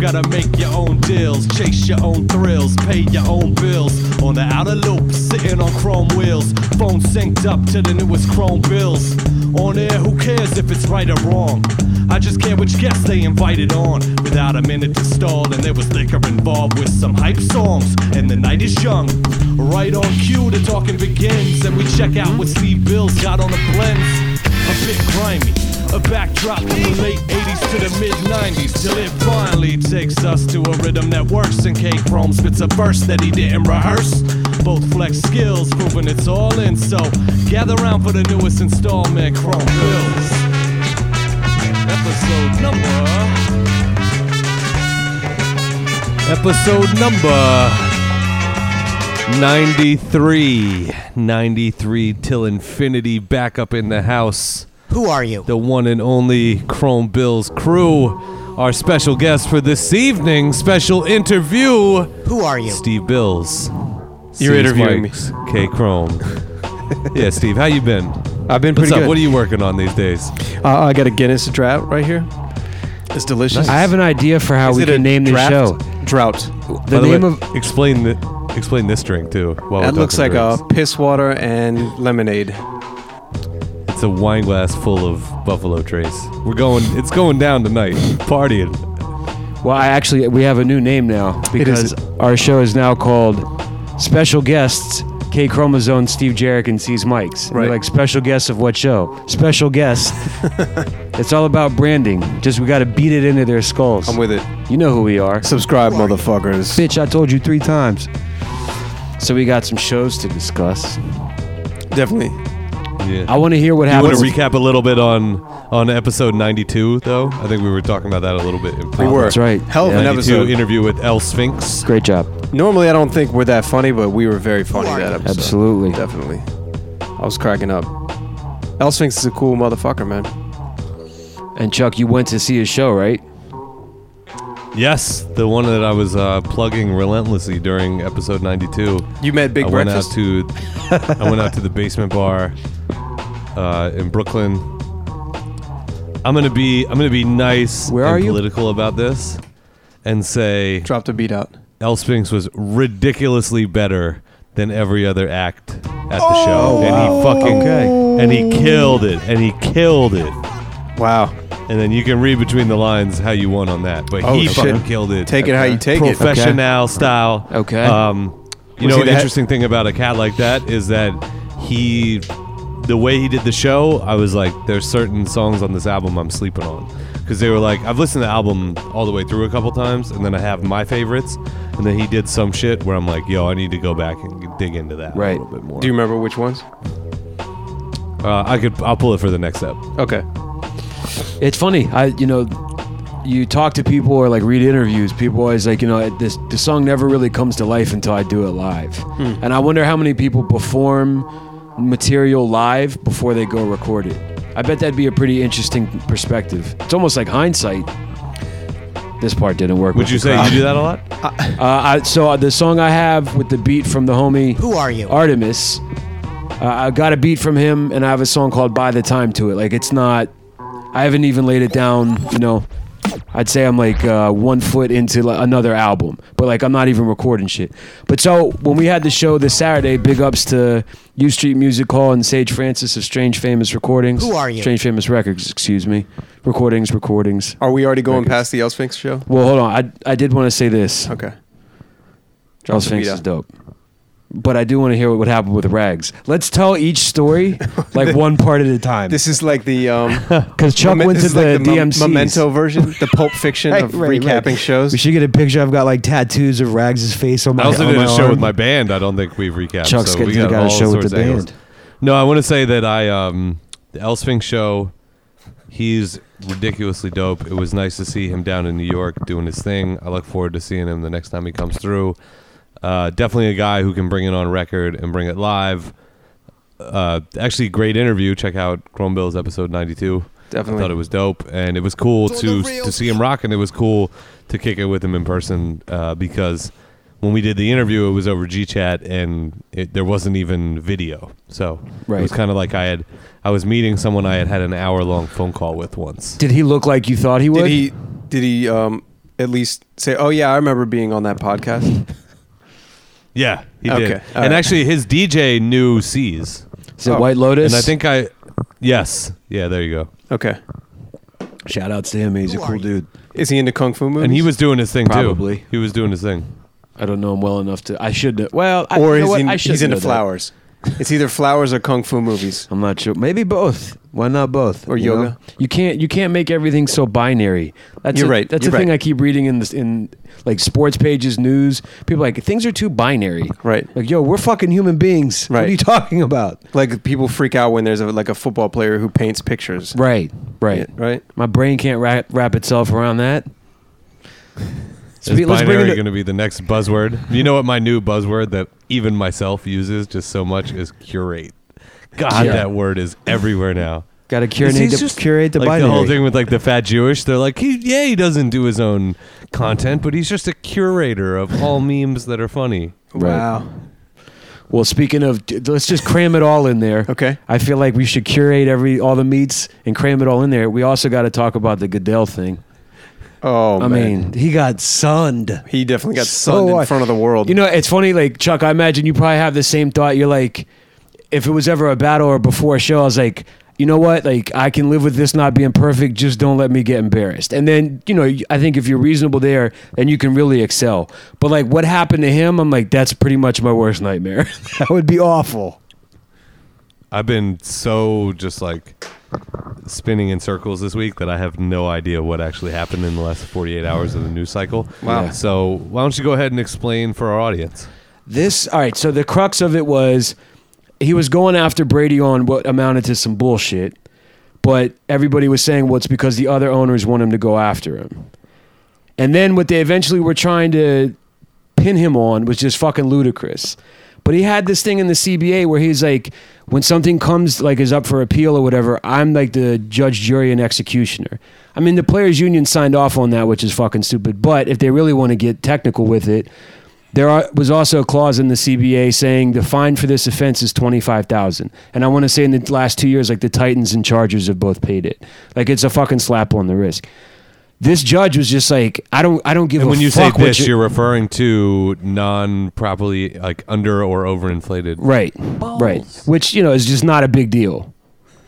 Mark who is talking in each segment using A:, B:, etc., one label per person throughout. A: gotta make your own deals, chase your own thrills, pay your own bills. On the outer loop, sitting on chrome wheels, phone synced up to the newest chrome bills. On air, who cares if it's right or wrong? I just care which guests they invited on. Without a minute to stall, and there was liquor involved with some hype songs, and the night is young. Right on cue, the talking begins, and we check out what Steve Bills got on the blends. A bit grimy, a backdrop from the late 80s to the mid 90s, till it finally takes us to a rhythm that works, and K Chrome spits a verse that he didn't rehearse. Both flex skills, proving it's all in, so gather round for the newest installment, Chrome Bills episode number. Episode number 93. 93 till infinity back up in the house.
B: Who are you?
A: The one and only Chrome Bills crew. Our special guest for this evening, special interview,
B: Who are you?
A: Steve Bills.
C: You're
A: Sees
C: interviewing
A: Mike's K Chrome. yeah, Steve, how you been?
C: I've been
A: What's
C: pretty
A: up?
C: good.
A: What are you working on these days?
C: uh, I got a Guinness drought right here. It's delicious.
D: I have an idea for how
C: Is
D: we
C: it a
D: can name this
C: draft?
D: show.
C: Drought.
D: The
A: By the
D: name
A: way,
D: of
A: explain the explain this drink too. While
C: That
A: we're
C: looks like
A: talking
C: a piss water and lemonade.
A: drinks. it's a wine glass full of Buffalo Trace. We're going. It's going down tonight. Partying.
D: well, I actually we have a new name now
C: is-
D: because our show is now called Special Guests. K Chromosome, Steve Jarek, and C's Mikes. And they're
C: Right.
D: Like special guests of what show? Special guests. it's all about branding. Just we got to beat it into their skulls.
C: I'm with it.
D: You know who we are.
C: Subscribe, motherfuckers.
D: bitch, I told you three times. So we got some shows to discuss.
C: Definitely.
A: Yeah.
D: I want to hear what
A: I want
D: happens.
A: to recap a little bit on on episode 92 though. I think we were talking about that a little bit. In
C: We were.
D: that's right.
C: Hell of an
A: 92
C: episode.
A: interview with El Sphinx.
D: Great job.
C: Normally, I don't think we're that funny, but we were very funny
B: are
C: that
B: you?
C: episode.
D: Absolutely.
C: Definitely. I was cracking up. El Sphinx is a cool motherfucker, man.
D: And Chuck, you went to see his show, right?
A: Yes, the one that I was uh, plugging relentlessly during episode 92.
C: You met Big
A: I
C: Breakfast?
A: went out to I went out to the basement bar uh, in Brooklyn. I'm gonna be I'm gonna be nice
D: Where
A: and
D: are you?
A: political about this and say
C: Dropped a beat out.
A: El Sphinx was ridiculously better than every other act at the show. And he fucking
D: Oh, Okay.
A: and he killed it. And he killed it.
C: Wow.
A: And then you can read between the lines how you won on that. But
C: Oh,
A: he
C: shit.
A: fucking killed it.
C: Take it how you take it.
A: Professional style.
D: Okay.
A: Um, you know,
C: Was he
A: the
C: the he-
A: interesting thing about a cat like that is that he, the way he did the show, I was like, there's certain songs on this album I'm sleeping on. Because they were like, I've listened to the album all the way through a couple times, and then I have my favorites, and then he did some shit where I'm like, yo, I need to go back and dig into that
D: Right.
A: a little bit more.
C: Do you remember which ones?
A: uh, I could, I'll pull it for the next step.
C: Okay.
D: It's funny. I you know, you talk to people or like read interviews. People always like you know this the song never really comes to life until I do it live. And I wonder how many people perform material live before they go record it. I bet that'd be a pretty interesting perspective. It's almost like hindsight. This part didn't work.
A: Would
D: with
A: you
D: the
A: say you
D: crowd.
A: do that a lot?
D: Uh, I, so uh, the song I have with the beat from the homie.
B: Who are you?
D: Artemis. Uh, I got a beat from him, and I have a song called "By the Time" to it. Like it's not. I haven't even laid it down. You know, I'd say I'm like uh, one foot into like, another album, but like I'm not even recording shit. But so when we had the show this Saturday, big ups to U Street Music Hall and Sage Francis of Strange Famous Recordings.
B: Who are you?
D: Strange Famous Records, excuse me. Recordings, recordings.
C: Are we already going past the El Sphinx show?
D: Well, hold on. I I did want to say this.
C: Okay.
D: Charles
C: the
D: Sphinx
C: beat
D: is
C: up.
D: dope. But I do want to hear what happened with Rags. Let's tell each story like one part at a time.
C: This is like the um,
D: Because Chuck
C: Momen-
D: went to
C: this is
D: the,
C: like the mem-
D: DMCs.
C: memento version, the Pulp Fiction of
E: Right, right,
C: recapping
E: right.
C: shows.
E: We should get a picture. I've got like tattoos of Rags' face on my.
A: I also
E: on
A: did
E: my
A: a show
E: arm.
A: with my band. I don't think we've recapped.
D: Chuck's
A: so we
D: getting-
A: got,
E: got a
A: all
E: show with
A: sorts
E: the
A: of angles.
E: band.
A: No, I want to say that I um the El Sphinx show. He's ridiculously dope. It was nice to see him down in New York doing his thing. I look forward to seeing him the next time he comes through. Uh, definitely a guy who can bring it on record and bring it live. Uh, actually, great interview. Check out Chrome Bills episode ninety two.
C: Definitely.
A: I thought it was dope, and it was cool to to see him rock, and it was cool to kick it with him in person uh, because when we did the interview, it was over G Chat, and it, there wasn't even video, so it was
D: Right.
A: kind of like I had I was meeting someone I had had an hour long phone call with once.
D: Did he look like you thought he would?
C: Did he? Did he? Um, at least say, "Oh yeah, I remember being on that podcast."
A: Yeah, he
C: Okay,
A: did.
C: all
A: And
C: right.
A: actually, his DJ knew C's,
D: Is it
C: Oh,
D: White Lotus?
A: and I think I, yes, yeah, there you go.
C: Okay,
D: shout outs to him. He's a cool dude.
C: is he into kung fu movies?
A: And he was doing his thing too.
D: Probably.
A: He was doing his thing.
D: I don't know him well enough to. I should. know- Well, I,
C: or is
D: you know what?
C: he,
D: I should
C: he's into
D: know that.
C: flowers. It's either flowers or kung fu movies.
D: I'm not sure. Maybe both. Why not both?
C: Or
D: You
C: yoga.
D: know? You can't. You can't make everything so binary. That's
C: You're
D: a-
C: right.
D: That's
C: You're
D: the thing
C: right.
D: I keep reading in this in like sports pages, news. People are like things are too binary.
C: Right.
D: Like yo, we're fucking human beings. What
C: Right.
D: are you talking about?
C: Like people freak out when there's a, like a football player who paints pictures.
D: Right. Right.
C: Right.
D: My brain can't wrap, wrap itself around that.
A: Is
D: Spe- let's bring
A: binary
D: it-
A: going to be the next buzzword? You know what my new buzzword that even myself uses just so much is curate. God,
D: Yeah.
A: that word is everywhere now.
D: Got to
B: Is he
D: curate the,
B: just- curate the
A: like the whole
B: binary.
A: thing with like the fat Jewish. They're like, he, yeah, he doesn't do his own content, but he's just a curator of all memes that are funny.
B: Wow.
D: Well, speaking of, let's just cram it all in there.
C: Okay.
D: I feel like we should curate every all the meats and cram it all in there. We also got to talk about the Goodell thing.
C: Oh,
D: I
C: man.
D: mean,
B: He got sunned.
C: he definitely got
B: So
C: sunned in
B: what?
C: front of the world.
D: you know, it's funny. Like Chuck, I imagine you probably have the same thought. You're like, if it was ever a battle or before a show, I was like. You know what? Like, I can live with this not being perfect. Just don't let me get embarrassed. And then, you know, I think if you're reasonable there, then you can really excel. But, like, what happened to him? I'm like, that's pretty much my worst nightmare.
B: That would be awful.
A: I've been so just like spinning in circles this week that I have no idea what actually happened in the last 48 hours of the news cycle.
C: Wow. Yeah.
A: So why don't you go ahead and explain for our audience?
D: This all right. So the crux of it was he was going after Brady on what amounted to some bullshit, but everybody was saying, "Well, it's because the other owners want him to go after him." And then what they eventually were trying to pin him on was just fucking ludicrous. But he had this thing in the CBA where he's like, when something comes like is up for appeal or whatever, I'm like the judge, jury, and executioner. I mean, the players' union signed off on that, which is fucking stupid. But if they really want to get technical with it, there are, was also a clause in the CBA saying the fine for this offense is twenty five thousand. And I want to say in the last two years, like the Titans and Chargers have both paid it. Like it's a fucking slap on the wrist. This judge was just like, I don't, I don't give
A: And
D: a
A: when you say
D: fuck what
A: this,
D: you-
A: you're referring to non properly like under or overinflated.
D: Right. Right. Which, you know, is just not a big deal.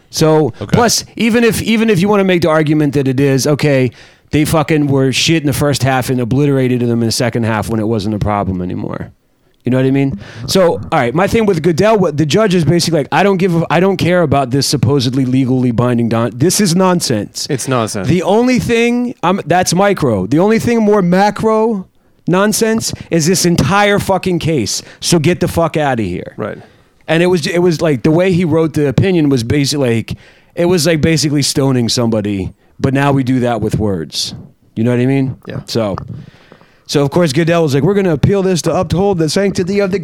D: So plus even if even if you want to make the argument that it is, okay, they fucking were shit in the first half and obliterated them in the second half when it wasn't a problem anymore. You know what I mean? So, all right, my thing with Goodell, what the judge is basically like, I don't give, a, I don't care about this supposedly legally binding. Don, this is nonsense.
C: it's nonsense.
D: The only thing I'm, that's micro. The only thing more macro nonsense is this entire fucking case. So get the fuck out of here.
C: right.
D: And it was it was like the way he wrote the opinion was basically like it was like basically stoning somebody, but now we do that with words. You know what I mean?
C: Yeah.
D: So so of course Goodell was like, We're gonna appeal this to uphold the sanctity of the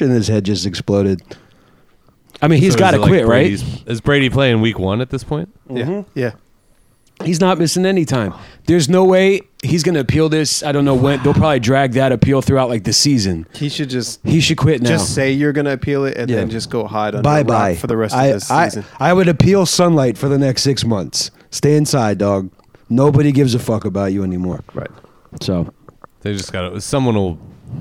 B: And his head just exploded.
D: I mean he's
A: He's
D: gotta quit, right?
A: Is Brady playing week one at this point?
D: Mm-hmm.
C: Yeah.
D: He's not missing any time. There's no way he's going to appeal this. I don't know when. They'll probably drag that appeal throughout like the season.
C: He should just
D: He should quit now.
C: just say you're going to appeal it and
D: Yeah.
C: then just go hide under
B: Bye
C: a rock
B: bye.
C: for the rest
B: I,
C: of this
B: I,
C: season.
B: I would appeal sunlight for the next six months. Stay inside, dog. Nobody gives a fuck about you anymore.
C: right.
D: so,
A: They just got to, someone will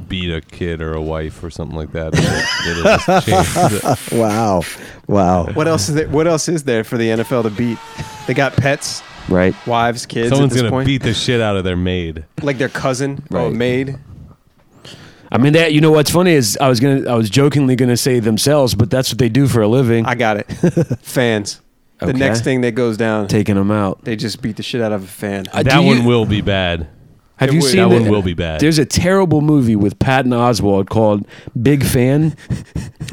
A: beat a kid or a wife or something like that. and it'll- it'll just change the-
B: Wow. Wow.
C: What else is there? What else is there for the NFL to beat? They got pets,
D: right.
C: wives, kids.
A: Someone's
C: at this
A: gonna
C: point.
A: beat the shit out of their maid.
C: like their cousin or
D: Right.
C: maid.
D: I mean that you know what's funny is I was going to I was jokingly going to say themselves, but that's what they do for a living.
C: I got it. Fans. The
D: Okay.
C: next thing that goes down,
D: taking them out.
C: they just beat the shit out of a fan.
D: I- Uh,
A: that
D: do
A: one
D: you-
A: will be bad.
D: Have
C: It
D: you
C: would-
D: seen
A: that
D: the-
A: one will be bad.
D: There's a terrible movie with Patton Oswald called Big Fan.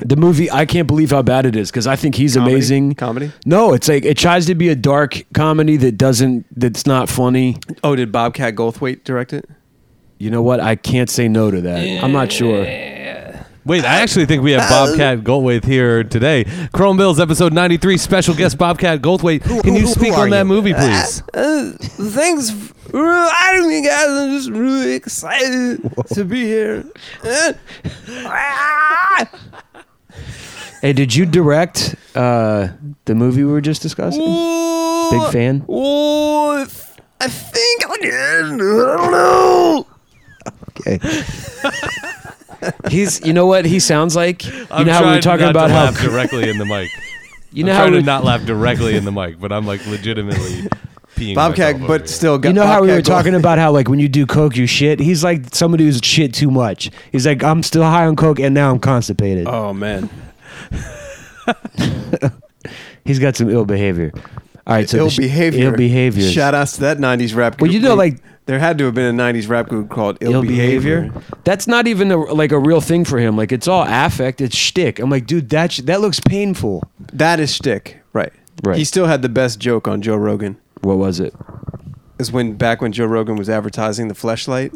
D: the movie I can't believe how bad it is because I think he's
C: Comedy?
D: amazing.
C: Comedy?
D: No, it's like it tries to be a dark comedy that doesn't that's not funny.
C: Oh, did Bobcat Goldthwait direct it?
D: You know what? I can't say no to that. I'm not sure.
A: Wait, I actually think we
D: Uh,
A: have Bobcat Goldthwait here today. Chrome Bills episode 93, special guest Bobcat Goldthwait. Can you
B: who- who
A: speak
B: are
A: on that
B: you?
A: movie, please?
F: Uh, thanks. For, I don't think guys. I'm just really excited to be here. Uh, ah!
D: Hey, did you direct uh, the movie we were just discussing? Big fan.
F: Oh, I think I
G: Okay.
D: He's, you know what he sounds like. You
A: I'm
D: know how we
A: trying
D: were talking
A: not
D: about
A: to
D: how,
A: laugh directly in the mic.
D: you
A: I'm
D: know how
A: trying
D: we,
A: to not laugh directly in the mic, but I'm like legitimately
F: Oh,
A: peeing. myself
C: Bobcat,
A: over
C: but
A: here.
C: still, got
H: You know how we were
C: Bobcat
H: talking about how like when you do coke, you shit. He's like somebody who's shit too much. He's like I'm still high on coke and now I'm constipated.
C: Uh,
I: Oh man.
H: He's got some ill behavior. All right, so
C: ill
H: the sh-
C: behavior.
H: Ill behavior.
C: Shout outs to that '90s rap.
H: Well,
C: group.
H: you know, like-
C: there had to have been a '90s rap group called Ill,
H: Ill
C: behavior.
H: Behavior.
D: that's not even a, like a real thing for him. Like it's all affect. It's shtick.
H: I'm like, dude, that sh- that looks painful.
C: That is shtick, right?
D: Right.
C: He still had the best joke on Joe Rogan.
D: What was it?
C: Is when back when Joe Rogan was advertising the flashlight,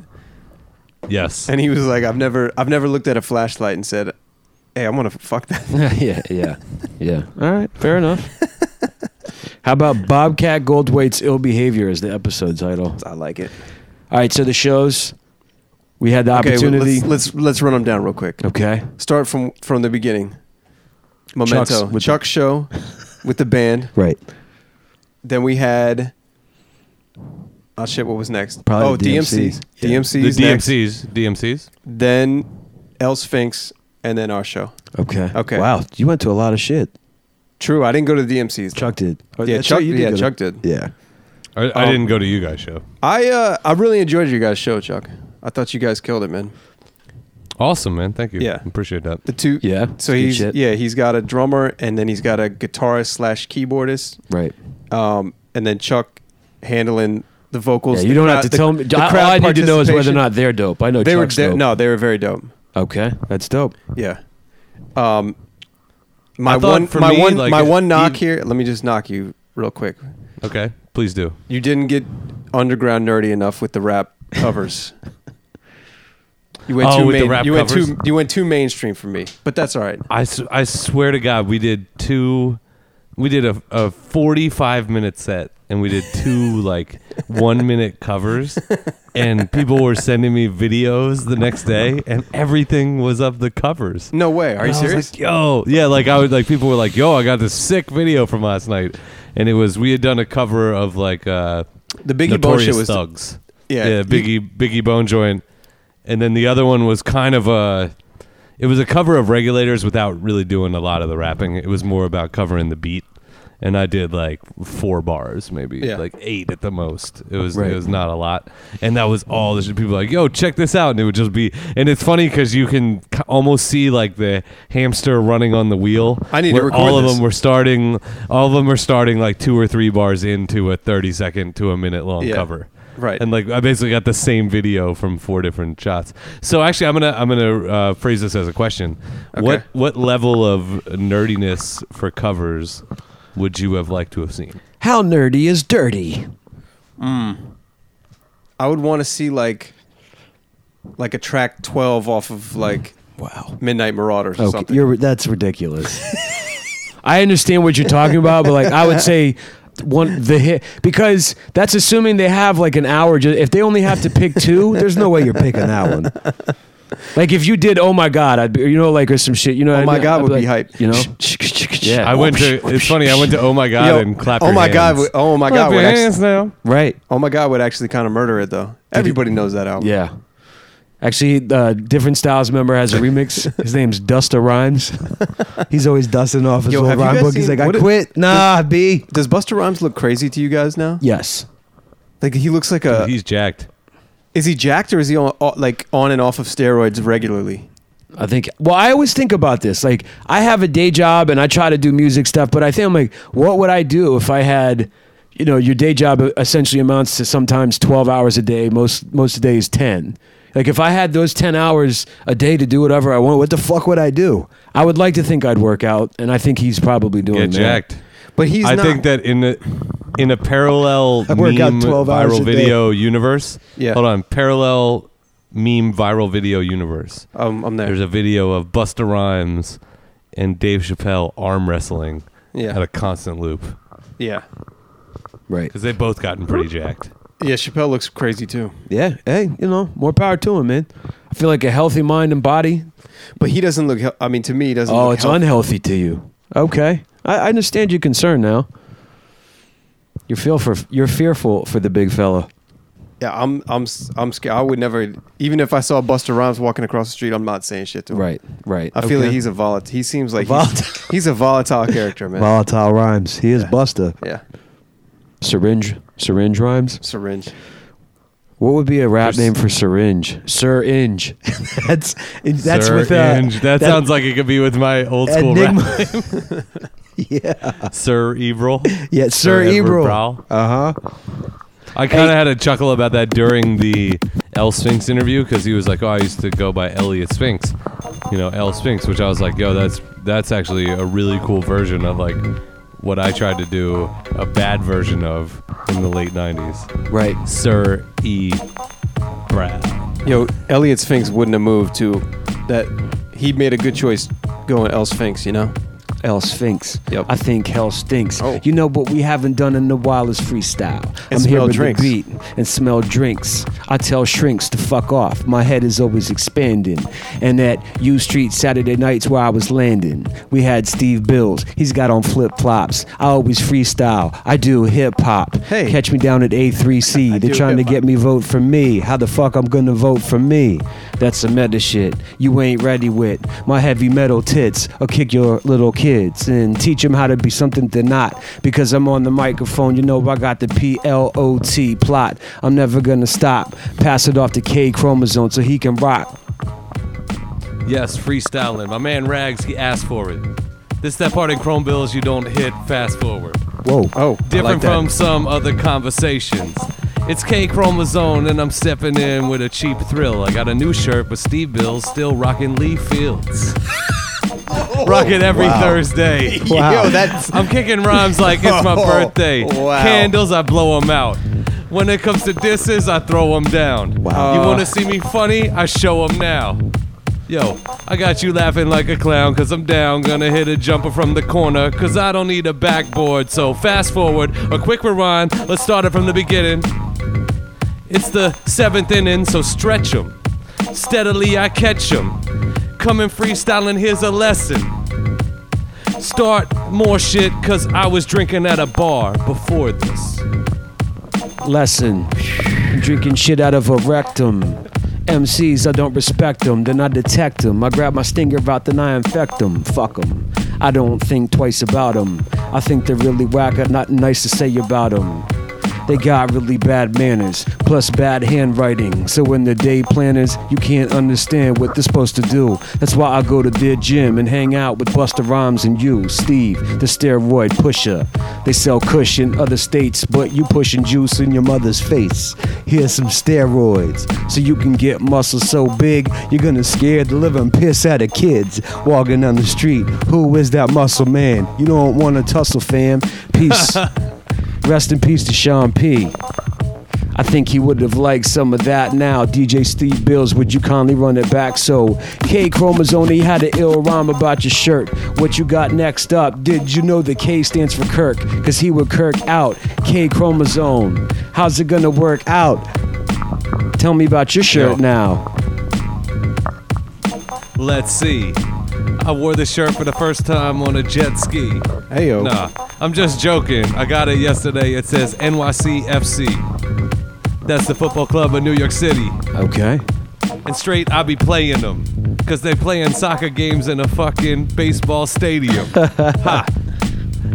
A: yes.
C: and he was like, "I've never, I've never looked at a flashlight and said." Hey, I'm gonna fuck that.
D: yeah, yeah, yeah. All right, fair enough. How about Bobcat Goldthwait's ill behavior is the episode title?
C: I like it.
D: All right, so the shows we had the
C: Okay, well,
D: opportunity.
C: let's, let's let's run them down real quick.
D: okay,
C: Start from from the beginning.
D: Chuck's
C: Memento,
D: with the-
C: Chuck show with the band.
H: Right.
C: Then we had. Oh shit! What was next?
D: Probably
C: oh,
D: the DMCs.
C: DMCs.
A: The
C: DMCs. next.
A: DMCs. DMCs.
C: Then El Sphinx, and then our show.
H: Okay.
C: Okay.
H: Wow, you went to a lot of shit.
C: True. I didn't go to the DMCs.
H: Chuck did.
C: Oh, Yeah,
G: That's right,
C: Chuck.
G: you did
C: yeah,
G: go to-
C: Chuck did.
H: Yeah.
A: I, I didn't go to you guys' show.
C: I uh, I really enjoyed your guys' show, Chuck. I thought you guys killed it, man.
A: Awesome, man. Thank you.
C: Yeah.
A: Appreciate that.
C: The two.
D: Yeah,
C: So
D: it's good
C: he's
D: shit.
C: yeah he's got a drummer, and then he's got a guitarist slash keyboardist,
D: right.
C: um, and then Chuck handling the vocals.
D: Yeah, you
C: the
D: don't
C: crowd- uh,
D: have to
C: the-
D: tell me.
C: the
D: I- all
C: crowd
D: I need to know is whether
C: participation.
D: or not they're dope. I know
C: they
D: Chuck's
C: were they-
D: dope.
C: no, they were very dope.
D: Okay, that's dope.
C: Yeah. Um, my
A: I thought
C: one,
A: for
C: my
A: me,
C: one,
A: like,
C: my
A: if
C: one knock
A: he-
C: here. Let me just knock you real quick.
A: Okay. Please do.
C: You didn't get underground nerdy enough with the rap covers. You went,
A: Oh,
C: too
A: with the
C: main-
A: rap
C: you went
A: covers?
C: too you went too mainstream for me, but that's all right.
A: I, s- I swear to God, we did two. We did a, a 45 minute set and we did two like one minute covers. And people were sending me videos the next day and everything was of the covers.
C: No way. Are you
A: And I was
C: serious?
A: like, yo, yeah, like I was like people were like, yo, I got this sick video from last night, and it was we had done a cover of like uh,
C: the Biggie Bo
A: Notorious
C: shit was
A: Thugs,
C: yeah,
A: yeah,
C: you-
A: Biggie Biggie Bone Joint, and then the other one was kind of a, it was a cover of Regulators without really doing a lot of the rapping. It was more about covering the beat, and I did like four bars, maybe
C: Yeah.
A: like eight at the most. It was
D: Right.
A: it was not a lot, and that was all. The shit. people were like, yo, check this out, and it would just be, and it's funny because you can k- almost see like the hamster running on the wheel.
C: I need to
A: where
C: record
A: all
C: this.
A: of them were starting, all of them were starting like two or three bars into a thirty second to a minute long
C: Yeah.
A: cover.
C: Right.
A: And like I basically got the same video from four different shots. So actually I'm going to I'm going to uh, phrase this as a question. What what level of nerdiness for covers would you have liked to have seen?
D: How nerdy is dirty?
C: I would want to see like like a track twelve off of like
D: Wow.
C: Midnight Marauders or
H: Okay.
C: something.
H: You're that's ridiculous.
D: I understand what you're talking about, but like I would say one the hit because that's assuming they have like an hour. Just, if they only have to pick two, there's no way you're picking that one. Like if you did, oh my god, I'd be, you know, like or some shit, you know.
C: oh my god, would be
D: hyped.
C: hype.
D: You know, yeah,
A: I
C: oh,
A: went to it's funny I went to Oh my god
C: Yo,
A: and clap
C: oh
A: your
C: my god,
A: hands.
C: would- oh my
A: Clap
C: god,
A: your
C: would actually-
A: hands now.
D: right.
C: Oh my God would actually kind of murder it though. Everybody knows that album.
D: Yeah. Actually, uh, different styles member has a remix. His name's Dusta Rhymes.
H: He's always dusting off his
C: Yo,
H: old
C: have you
H: rhyme
C: guys
H: book. He's
C: seen-
H: like, I
C: what is-
H: quit. Nah, B.
C: Does Buster Rhymes look crazy to you guys now?
D: Yes.
C: Like he looks like a.
A: He's jacked.
C: is he jacked or is he on, o- like on and off of steroids regularly?
D: I think. Well, I always think about this. Like, I have a day job and I try to do music stuff, but I think I'm like, what would I do if I had, you know, your day job essentially amounts to sometimes 12 hours a day. Most most of the day is 10. Like, if I had those 10 hours a day to do whatever I want, what the fuck would I do? I would like to think I'd work out, and I think he's probably doing
A: Get
D: that.
A: jacked.
C: But Oh, he's
A: I
C: not.
A: think that in a, in a parallel
H: I work out
A: meme
H: 12 hours
A: viral
H: a day.
A: video universe.
C: Yeah.
A: Hold on, parallel meme viral video universe.
C: um, I'm there.
A: There's a video of Busta Rhymes and Dave Chappelle arm wrestling
C: Yeah.
A: at a constant loop
C: yeah.
D: Right.
A: because they've both gotten pretty jacked.
C: Yeah. Chappelle looks crazy too,
D: Yeah, hey, you know, more power to him, man. I feel like a healthy mind and body.
C: but he doesn't look. hel- I mean, to me, he doesn't.
D: Oh,
C: look
D: it's
C: healthy.
D: unhealthy to you. Okay, I, I understand your concern now. You feel for you're fearful for the big fella.
C: Yeah, I'm I'm s- I'm scared. I would never even if I saw Buster Rhymes walking across the street, I'm not saying shit to him.
D: Right, right.
C: I feel like he's a volatile. He seems like
J: Volatile.
C: he's, he's a volatile character, man.
J: Volatile rhymes. He is Buster.
C: yeah.
D: syringe, syringe rhymes.
C: Syringe.
D: What would be a rap name for syringe? Sir Inge.
J: That's that's with uh,
A: Syringe.
J: that-
A: that, sounds like it could be with my old school rap.
J: Enigma. yeah,
A: Cerebral.
J: yeah, Sir Ebro.
A: Cerebral.
J: Uh huh.
A: I kind of had a chuckle about that during the L Sphinx interview because he was like, "Oh, I used to go by Elliot Sphinx," you know, L Sphinx, which I was like, "Yo, that's that's actually a really cool version of like what I tried to do, a bad version of in the late '90s."
D: Right.
A: Sir E. Brad.
C: Yo, Elliot Sphinx wouldn't have moved to that. He made a good choice going El Sphinx, you know?
D: Hell Sphinx.
C: Yep.
D: I think hell stinks.
C: Oh.
D: You know what we haven't done in a while is freestyle.
C: And
D: I'm here
C: smell
D: with
C: drinks.
D: the beat and smell drinks. I tell shrinks to fuck off. My head is always expanding. And at U Street Saturday nights where I was landing, we had Steve Bills. He's got on flip flops. I always freestyle. I do hip hop.
C: Hey.
D: Catch me down at A3C. They're
C: do
D: trying to
C: hip-hop.
D: get me vote for me. How the fuck I'm gonna vote for me? That's some meta shit you ain't ready with. My heavy metal tits. I'll kick your little kids and teach them how to be something they're not. Because I'm on the microphone, you know I got the P L O T plot. I'm never gonna stop. Pass it off to K chromosome so he can rock.
A: Yes, freestyling. My man Rags, he asked for it. This that part in Chrome Bills you don't hit fast forward.
J: Whoa.
C: Oh, I like
A: different
C: that.
A: from some other conversations. It's K chromosome, and I'm stepping in with a cheap thrill. I got a new shirt, but Steve Bill's still rocking Lee Fields. Rocking every Thursday.
C: Yo, that's
A: I'm kicking rhymes like it's my
C: Oh,
A: birthday.
C: wow.
A: Candles, I blow them out. When it comes to disses, I throw them down.
J: Wow.
A: You want to see me funny? I show them now. Yo, I got you laughing like a clown, cause I'm down. Gonna hit a jumper from the corner, cause I don't need a backboard. So fast forward, a quick rewind, let's start it from the beginning. It's the seventh inning, so stretch 'em. Steadily I catch 'em. Coming freestyling, here's a lesson. Start more shit, cause I was drinking at a bar before this.
D: Lesson. Drinking shit out of a rectum. MCs, I don't respect them, then I detect them. I grab my stinger out, then I infect them. Fuck them. I don't think twice about them. I think they're really whack, and nothing nice to say about them. They got really bad manners, plus bad handwriting. So when the day planners, you can't understand what they're supposed to do. That's why I go to their gym and hang out with Buster Rhymes and you, Steve, the steroid pusher. They sell Kush in other states, but you pushing juice in your mother's face.
J: Here's some steroids
D: So you can get muscle so big,
J: You're gonna scare the living piss out of kids walking down the street. Who is that muscle man? You don't wanna tussle, fam.
D: peace. Rest in peace to Sean P. I think he would have liked some of that now. DJ Steve Bills, would you kindly run it back? So, K Chromosome, he had an ill rhyme about your shirt. What you got next up? Did you know the K stands for Kirk? Cause he would Kirk out. K Chromosome, how's it gonna work out? Tell me about your shirt
A: Yo.
D: now.
A: Let's see. I wore the shirt for the first time on a jet ski.
C: hey yo.
A: Nah, I'm just joking. I got it yesterday. It says NYC FC. That's the football club of New York City.
D: Okay.
A: And straight, I be playing them. Cause they playing soccer games in a fucking baseball stadium. ha.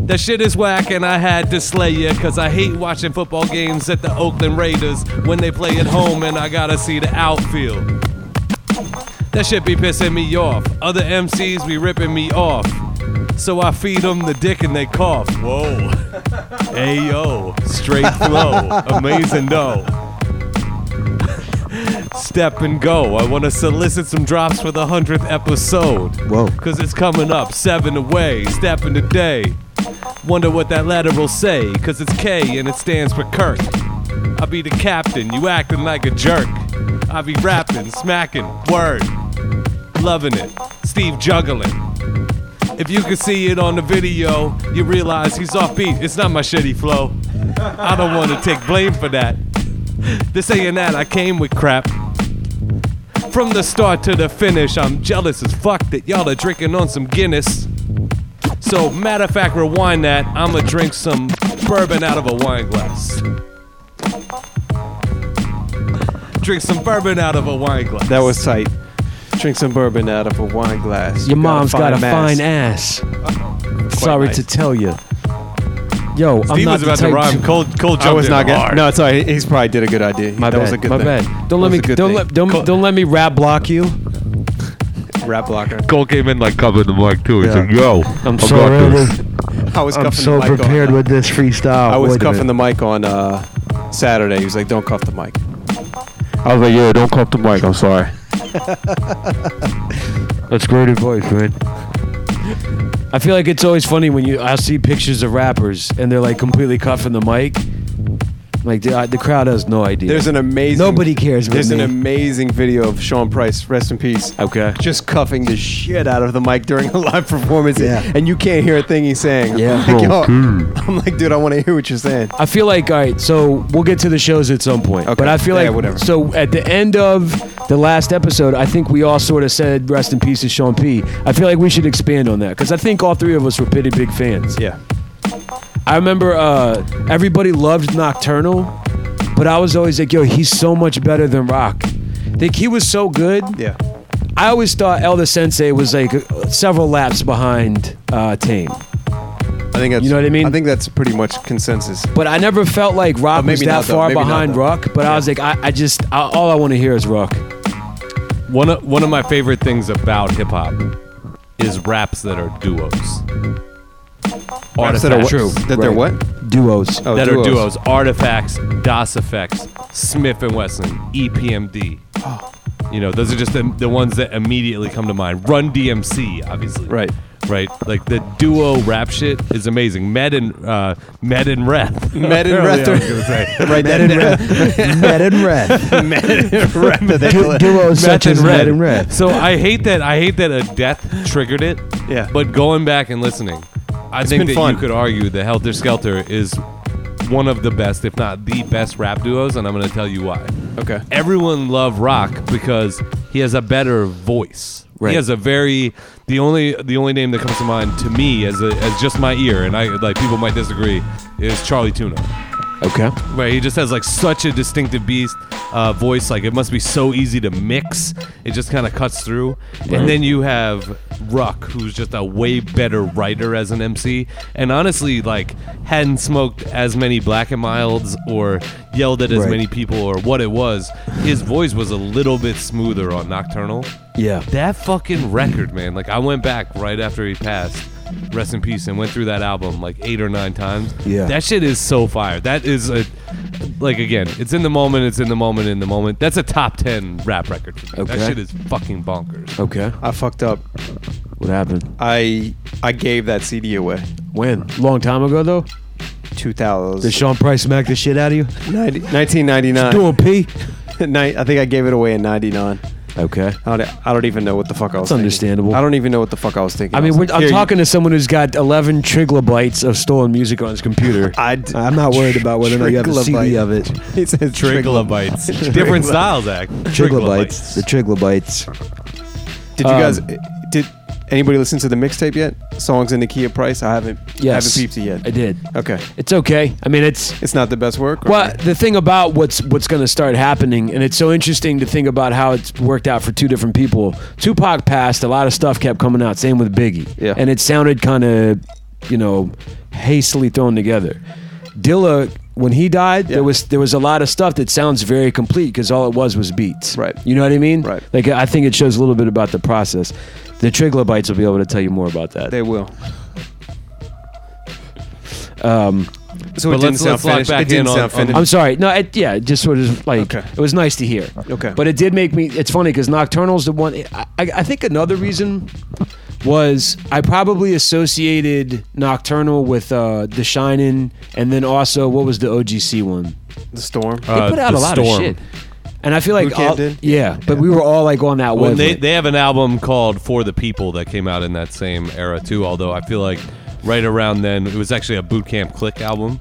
A: That shit is whack and I had to slay ya cause I hate watching football games at the Oakland Raiders when they play at home and I gotta see the outfield. That shit be pissing me off. Other MCs be ripping me off. So I feed them the dick and they cough. Whoa. Ayo. Straight flow. Amazing dough. Step and go. I want to solicit some drops for the 100th episode.
J: Whoa.
A: Cause it's coming up seven away, step in the day. Wonder what that letter will say, cause it's K and it stands for Kirk. I be the captain, you acting like a jerk. I be rapping, smacking, word. Loving it, Steve juggling. If you can see it on the video, you realize he's offbeat. It's not my shitty flow. I don't want to take blame for that. This ain't that, I came with crap. From the start to the finish, I'm jealous as fuck that y'all are drinking on some Guinness. So, matter of fact, rewind that. I'ma drink some bourbon out of a wine glass. Drink some bourbon out of a wine glass.
C: That was tight. Drink some bourbon out of a wine glass. You
D: Your
C: got
D: mom's
C: a
D: got a
C: mass.
D: fine ass.
A: Quite
D: Sorry
A: nice.
D: to tell you. Yo, I'm
A: Steve was
D: not the
A: about to
D: type
A: rhyme.
D: to-
A: Cold, cold jump.
C: I was not gonna. No, it's all right. He's probably did a good idea.
D: My
C: that
D: bad.
C: was a good
D: my
C: thing.
D: bad. Don't
C: That was
D: let me.
C: a good
D: Don't
C: thing.
D: let. Don't, don't let me rap block you.
C: rap blocker.
K: Cole came in like covering the mic too. He said, "Yo,
D: I'm
K: I
D: so
K: got this."
C: I was
L: I'm
C: cuffing
L: so
C: the mic
L: prepared
C: on,
L: with this freestyle.
C: I was
L: Wait a
C: cuffing
L: minute.
C: the mic on uh, Saturday. He was like, "Don't cuff the mic."
K: I was like, "Yo, don't cuff the mic. I'm sorry."
M: That's great advice, man.
D: I feel like it's always funny when you I see pictures of rappers and they're like completely cuffing the mic. Like the, uh, the crowd has no idea.
C: There's an amazing.
M: Nobody cares about
C: There's an
M: me.
C: amazing video of Sean Price, rest in peace,
D: okay.
C: just cuffing the shit out of the mic during a live performance,
L: Yeah.
C: and you can't hear a thing he's saying.
D: Yeah.
C: I'm like, "Yo," I'm like, dude, I want to hear what you're saying.
D: I feel like all right, so we'll get to the shows at some point.
C: Okay.
D: But I feel
C: Yeah,
D: like
C: whatever.
D: so at the end of the last episode, I think we all sort of said rest in peace to Sean P. I feel like we should expand on that because I think all three of us were pretty big fans.
C: Yeah.
D: I remember uh, everybody loved Nocturnal, but I was always like, yo, he's so much better than Rock. Like he was so good.
C: Yeah.
D: I always thought Elder Sensei was like several laps behind uh, Tame,
C: I think that's.
D: You know what I mean?
C: I think that's pretty much consensus.
D: but I never felt like Rock
C: maybe
D: was that
C: not, though.
D: far
C: Maybe not,
D: behind
C: though.
D: Rock. But I was like, I, I just I, all I want to hear is Rock.
A: One of, one of my favorite things about hip hop is raps that are duos.
C: Raps that are what? That they're what?
D: Right. Duos.
C: Oh,
A: that are duos. Artifacts, DOS Effects, Smith and Wesson, E EPMD. You know, those are just the, the ones that immediately come to mind. Run DMC, obviously.
C: Right.
A: Right. Like the duo rap shit is amazing. Med and uh, Med and Reth.
C: Med and Reth.
A: I was gonna say.
C: Right. That in
L: Met and red. Du- Duos such as Met and red.
A: So I hate that. I hate that a death triggered it.
C: Yeah.
A: But going back and listening, I think
C: been
A: that
C: fun.
A: you could argue that Helter Skelter is one of the best, if not the best, rap duos, and I'm going to tell you why.
C: Okay.
A: Everyone loved Rock because he has a better voice.
D: Right.
A: He has a very the only the only name that comes to mind to me as a, as just my ear, and I like people might disagree, is Charlie Tuna.
D: Okay.
A: Right, he just has like such a distinctive beast uh, voice. Like it must be so easy to mix. It just kind of cuts through. And then you have Ruck, who's just a way better writer as an MC. And honestly, like hadn't smoked as many Black and Milds or yelled at as many people or what it was. His voice was a little bit smoother on Nocturnal.
D: Yeah.
A: That fucking record, man. Like I went back right after he passed. Rest in peace, and went through that album like eight or nine times.
D: Yeah.
A: that shit is so fire. That is a, like again, it's in the moment. It's in the moment. In the moment. That's a top ten rap record. For me.
D: Okay.
A: That shit is fucking bonkers.
D: Okay.
C: I fucked up.
D: What happened?
C: I I gave that CD away.
D: When? Long time ago though.
C: 2000.
M: Did Sean Price smack the shit out of you?
C: 90, 1999.
D: Doing P.
C: Ni- I think I gave it away in 99.
D: Okay.
C: I don't, I don't even know what the fuck I was
D: That's understandable.
C: thinking. I don't even know what the fuck I was thinking.
D: I mean,
C: was
D: we're,
C: like,
D: I'm
C: here, you-
D: talking to someone who's got 11 triglybytes of stolen music on his computer.
C: I d-
L: I'm not worried about whether or not you have a CD
C: Triglybyte.
L: of it.
C: It says
A: Triglybites, different styles, act.
L: Triglybites. The triglybites.
C: Did you
D: Um,
C: guys? eh, Did anybody listen to the mixtape yet? Songs in the key of price. I haven't.
D: Yes.
C: Haven't peeped it yet.
D: I did.
C: Okay.
D: It's okay. I mean, it's
C: It's not the best work. or-
D: Well, the thing about what's what's going to start happening, and it's so interesting to think about how it's worked out for two different people. Tupac passed, a lot of stuff kept coming out. Same with Biggie,
C: Yeah.
D: and it sounded kind of, you know, hastily thrown together. Dilla, when he died,
C: Yeah.
D: there was there was a lot of stuff that sounds very complete because all it was was beats.
C: Right.
D: You know what I mean?
C: Right.
D: Like I think it shows a little bit about the process. The Triglybites will be able to tell you more about that.
C: They will.
D: um,
A: But
C: So it
A: let's-
C: didn't sound
A: let's lock
C: finished.
A: back
C: It didn't
A: in on-
C: sound
A: on-
C: finished.
D: I'm sorry. No, it, yeah, it just sort of like
C: Okay.
D: it was nice to hear.
C: Okay.
D: But it did make me. It's funny because Nocturnal's the one. I, I I think another reason was I probably associated Nocturnal with uh, The Shining, and then also what was the OGC one?
C: the storm.
D: They
A: Uh,
D: put out
A: The
D: a lot
A: Storm.
D: of shit. And I feel like
C: Bootcamp
D: all-
C: did?
D: yeah, but we were all like on that
A: When
D: wavelength.
A: they, they have an album called For the People that came out in that same era too. Although I feel like right around then it was actually a boot camp click album.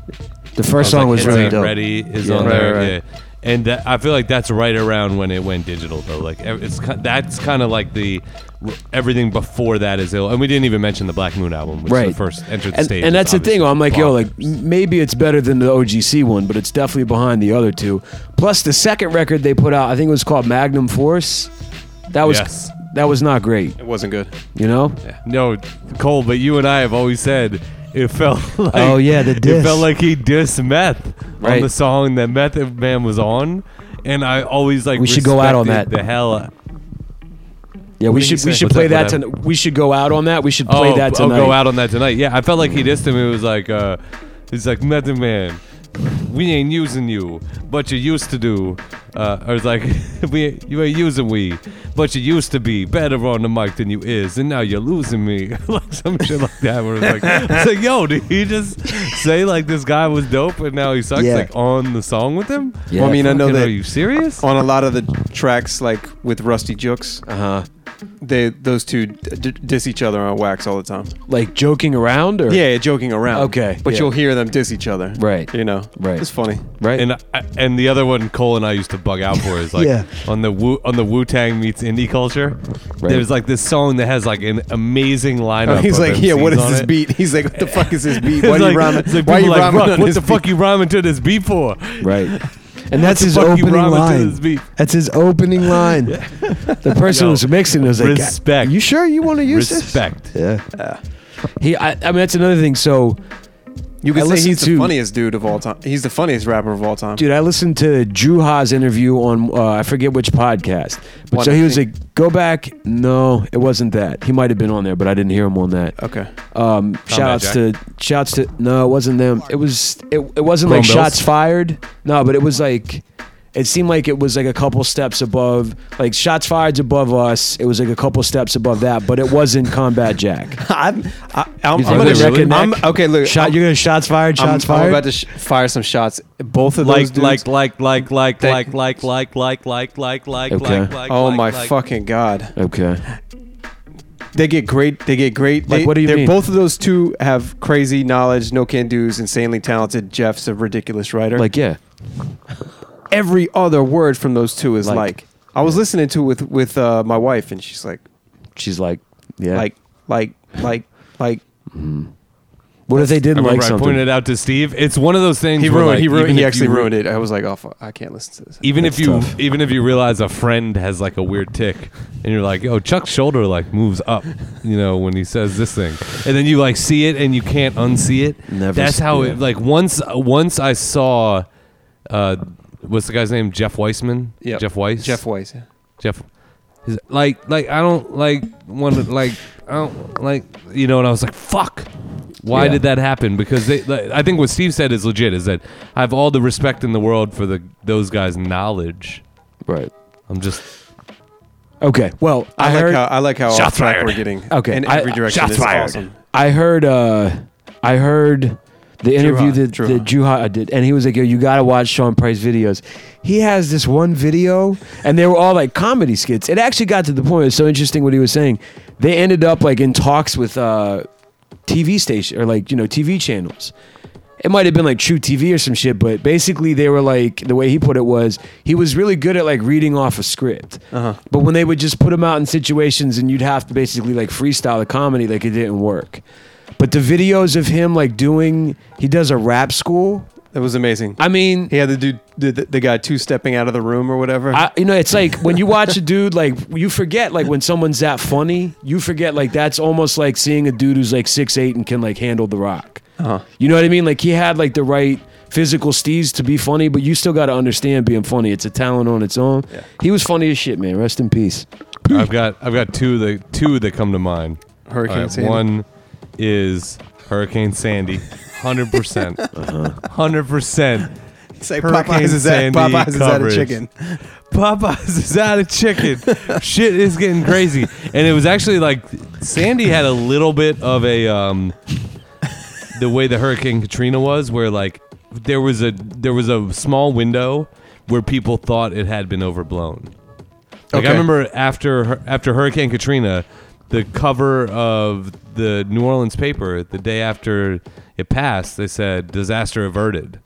D: the first
A: I
D: song was
A: like,
D: really
A: Hits Ain't
D: dope.
A: Ready is
D: Yeah.
A: on
C: Right,
A: there.
C: right,
A: Yeah. and that, I feel like that's right around when it went digital though. Like ev- it's ki- that's kind of like the everything before that is ill, and we didn't even mention the Black Moon album, which
D: right.
A: is the first entered
D: and,
A: stage.
D: And that's the
A: obviously
D: thing. I'm like, yo, like
A: bonkers.
D: m- maybe it's better than the OGC one, but it's definitely behind the other two. Plus, the second record they put out, I think it was called Magnum Force. That was
A: Yes.
D: that was not great.
C: It wasn't good.
D: You know,
A: no, Cole, but you and I have always said it felt like
B: Oh, yeah, the
A: it
B: diss.
A: felt like he dissed meth on
D: Right.
A: the song that Method Man was on, and I always like
D: We should go out on
A: respected
D: that.
A: the hell.
D: yeah, we
A: did
D: should
A: he
D: we
A: say?
D: should
A: What's
D: play
A: that-
D: that.
A: what
D: tonight. we should go out on that. We should play
A: oh,
D: that
A: oh,
D: tonight.
A: go out on that tonight. Yeah, I felt like he dissed him. It was like, uh, it's like Method Man, we ain't using you, but you used to do. Uh, or it's like, we you ain't using we, but you used to be better on the mic than you is, and now you're losing me, like some shit like that. Where it's like, it's like, yo, did he just say like this guy was dope and now he sucks?
N: Yeah.
A: Like on the song with him?
D: Yeah,
C: Well, I mean, I know
A: Fucking,
C: that
A: Are you serious?
C: on a lot of the tracks, like with Rusty Jooks,
D: Uh huh.
C: they those two d- d- diss each other on wax all the time.
D: Like joking around or
C: Yeah, joking around.
D: Okay,
C: but
D: yeah.
C: you'll hear them diss each other.
D: Right.
C: You know.
D: Right.
C: It's funny.
D: right.
A: And I- and the other one Cole and I used to bug out for is like
B: Yeah.
A: on the Wu on the Wu Tang meets indie culture.
D: Right.
A: There's like this song that has like an amazing lineup.
C: Oh, he's
A: of
C: like, yeah, what
A: MCs
C: is
A: on
C: this
A: it."
C: beat? He's like, what the fuck is this beat?
A: It's
C: Why
A: like,
C: you rhyming?
A: it's like
C: Why
A: people
C: you
A: like,
C: rhyming
A: "Ruck,
C: on
A: What
C: this
A: the fuck
C: beat?"
A: you rhyming to this beat for?
D: right.
B: And that's
A: the
B: his
A: fuck you
B: opening
A: rhyming to
B: line.
A: this beat?
B: That's his opening line. The person
A: Yo,
B: who's mixing is like,
A: respect.
B: You sure you want to use
A: Respect.
B: this? Yeah.
D: He. I, I mean, that's another thing. So
C: You
D: I
C: could say
D: listened
C: he's the
D: to-
C: funniest dude of all time. He's the funniest rapper of all time.
D: Dude, I listened to Drew Ha's interview on uh, I forget which podcast, but
C: One,
D: so
C: I
D: he was
C: think.
D: like, "Go back." No, it wasn't that. He might have been on there, but I didn't hear him on that.
C: Okay.
D: Um, shout outs to shouts to no, it wasn't them. It was it, it wasn't
A: Chrome
D: like
A: Bills?
D: shots fired. No, but it was like it seemed like it was like a couple steps above like shots fired's above us. It was like a couple steps above that, but it wasn't Combat Jack.
C: I'm, I, I'm, I'm
D: You think
C: gonna
D: they really?
C: I'm, okay, look.
B: Shot.
C: I'm,
B: You're gonna shots fired.
C: I'm,
B: Shots
C: I'm
B: fired.
C: about to sh- fire some shots. Both of those
A: Like like
C: dudes.
A: like like like
C: That-
A: like like like like like like like
D: Okay.
A: like like.
C: oh
A: like,
C: my
A: like-
C: fucking god.
D: Okay,
C: They get great. They get great.
D: Like,
C: they,
D: what do you
C: they're-
D: mean?
C: Both of those two have crazy knowledge, no can dos, insanely talented. Jeff's a ridiculous writer.
D: like yeah,
C: every other word from those two is like.
D: Like.
C: I was listening to it with with uh, my wife, and she's like,
D: she's like yeah.
C: like, like, like, like.
D: what if they
A: I
D: didn't like
A: remember I
D: something?
A: pointed it out to Steve. It's one of those things.
C: He
A: where,
C: ruined.
A: like,
C: he ruined.
A: even
C: He
A: if
C: actually
A: you-
C: ruined it. I was like, oh, fuck, I can't listen to this.
A: Even if
D: That's
A: you
D: tough.
A: even if you realize a friend has like a weird tick, and you're like, "Oh, Chuck's shoulder like moves up," you know, when he says this thing, and then you like see it and you can't unsee it.
D: Never
A: That's
D: s-
A: how
D: yeah.
A: it like once once I saw, uh, what's the guy's name? Jeff Weissman.
C: Yep.
A: Jeff Weiss.
C: Jeff Weiss. yeah.
A: Jeff. Is it- like like I don't like want to like I don't like you know and I was like fuck why
D: Yeah.
A: did that happen because they like, I think what Steve said is legit is that I have all the respect in the world for the those guys knowledge
D: right.
A: I'm just
D: Okay. Well, I,
C: I, like
D: heard.
C: how I like how
A: Shots
C: off track
A: fired.
C: we're getting.
D: Okay,
C: in
D: I-
C: every direction.
A: shots
C: This is
A: fired.
C: awesome.
D: I heard. Uh, I heard the interview
C: Juha,
D: that
C: Juha.
D: that Juha did, and he was like, "Yo, you gotta watch Sean Price videos. He has this one video, and they were all like comedy skits. It actually got to the point. It's so interesting what he was saying. They ended up like in talks with uh, TV station or like you know TV channels." it might have been like True TV or some shit, but basically they were like the way he put it was he was really good at like reading off a script. But when they would just put him out in situations and you'd have to basically like freestyle the comedy, like it didn't work. But the videos of him like doing he does a rap school.
C: That was amazing.
D: I mean,
C: He had the dude, the, the, the guy two stepping out of the room or whatever.
D: I, you know, it's like when you watch a dude, like you forget, like when someone's that funny, you forget, like that's almost like seeing a dude who's like six eight and can like handle the rock.
C: Uh-huh.
D: You know what I mean? Like he had like the right physical steez to be funny, but you still got to understand being funny. It's a talent on its own. He was funny as shit, man. Rest in peace.
A: I've got I've got two that two that come to mind
C: Hurricane
A: All right,
C: Sandy.
A: one is Hurricane Sandy hundred percent hundred percent
C: it's like
A: Hurricane
C: Popeyes is out.
A: Sandy
C: Popeyes is out of
A: coverage.
C: chicken.
A: Popeyes is out of chicken. Shit is getting crazy. And it was actually like Sandy had a little bit of a um the way the Hurricane Katrina was where like there was a there was a small window where people thought it had been overblown. Like
C: Okay.
A: I remember after Hur- after Hurricane Katrina, the cover of the New Orleans paper the day after it passed, they said disaster averted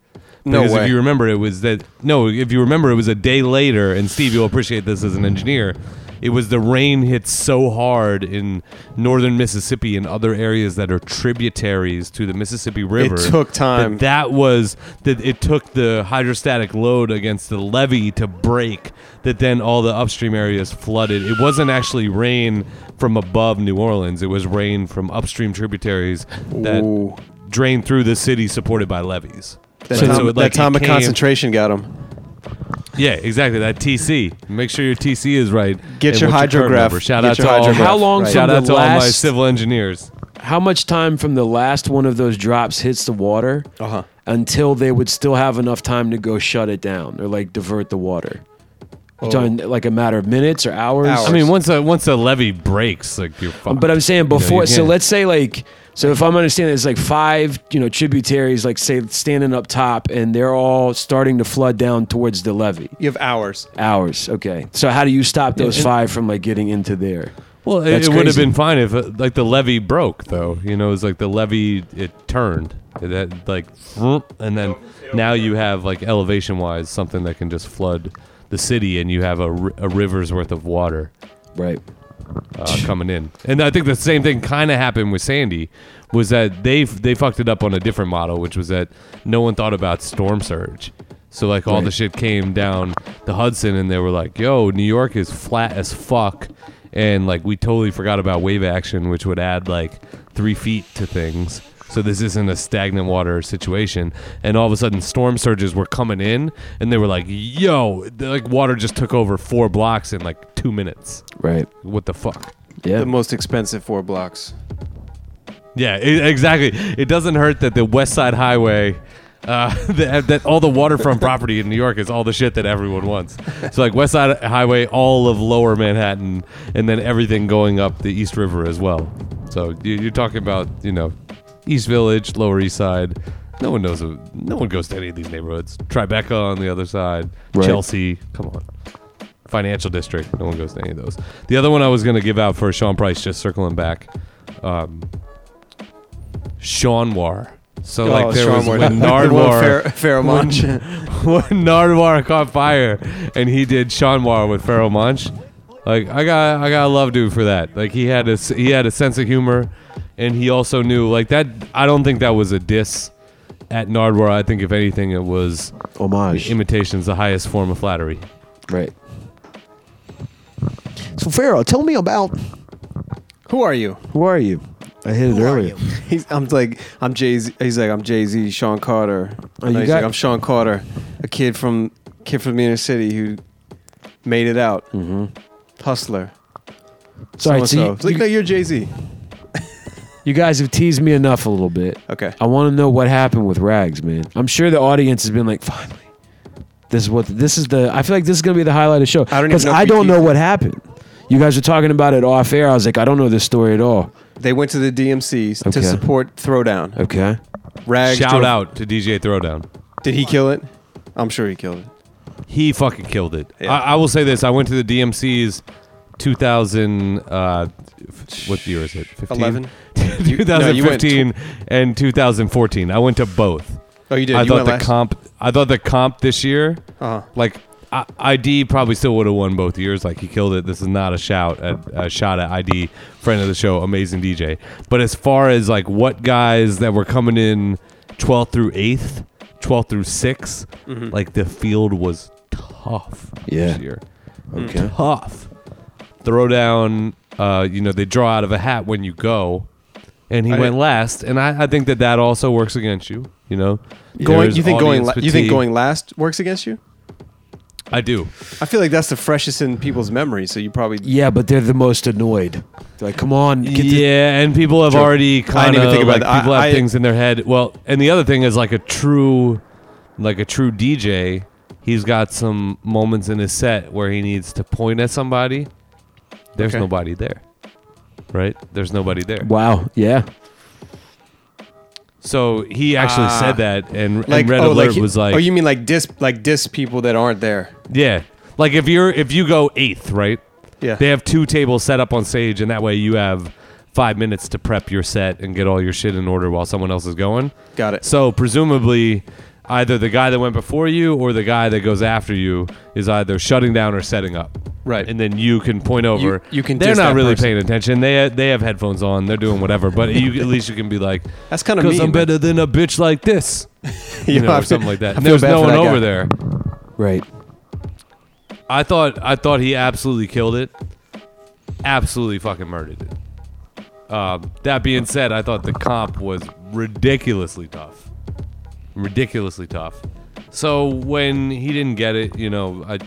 C: No
A: because
C: way.
A: if you remember, it was that. No, if you remember, it was a day later, and Steve, you'll appreciate this as an engineer. It was the rain hit so hard in northern Mississippi and other areas that are tributaries to the Mississippi River.
C: took time.
A: That, that was that it took the hydrostatic load against the levee to break. That then all the upstream areas flooded. It wasn't actually rain from above New Orleans. It was rain from upstream tributaries that
C: Ooh.
A: drained through the city, supported by levees.
C: That,
A: So,
C: time,
A: like,
C: that time
A: it
C: of
A: came-
C: concentration got him.
A: Yeah, exactly. That TC. Make sure your TC is right.
C: Get
A: and
C: your
A: what's current
C: hydrograph.
A: number. Shout
C: Get
A: out
C: your
A: to all.
C: hydrograph.
D: How long Right.
A: Shout
D: from
A: out
D: the
A: to all my
D: last-
A: civil engineers.
D: How much time from the last one of those drops hits the water
C: Uh-huh.
D: until they would still have enough time to go shut it down or like divert the water? You're talking like a matter of minutes or hours.
C: Oh. Hours.
A: I mean, once a once a levee breaks, like you're fucked.
D: But I'm saying
A: you
D: before. so
A: can't-
D: let's say like. So if I'm understanding, it's like five, you know, tributaries, like say standing up top, and they're all starting to flood down towards the levee.
C: You have hours.
D: Hours. Okay. So how do you stop those
A: and-
D: five from like getting into there?
A: well, it,
D: That's
A: it would have
D: crazy.
A: been fine if uh, like the levee broke, though. You know, it's like the levee it turned that like, and then now you have like elevation wise something that can just flood the city, and you have a, ri- a river's worth of water.
D: Right.
A: uh, coming in. And I think the same thing kind of happened with Sandy, was that they they fucked it up on a different model, which was that no one thought about storm surge. So like all the
D: Right.
A: shit came down the Hudson, and they were like, "Yo, New York is flat as fuck," and like we totally forgot about wave action, which would add like three feet to things. So this isn't a stagnant water situation, and all of a sudden storm surges were coming in, and they were like, "Yo, the, like water just took over four blocks in like two minutes."
D: Right.
A: What the fuck?
D: Yeah.
C: The most expensive four blocks.
A: Yeah, i exactly. It doesn't hurt that the West Side Highway, uh, that, that all the waterfront property in New York is all the shit that everyone wants. So like West Side Highway, all of Lower Manhattan, and then everything going up the East River as well. So you, you're talking about you know, East Village, Lower East Side. No one knows. No one goes to any of these neighborhoods. Tribeca on the other side,
D: Right.
A: Chelsea. Come on financial district. No one goes to any of those. The other one I was going to give out for Sean Price, just circling back, um, Sean War. So
C: Oh,
A: like there was
C: Sharmore.
A: when
C: The one
A: Nardwar
C: Fer- Fairmont.
A: when Nardwar caught fire and he did Sean War with Pharaoh Munch. Like I got I got a love dude for that. Like he had a s- he had a sense of humor and he also knew like that I don't think that was a diss at Nardwar. I think if anything it was
D: homage.
A: imitation's the highest form of flattery.
D: right.
B: So Pharaoh, tell me about
C: Who are you?
B: who are you? I hit it earlier.
C: He's, I'm like, I'm Jay Z. He's like, I'm Jay Z, Sean Carter.
B: you
A: Oh,
C: And he's
B: got-
C: like, I'm Sean Carter, a kid from kid from the inner city who made it out,
D: Mm-hmm.
C: hustler.
D: Sorry,
C: so-and-so.
D: so
C: It's like,
D: you-
C: no, you're Jay Z.
D: You guys have teased me enough a little bit.
C: Okay.
D: I want to know what happened with Rags, man. I'm sure the audience has been like, finally, this is what this is the. I feel like this is gonna be the highlight of the show
C: I don't even know if
D: I
C: you
D: don't know
C: teased
D: what happened. You guys were talking about it off air. I was like, I don't know this story at all.
C: They went to the DMCs
D: Okay.
C: to support Throwdown.
D: Okay,
C: Rags.
A: Uh, Shout
C: drove-
A: out to DJ Throwdown.
C: Did he kill it? I'm sure he killed it.
A: He fucking killed it.
C: Yeah.
A: I, I will say this: I went to the DMC's 2000. Uh, f- what year is it? 15?
C: 11. You- no, you went
A: 2015
C: tw-
A: and 2014. I went to both.
C: Oh, you did.
A: I
C: you
A: thought
C: went
A: the
C: last.
A: comp. I thought the comp this year,
C: Uh-huh.
A: like I, ID, probably still would have won both years. Like he killed it. This is not a shout at a shot at ID, friend of the show, amazing DJ. But as far as like what guys that were coming in 12th through 8th, 12th through 6th, like the field was tough
D: Yeah.
A: this year
C: Hmm.
D: okay.
A: tough. Throw down, uh, you know, they draw out of a hat when you go, and he
C: I
A: went
C: didn't-
A: last. And I, I think that that also works against you. You know,
C: Going,
A: There's
C: you think going?
A: audience
C: La- you think
A: fatigue.
C: going last works against you?
A: I do.
C: I feel like that's the freshest in people's memory. So you probably
D: Yeah, but they're the most annoyed. They're like, come on, get the-
A: yeah, and people have
C: Sure.
A: already
C: I
A: kind
C: didn't
A: of
C: even think about
A: like,
C: that.
A: people
C: I-
A: have
C: I-
A: things in their head. Well, and the other thing is like a true, like a true DJ. He's got some moments in his set where he needs to point at somebody. There's
C: Okay.
A: nobody there, right? There's nobody there.
D: Wow. Yeah.
A: So he actually
C: Ah.
A: said that, and,
C: like
A: and Red
C: oh,
A: Alert
C: like,
A: was like,
C: oh, you mean like dis like dis people that aren't there?
A: yeah, like if you're if you go eighth, right?
C: Yeah.
A: They have two tables set up on stage, and that way you have five minutes to prep your set and get all your shit in order while someone else is going.
C: Got it.
A: So presumably, either the guy that went before you or the guy that goes after you is either shutting down or setting up.
C: Right.
A: And then you can point over.
C: you can
A: They're
C: diss
A: not
C: that
A: really
C: person.
A: paying attention. They they have headphones on. They're doing whatever. But you, at least you can be like,
C: That's kind of mean.
A: because I'm better than a bitch like this, you know, or something like that. And there's no one over there.
D: Right.
A: I thought I thought he absolutely killed it. Absolutely fucking murdered it. Um, that being said, I thought the comp was ridiculously tough. Ridiculously tough. So when he didn't get it, you know, I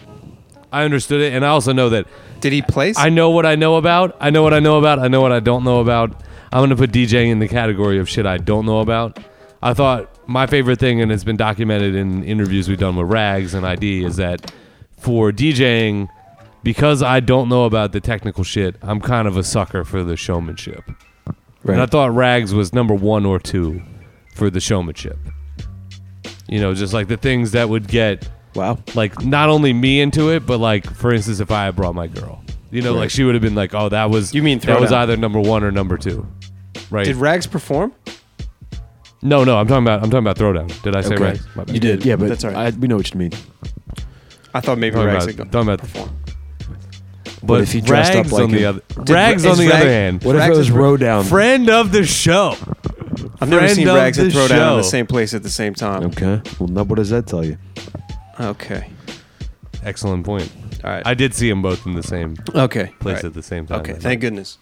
A: I understood it and I also know that
C: Did he place?
A: I know what I know about. I know what I know about. I know what I don't know about. I'm going to put DJ in the category of shit I don't know about. I thought my favorite thing, and it's been documented in interviews we've done with Rags and ID, is that for DJing, because I don't know about the technical shit, I'm kind of a sucker for the showmanship. And I thought Rags was number one or two for the showmanship. You know, just like the things that would get
C: wow.
A: like not only me into it, but like for instance, if I had brought my girl, you know, like she would have been like, "Oh, that was
C: You mean
A: that was
C: throwdown.
A: either number one or number two, right?"
C: Did Rags perform?
A: no, no, I'm talking about I'm talking about throwdown. Did I say
C: Okay.
A: right? My bad.
D: You did. Yeah, but
C: That's all
D: I,
C: right.
D: we know what you mean.
C: I thought maybe
A: Talking
C: Rags
A: about,
C: had gone.
A: talking about perform. But
D: if he dressed up
A: Rags
D: like
A: on the
D: him?
A: other Rags
C: Ra-
A: on
C: is
A: the
C: Rag-
A: other hand,
D: What if
C: Rags
D: it was
C: is-
D: row down?
A: friend of the show.
C: I've never
A: friend
C: seen
A: of
C: Rags and
A: the
C: throw down in the
A: show.
C: same place at the same time.
D: Okay. Well, now what does that tell you?
C: Okay.
A: Excellent point.
C: All right.
A: I did see them both in the same
C: okay.
A: place
C: All right.
A: at the same time.
C: Okay.
A: that
C: Thank goodness.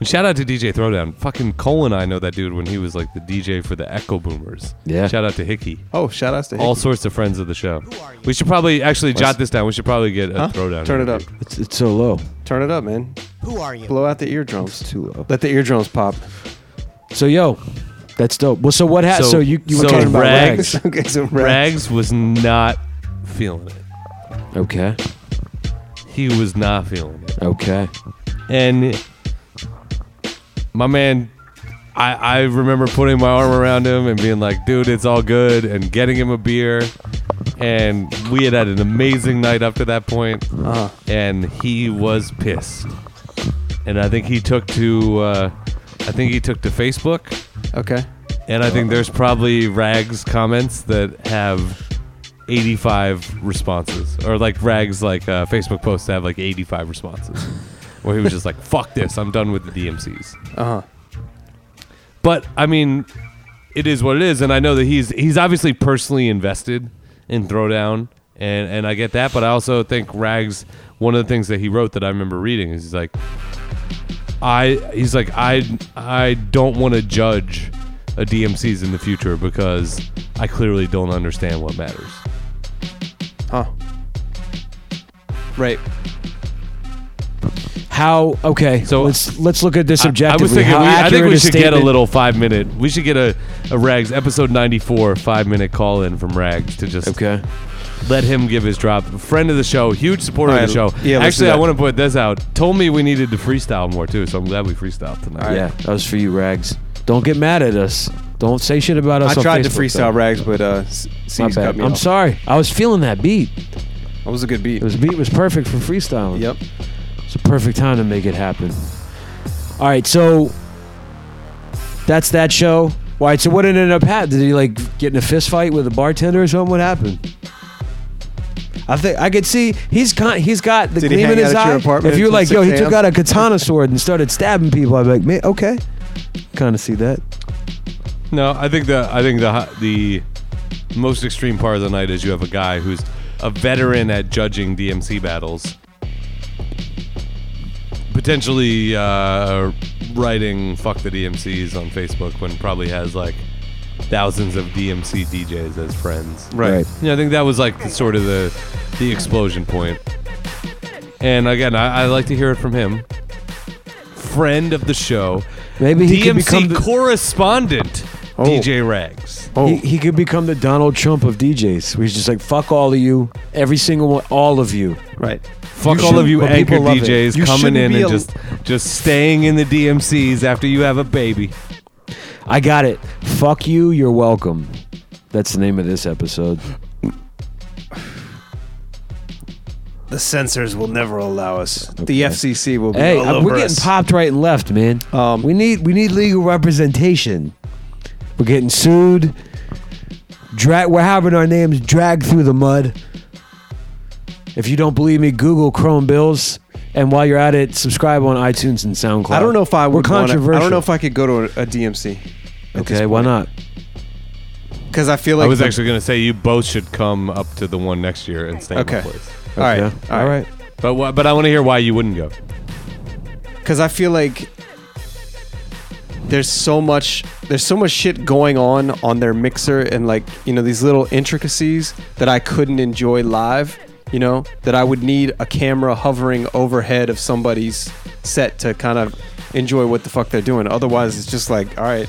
A: And Shout out to DJ Throwdown. Fucking Cole and I know that dude when he was like the DJ for the Echo Boomers.
D: Yeah.
A: Shout out to Hickey.
C: Oh, shout outs to
A: All sorts of friends of the show. We should probably actually jot this down. We should probably get a
C: Huh?
A: throwdown.
C: Turn it up.
D: It's, it's so low.
C: Turn it up, man.
B: Who are you?
C: Blow out the eardrums.
D: Too low.
C: Let the eardrums pop.
D: So yo, that's dope. Well, so what happened?
A: So-
D: So, you you
A: so
D: were talking about
A: Rags-
D: rags.
C: okay, so Rags.
A: Rags was not feeling it.
D: Okay.
A: He was not feeling it.
D: Okay.
A: And my man, I, I remember putting my arm around him and being like, dude, it's all good, and getting him a beer. And we had had an amazing night up to that point.
C: Uh,
A: and he was pissed. And I think he took to, uh, I think he took to Facebook,
C: okay.
A: and I think there's probably Rags comments that have 85 responses, or like Rags like uh, Facebook posts that have like 85 responses, where he was just like, "Fuck this, I'm done with the DMCs."
C: Uh huh.
A: But I mean, it is what it is, and I know that he's he's obviously personally invested in Throwdown, and and I get that. But I also think Rags, one of the things that he wrote that I remember reading is he's like, I he's like I I don't want to judge a DMCs in the future because I clearly don't understand what matters.
C: Huh. Right.
D: How? Okay.
A: So-
D: So let's let's look at this
A: I
D: objectively.
A: was thinking,
D: How
A: we, I think
D: accurate
A: we
D: a
A: should get a
D: statement-
A: little five minute. We should get a, a Rags episode ninety four five minute call in from Rags to just
D: Okay.
A: let him give his drop. Friend of the show, huge supporter of the
C: All
A: show.
C: right, yeah, let's do
A: Actually, I
C: that.
A: want to put this out. Told me we needed to freestyle more too, so I'm glad we freestyled tonight.
D: Yeah, that was for you, Rags. Don't get mad at us. Don't say shit about us.
C: I
D: on
C: tried to
D: Facebook,
C: freestyle
D: though.
C: Rags, but uh, C-
D: My
C: C's cut
D: bad.
C: me
D: I'm
C: off.
D: sorry. I was feeling that beat.
C: That was a good beat.
D: It was beat was perfect for freestyling.
C: yep.
D: It's a perfect time to make it happen. All right, so that's that show. All right, so what ended up happening? Did he like get in a fist fight with a bartender or something? What happened? I think I could see he's con- he's got the
C: Did he
D: gleam in
C: hang
D: his
C: out at
D: eye.
C: your apartment
D: if you're
C: until
D: like, yo, he
C: 6
D: took
C: a.m.?
D: out a katana sword and started stabbing people, I'd be like, man, okay, kind of see that.
A: No, I think the I think the hi- the most extreme part of the night is you have a guy who's a veteran at judging DMC battles, potentially uh, writing "fuck the DMCs" on Facebook when probably has like thousands of DMC DJs as friends.
C: Right.
A: Yeah, I think that was like the, sort of the the explosion point. And again, I, I like to hear it from him. Friend of the show,
D: Maybe he could
A: DMC
D: become the, Oh.
A: correspondent, DJ Rags.
C: Oh.
D: he, he could become the Donald Trump of DJs. Where he's just like, fuck all of you, every single one, all of you.
C: Right.
A: Fuck
D: You
A: all of
D: should-
A: you
D: but
A: anchor
D: people love it.
A: DJs
C: You
A: coming
C: shouldn't
A: in
C: be
A: and
C: a-
A: just just staying in the DMCs after you have a baby.
D: I got it. Fuck you, you're welcome. That's the name of this episode.
O: The censors will never allow us.
C: The FCC will be
D: Hey,
C: all
D: I-
C: over
D: we're getting
C: us.
D: popped right and left, man.
C: Um,
D: we need we need legal representation. We're getting sued.
P: drag. We're having our names dragged through the mud.
D: If you don't believe me, Google Chrome Bills, and while you're at it, subscribe on iTunes and SoundCloud.
C: I don't know if I would.
D: We're
C: wanna- I
D: controversial.
C: don't know if I could go to a, a DMC
D: Okay, why not?
C: because I feel like
A: I was
C: the-
A: actually going to say you both should come up to the one next year and stay in my
C: Okay.
A: place.
C: all right,
D: Yeah.
C: all right,
A: But wh- but I want to hear why you wouldn't go.
C: because I feel like there's so much there's so much shit going on on their mixer and like you know these little intricacies that I couldn't enjoy live. You know that I would need a camera hovering overhead of somebody's set to kind of enjoy what the fuck they're doing. Otherwise, it's just like all right,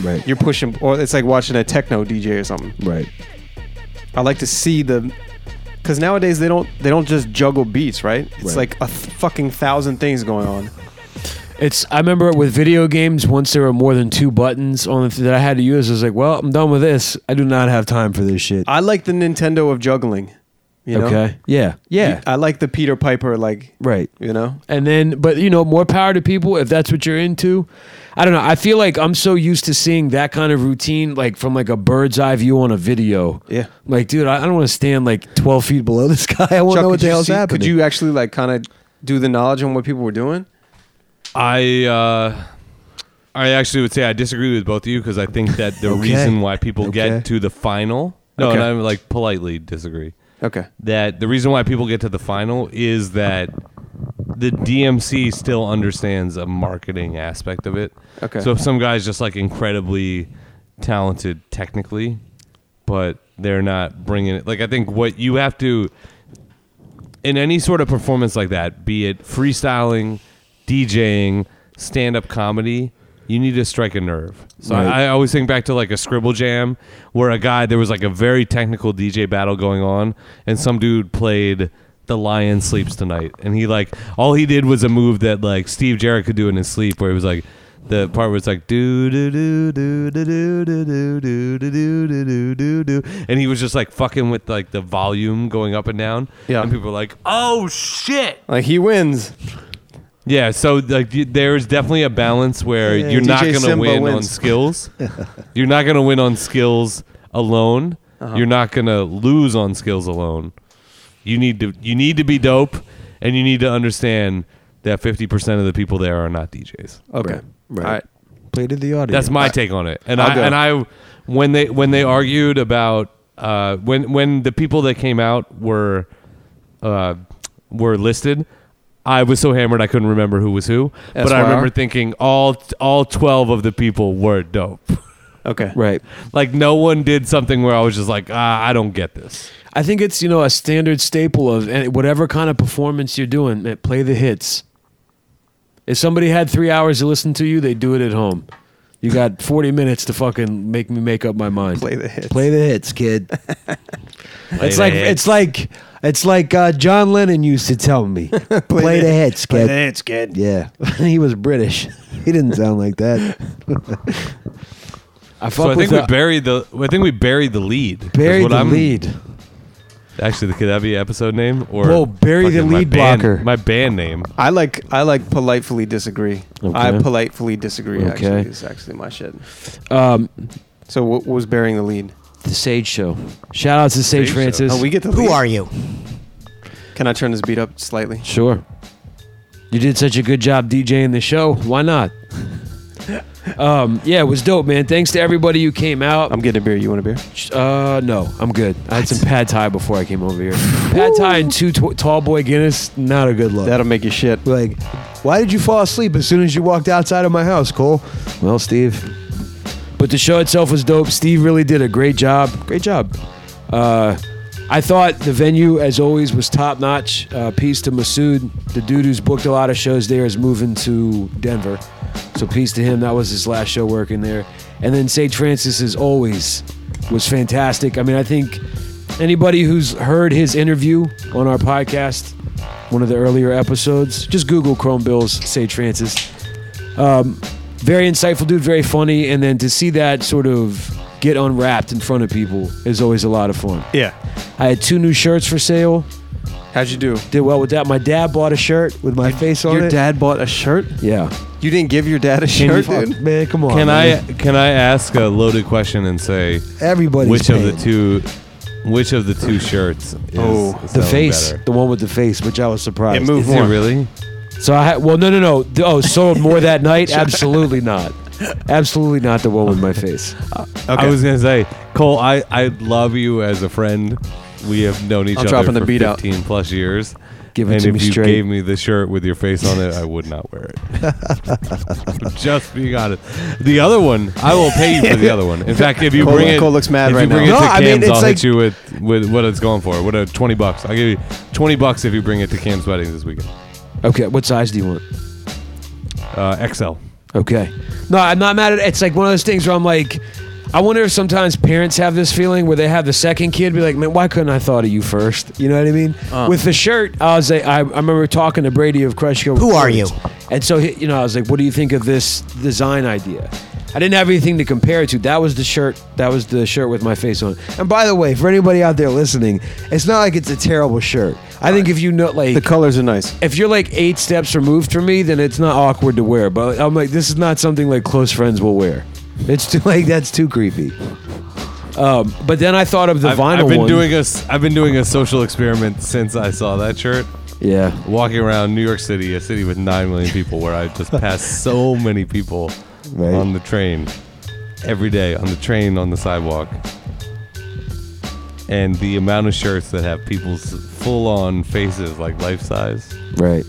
Q: Right.
C: you're pushing, or it's like watching a techno DJ or something.
Q: Right.
C: I like to see the because nowadays they don't they don't just juggle beats, right? It's
Q: Right.
C: like a th- fucking thousand things going on.
D: It's. I remember with video games, once there were more than two buttons on the th- that I had to use, I was like, well, I'm done with this.
P: I do not have time for this shit.
C: I like the Nintendo of juggling. You know?
D: Okay.
P: yeah, yeah,
C: I like the Peter Piper, like
P: right.
C: you know.
D: And then, but you know, more power to people if that's what you're into. I don't know. I feel like I'm so used to seeing that kind of routine, like from like a bird's eye view on a video.
C: Yeah.
D: I'm like, dude, I, I don't want to stand like 12 feet below this guy. I want to
C: Chuck,
D: know what
C: could you
D: the hell's
C: see-
D: happening.
C: Could you actually like kind of do the knowledge on what people were doing?
A: I uh, I actually would say I disagree with both of you because I think that the reason why people
Q: Okay.
A: get to the final. No, and
C: Okay.
A: I'm like politely disagree.
C: Okay.
A: that the reason why people get to the final is that the DMC still understands a marketing aspect of it.
C: Okay.
A: So if some guy's just like incredibly talented technically, but they're not bringing it. Like I think what you have to in any sort of performance like that, be it freestyling, DJing, stand up comedy, you need to strike a nerve. So I, I always think back to like a scribble jam where a guy, there was like a very technical DJ battle going on, and some dude played The Lion Sleeps Tonight. And he like, all he did was a move that like Steve Jarrett could do in his sleep where he was like, the part where it's like do do do do do do do do do do do do do do do and he was just like fucking with like the volume going up and down
C: Yeah.
A: and people were like oh shit
C: Like he wins.
A: yeah so like y- there's definitely a balance where you're
C: DJ
A: not gonna
C: Simba
A: win on
C: wins.
A: skills you're not gonna win on skills alone you're not gonna lose on skills alone you need to you need to be dope and you need to understand that 50% of the people there are not DJs
C: Okay.
Q: Right.
C: All right.
P: Play to the audience.
A: that's my take on it. And
C: I'll
A: I
C: go.
A: and I when they when they argued about uh, when when the people that came out were uh, were listed, I was so hammered I couldn't remember who was who. But I
C: SYR?
A: remember thinking all all twelve of the people were dope.
C: Okay.
D: right.
A: Like no one did something where I was just like, ah, I don't get this.
D: I think it's you know a standard staple of and whatever kind of performance you're doing. Man, play the hits. If somebody had three hours to listen to you, they do it at home. You got 40 minutes to fucking make me make up my mind.
C: Play the hits.
P: Play the hits, kid.
A: It's
P: like it's like it's like uh, John Lennon used to tell me. Play, the hits, kid.
Q: That's good.
P: Yeah, he was British. He didn't sound like that.
D: I fuck
A: so I
D: with
A: think we
D: the,
A: buried the I think we buried the lead. is
P: Bury
A: what
P: the
A: I'm-
P: lead.
A: Actually, could that be episode name or
P: Whoa, bury the
A: fucking my
P: lead
A: band-
P: blocker.
A: My band name.
C: I like I like politely disagree. I
D: Okay.
C: politely disagree.
D: Okay.
C: Actually, is actually my shit.
D: um,
C: So what was bearing the lead?
D: the Sage Show. Shout out to Sage,
A: Sage Show.
D: Francis.
C: Oh, we get the lead.
B: Who are you?
C: Can I turn this beat up slightly?
D: Sure. You did such a good job DJing the show. Why not? um, yeah, it was dope, man. Thanks to everybody who came out.
C: I'm getting a beer. You want a beer?
D: Uh, no, I'm good. I had some pad thai before I came over here. pad thai and two t- tall boy Guinness, not a good look.
C: That'll make you shit.
P: Like, why did you fall asleep as soon as you walked outside of my house, Cole? Well, Steve,
D: but the show itself was dope. Steve really did a great job. Great job. Uh, I thought the venue, as always, was top notch. Uh, peace to Masood, the dude who's booked a lot of shows there, is moving to Denver. So peace to him. That was his last show working there. And then Sage Francis, as always, was fantastic. I mean, I think anybody who's heard his interview on our podcast, one of the earlier episodes, just Google Chrome Bills Sage Francis Um, very insightful dude, very funny, and then to see that sort of get unwrapped in front of people is always a lot of fun.
C: Yeah.
D: I had two new shirts for sale.
C: How'd you do?
D: Did well with that. My dad bought a shirt.
P: with my face on
C: Your
P: it.
C: dad bought a shirt?
D: Yeah.
C: You didn't give your dad a
R: Can you
C: shirt,
R: fuck-
C: dude.
R: Man, come on.
A: Can I
R: man.
A: can I ask a loaded question and say
R: Everybody's
A: which of the
R: paying.
A: two which of the two shirts is
C: Oh,
A: is
D: The
A: selling
D: face,
A: better?
D: the one with the face, which I was surprised.
C: It moved
A: Is it
C: one.
A: really?
D: So I had, well, no, no, no. D- Oh, sold more that night? Absolutely not. Absolutely not the one with my face.
A: I was gonna say, Cole, I, I love you as a friend. We have known each
C: I'm
A: other
C: dropping
A: for
C: the beat out.
A: 15 plus years.
D: Give it
A: and
D: to
A: if
D: me
A: you
D: straight.
A: gave me the shirt with your face on it, I would not wear it. Just being honest. The other one, I will pay you for the other one. In fact, if you
C: Cole-
A: bring it,
C: Cole looks mad
A: if you
C: right
A: bring
C: now.
A: it to
D: No, I mean,
A: Cam's,
D: it's
A: will
D: like-
A: hit you with, with what it's going for. What a 20 bucks. I'll give you 20 bucks if you bring it to Cam's wedding this weekend.
D: Okay, what size do you want?
A: Uh, XL.
D: Okay. No, I'm not mad at It's like one of those things where I'm like, I wonder if sometimes parents have this feeling where they have the second kid be like, man, why couldn't I thought of you first? You know what I mean? With the shirt, I was like, I, I remember talking to Brady of Crush Go.
B: Who are you?
D: And so, he- you know, I was like, what do you think of this design idea? I didn't have anything to compare it to. That was the shirt. That was the shirt with my face on it.
R: And by the way, for anybody out there listening,
D: It's not like it's a terrible shirt. I think if you know, like,
C: The colors are nice.
D: if you're like eight steps removed from me, then it's not awkward to wear. But I'm like, this is not something like close friends will wear. It's too like that's too creepy. Um, but then I thought of the
A: I've,
D: vinyl
A: I've been
D: one.
A: doing a s- I've been doing a social experiment since I saw that shirt.
D: yeah,
A: walking around New York City, a city with nine million people, where I just pass so many people
R: Right.
A: on the train every day, on the train, on the sidewalk, and the amount of shirts that have people's full-on faces, like life size,
D: right.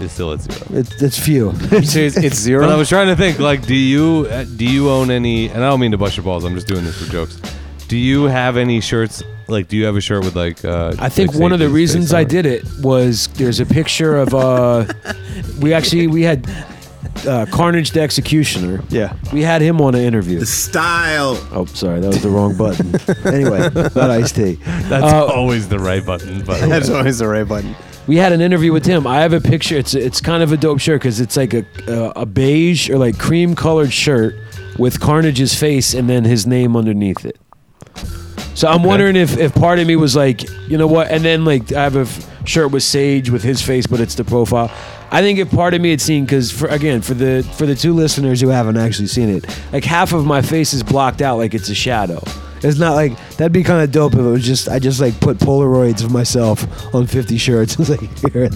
A: is still at zero.
R: it's, it's few.
C: Serious, it's
A: But I
C: zero.
A: was trying to think, like, do you uh, do you own any? And I don't mean to bust your balls. I'm just doing this for jokes. Do you have any shirts? Like, do you have a shirt with like? Uh,
D: I think
A: like,
D: one of the
A: Satan's face
D: reasons
A: on
D: I
A: it?
D: did it was there's a picture of uh, we actually we had uh, Carnage the Executioner.
C: Yeah.
D: We had him on an interview.
S: Style.
D: Oh, sorry, that was the wrong button.
R: anyway, not iced tea.
A: That's
D: uh,
A: always the right button. But
C: That's always the right button.
D: We had an interview with him. I have a picture. It's it's kind of a dope shirt because it's like a uh, a beige or like cream colored shirt with Carnage's face and then his name underneath it. So I'm wondering if if part of me was like, you know what? And then like I have a f- shirt with Sage with his face, but it's the profile. I think if part of me had seen because for again for the for the two listeners who haven't actually seen it, like half of my face is blocked out like it's a shadow.
R: It's not like that'd be kind of dope if it was just I just like put Polaroids of myself on 50 shirts. it's like here,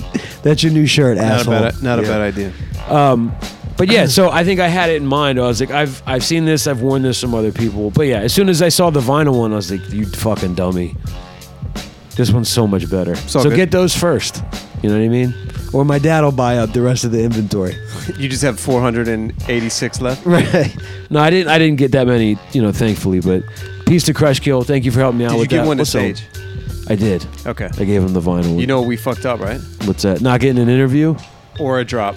R: that's your new shirt,
C: Not a
R: asshole.
C: bad, not a bad idea.
D: Um, but yeah, so I think I had it in mind. I was like, I've I've seen this, I've worn this from other people. But yeah, as soon as I saw the vinyl one, I was like, you fucking dummy. This one's so much better.
C: all
D: so
C: good.
D: get those first. You know what I mean?
R: Or my dad will buy up the rest of the inventory.
C: You just have 486 left.
R: Right.
D: No, I didn't I didn't get that many, you know, thankfully, but peace to Crush Kill. Thank you for helping me out
C: Did you
D: with
C: give
D: that.
C: one to
D: What's up?
C: Sage?
D: I did.
C: Okay.
D: I gave him the vinyl one.
C: You know we fucked up, right?
D: what's that? Not getting an interview?
C: Or a drop.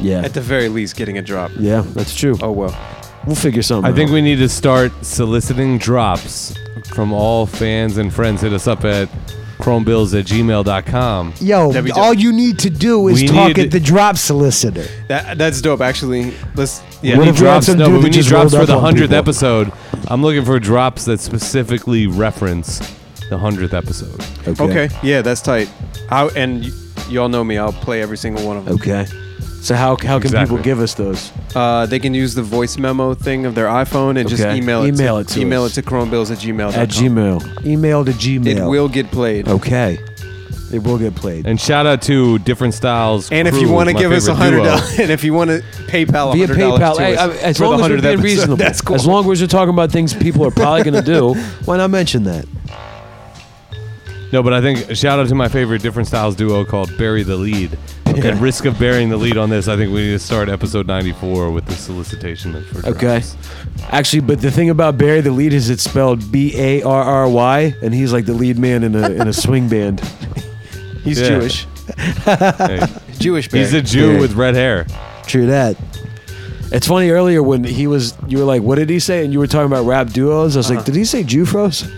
D: Yeah.
C: At the very least, getting a drop.
D: yeah, that's true.
C: Oh well.
D: We'll figure something
A: I think
D: out.
A: we need to start soliciting drops from all fans and friends. Hit us up at chromebills at gmail.com.
R: Yo,
C: That'd be dope.
R: all you need to do is
A: We
R: talk
A: need-
R: at the drop solicitor.
C: That that's dope. Actually, let's.
A: we
C: Yeah.
R: What if
A: need
R: we had
A: drops,
R: some
A: no,
R: dude
A: but
R: that
A: we need
R: just
A: drops
R: rolled
A: for the
R: up on
A: 100th
R: people?
A: episode. I'm looking for drops that specifically reference the 100th episode.
C: Okay. Yeah, that's tight. I, and y- y'all know me. I'll play every single one of them.
D: Okay. So how how can
A: Exactly.
D: people give us those?
C: Uh, they can use the voice memo thing of their iPhone and just
D: Okay.
C: email it.
D: Email
C: to,
D: it to
C: email
D: us.
C: it to chromebills at gmail.
D: At Gmail.
R: Email to Gmail.
C: It will get played.
D: Okay.
R: It will get played.
A: And shout out to Different Styles.
C: And if
A: Crew,
C: you want to
A: my
C: give us a
A: favorite
C: hundred
A: duo.
C: dollars, and if you want to PayPal
D: Via
C: hundred
D: PayPal,
C: dollars
D: hey,
C: to
D: I-
C: us
D: as
C: for the
D: long as we're
C: 100th
D: being
C: episode,
D: reasonable,
C: that's cool.
D: as long as we're talking about things people are probably going to do,
R: Why not mention that?
A: No, but I think shout out to my favorite Different Styles duo called Bury the Lead. At risk of burying the lead on this, I think we need to start episode 94 with the solicitation for drops.
D: okay. Actually, but the thing about Barry the lead is it's spelled B A R R Y, and he's like the lead man in a in a swing band.
C: he's
A: Yeah.
C: Jewish.
A: Hey.
C: Jewish. Barry.
A: He's a Jew
R: Barry.
A: with red hair.
R: True that.
D: It's funny earlier when he was, you were like, "What did he say?" And you were talking about rap duos. I was
C: Uh-huh.
D: like, "Did he say Jufros?"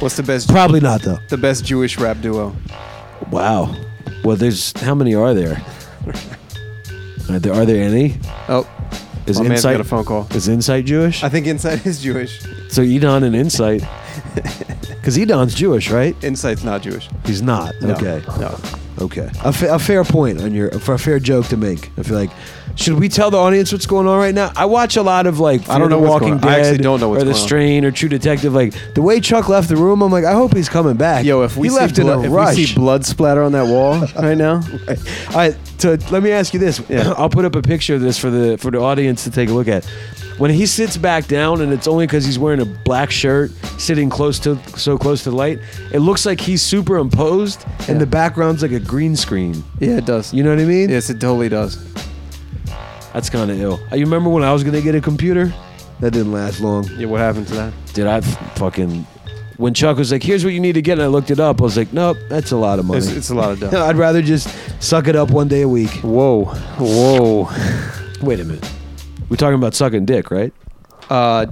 C: What's the best?
R: Probably not though.
C: the best Jewish rap duo.
D: Wow. Well, there's how many are there? Are there, are there any?
C: Oh,
D: Is
C: my man's
D: Insight
C: got a phone call.
D: is Insight Jewish?
C: I think Inside is Jewish.
D: So Edon and Insight, because Edon's Jewish, right?
C: Insight's not Jewish.
D: He's not.
C: No.
D: Okay.
C: No.
R: Okay, a, fa- a fair point on your for a fair joke to make. I feel like should we tell the audience what's going on right now? I watch a lot of like Fear
C: don't know
R: the
C: what's
R: Walking
C: going on. I
R: Dead
C: actually don't know what's
R: or The
C: going on.
R: Strain or True Detective. Like the way Chuck left the room, I'm like, I hope he's coming back.
C: Yo, if we
R: he
C: see
R: left
C: blo-
R: in a
C: if
R: rush.
C: we see blood splatter on that wall right now,
R: All right, so let me ask you this.
D: I'll put up a picture of this for the for the audience to take a look at. When he sits back down, and it's only because he's wearing a black shirt, sitting close to so close to the light, it looks like he's superimposed, and the background's like a green screen.
C: yeah, it does.
D: You know what I mean?
C: Yes, it totally does.
D: That's kind of ill. Uh, You remember when I was gonna get a computer?
R: That didn't last long.
C: Yeah, what happened to that?
D: Did I f- fucking? When Chuck was like, "Here's what you need to get," and I looked it up, I was like, "Nope,
R: That's a lot of money.
C: It's, it's a lot of dough.
R: I'd rather just suck it up one day a week.
C: Whoa, whoa.
D: wait a minute." We're talking about sucking dick, right?
C: Uh,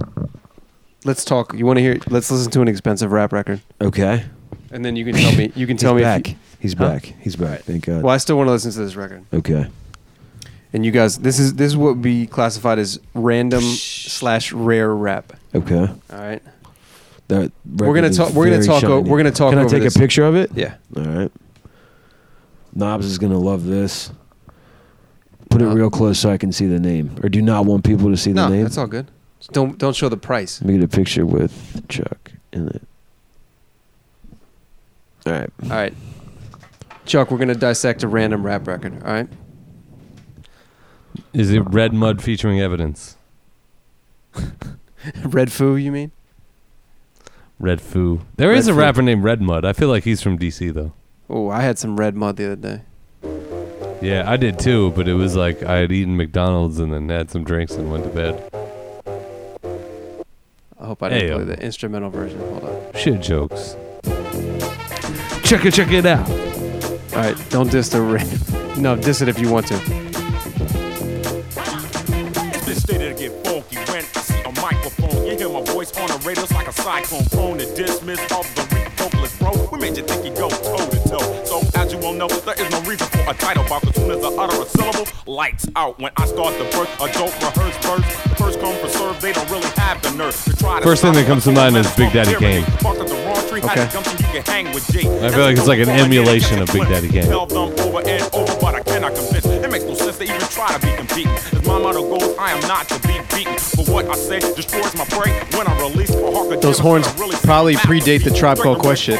C: let's talk. You want to hear? Let's listen to an expensive rap record,
D: Okay.
C: and then you can tell me. You can tell me. if
D: back.
C: you-
D: He's
C: Huh?
D: back. He's back. Thank God.
C: well, I still want to listen to this record.
D: Okay.
C: And you guys, this is this is what would be classified as random slash rare rap.
D: Okay.
C: All right.
D: That
C: We're gonna
D: record is
C: talk. We're gonna
D: very
C: talk. o-
D: shiny.
C: we're gonna talk.
D: Can I
C: over
D: take
C: this.
D: a picture of it?
C: Yeah.
D: All right. Knobs is gonna love this. Put it
C: Knob.
D: real close so I can see the name. Or do you not want people to see the
C: No,
D: name?
C: that's all good. Just Don't don't show the price.
D: Let me get a picture with Chuck in it. All right.
C: All right. Chuck, we're gonna dissect a random rap record. All right.
A: Is it Red Mud featuring Evidence?
C: Red Foo, you mean?
A: Red Foo. There is
C: Red
A: a
C: Foo.
A: rapper named Red Mud. I feel like he's from DC though.
C: Oh, I had some red mud the other day.
A: Yeah, I did too, but it was like I had eaten McDonald's and then had some drinks and went to bed.
C: I hope I didn't
A: Ayo.
C: play the instrumental version. Hold on.
A: Shit jokes. Check it, check it out.
C: All right, don't diss the random. No, diss it if you want to.
S: This state to get funky when I see a microphone. You hear my voice on the radios like a cyclone. Prone to dismiss of the weak, vocalist bro. We made you think you go toe to toe. So as you all know, there is no reason for a title bout. Cause soon as I utter a syllable, lights out. When I start the verse, a dope rehearse first. First come first serve, they don't really have the nerve to try to
A: First thing
S: stop
A: that comes to
S: us.
A: mind is Big Daddy Kane.
S: Barked at the wrong tree, had
C: Okay.
S: to come to you can hang with Jake.
A: I feel like it's like an emulation of Big Daddy Kane.
S: Tell them over and over, but I cannot convince. It makes no sense to even try to be competing. As my motto goes, I am not to be beaten. But what I say destroys my prey when I release a hawk
C: Those horns probably predate the Tribe Called Quest shit.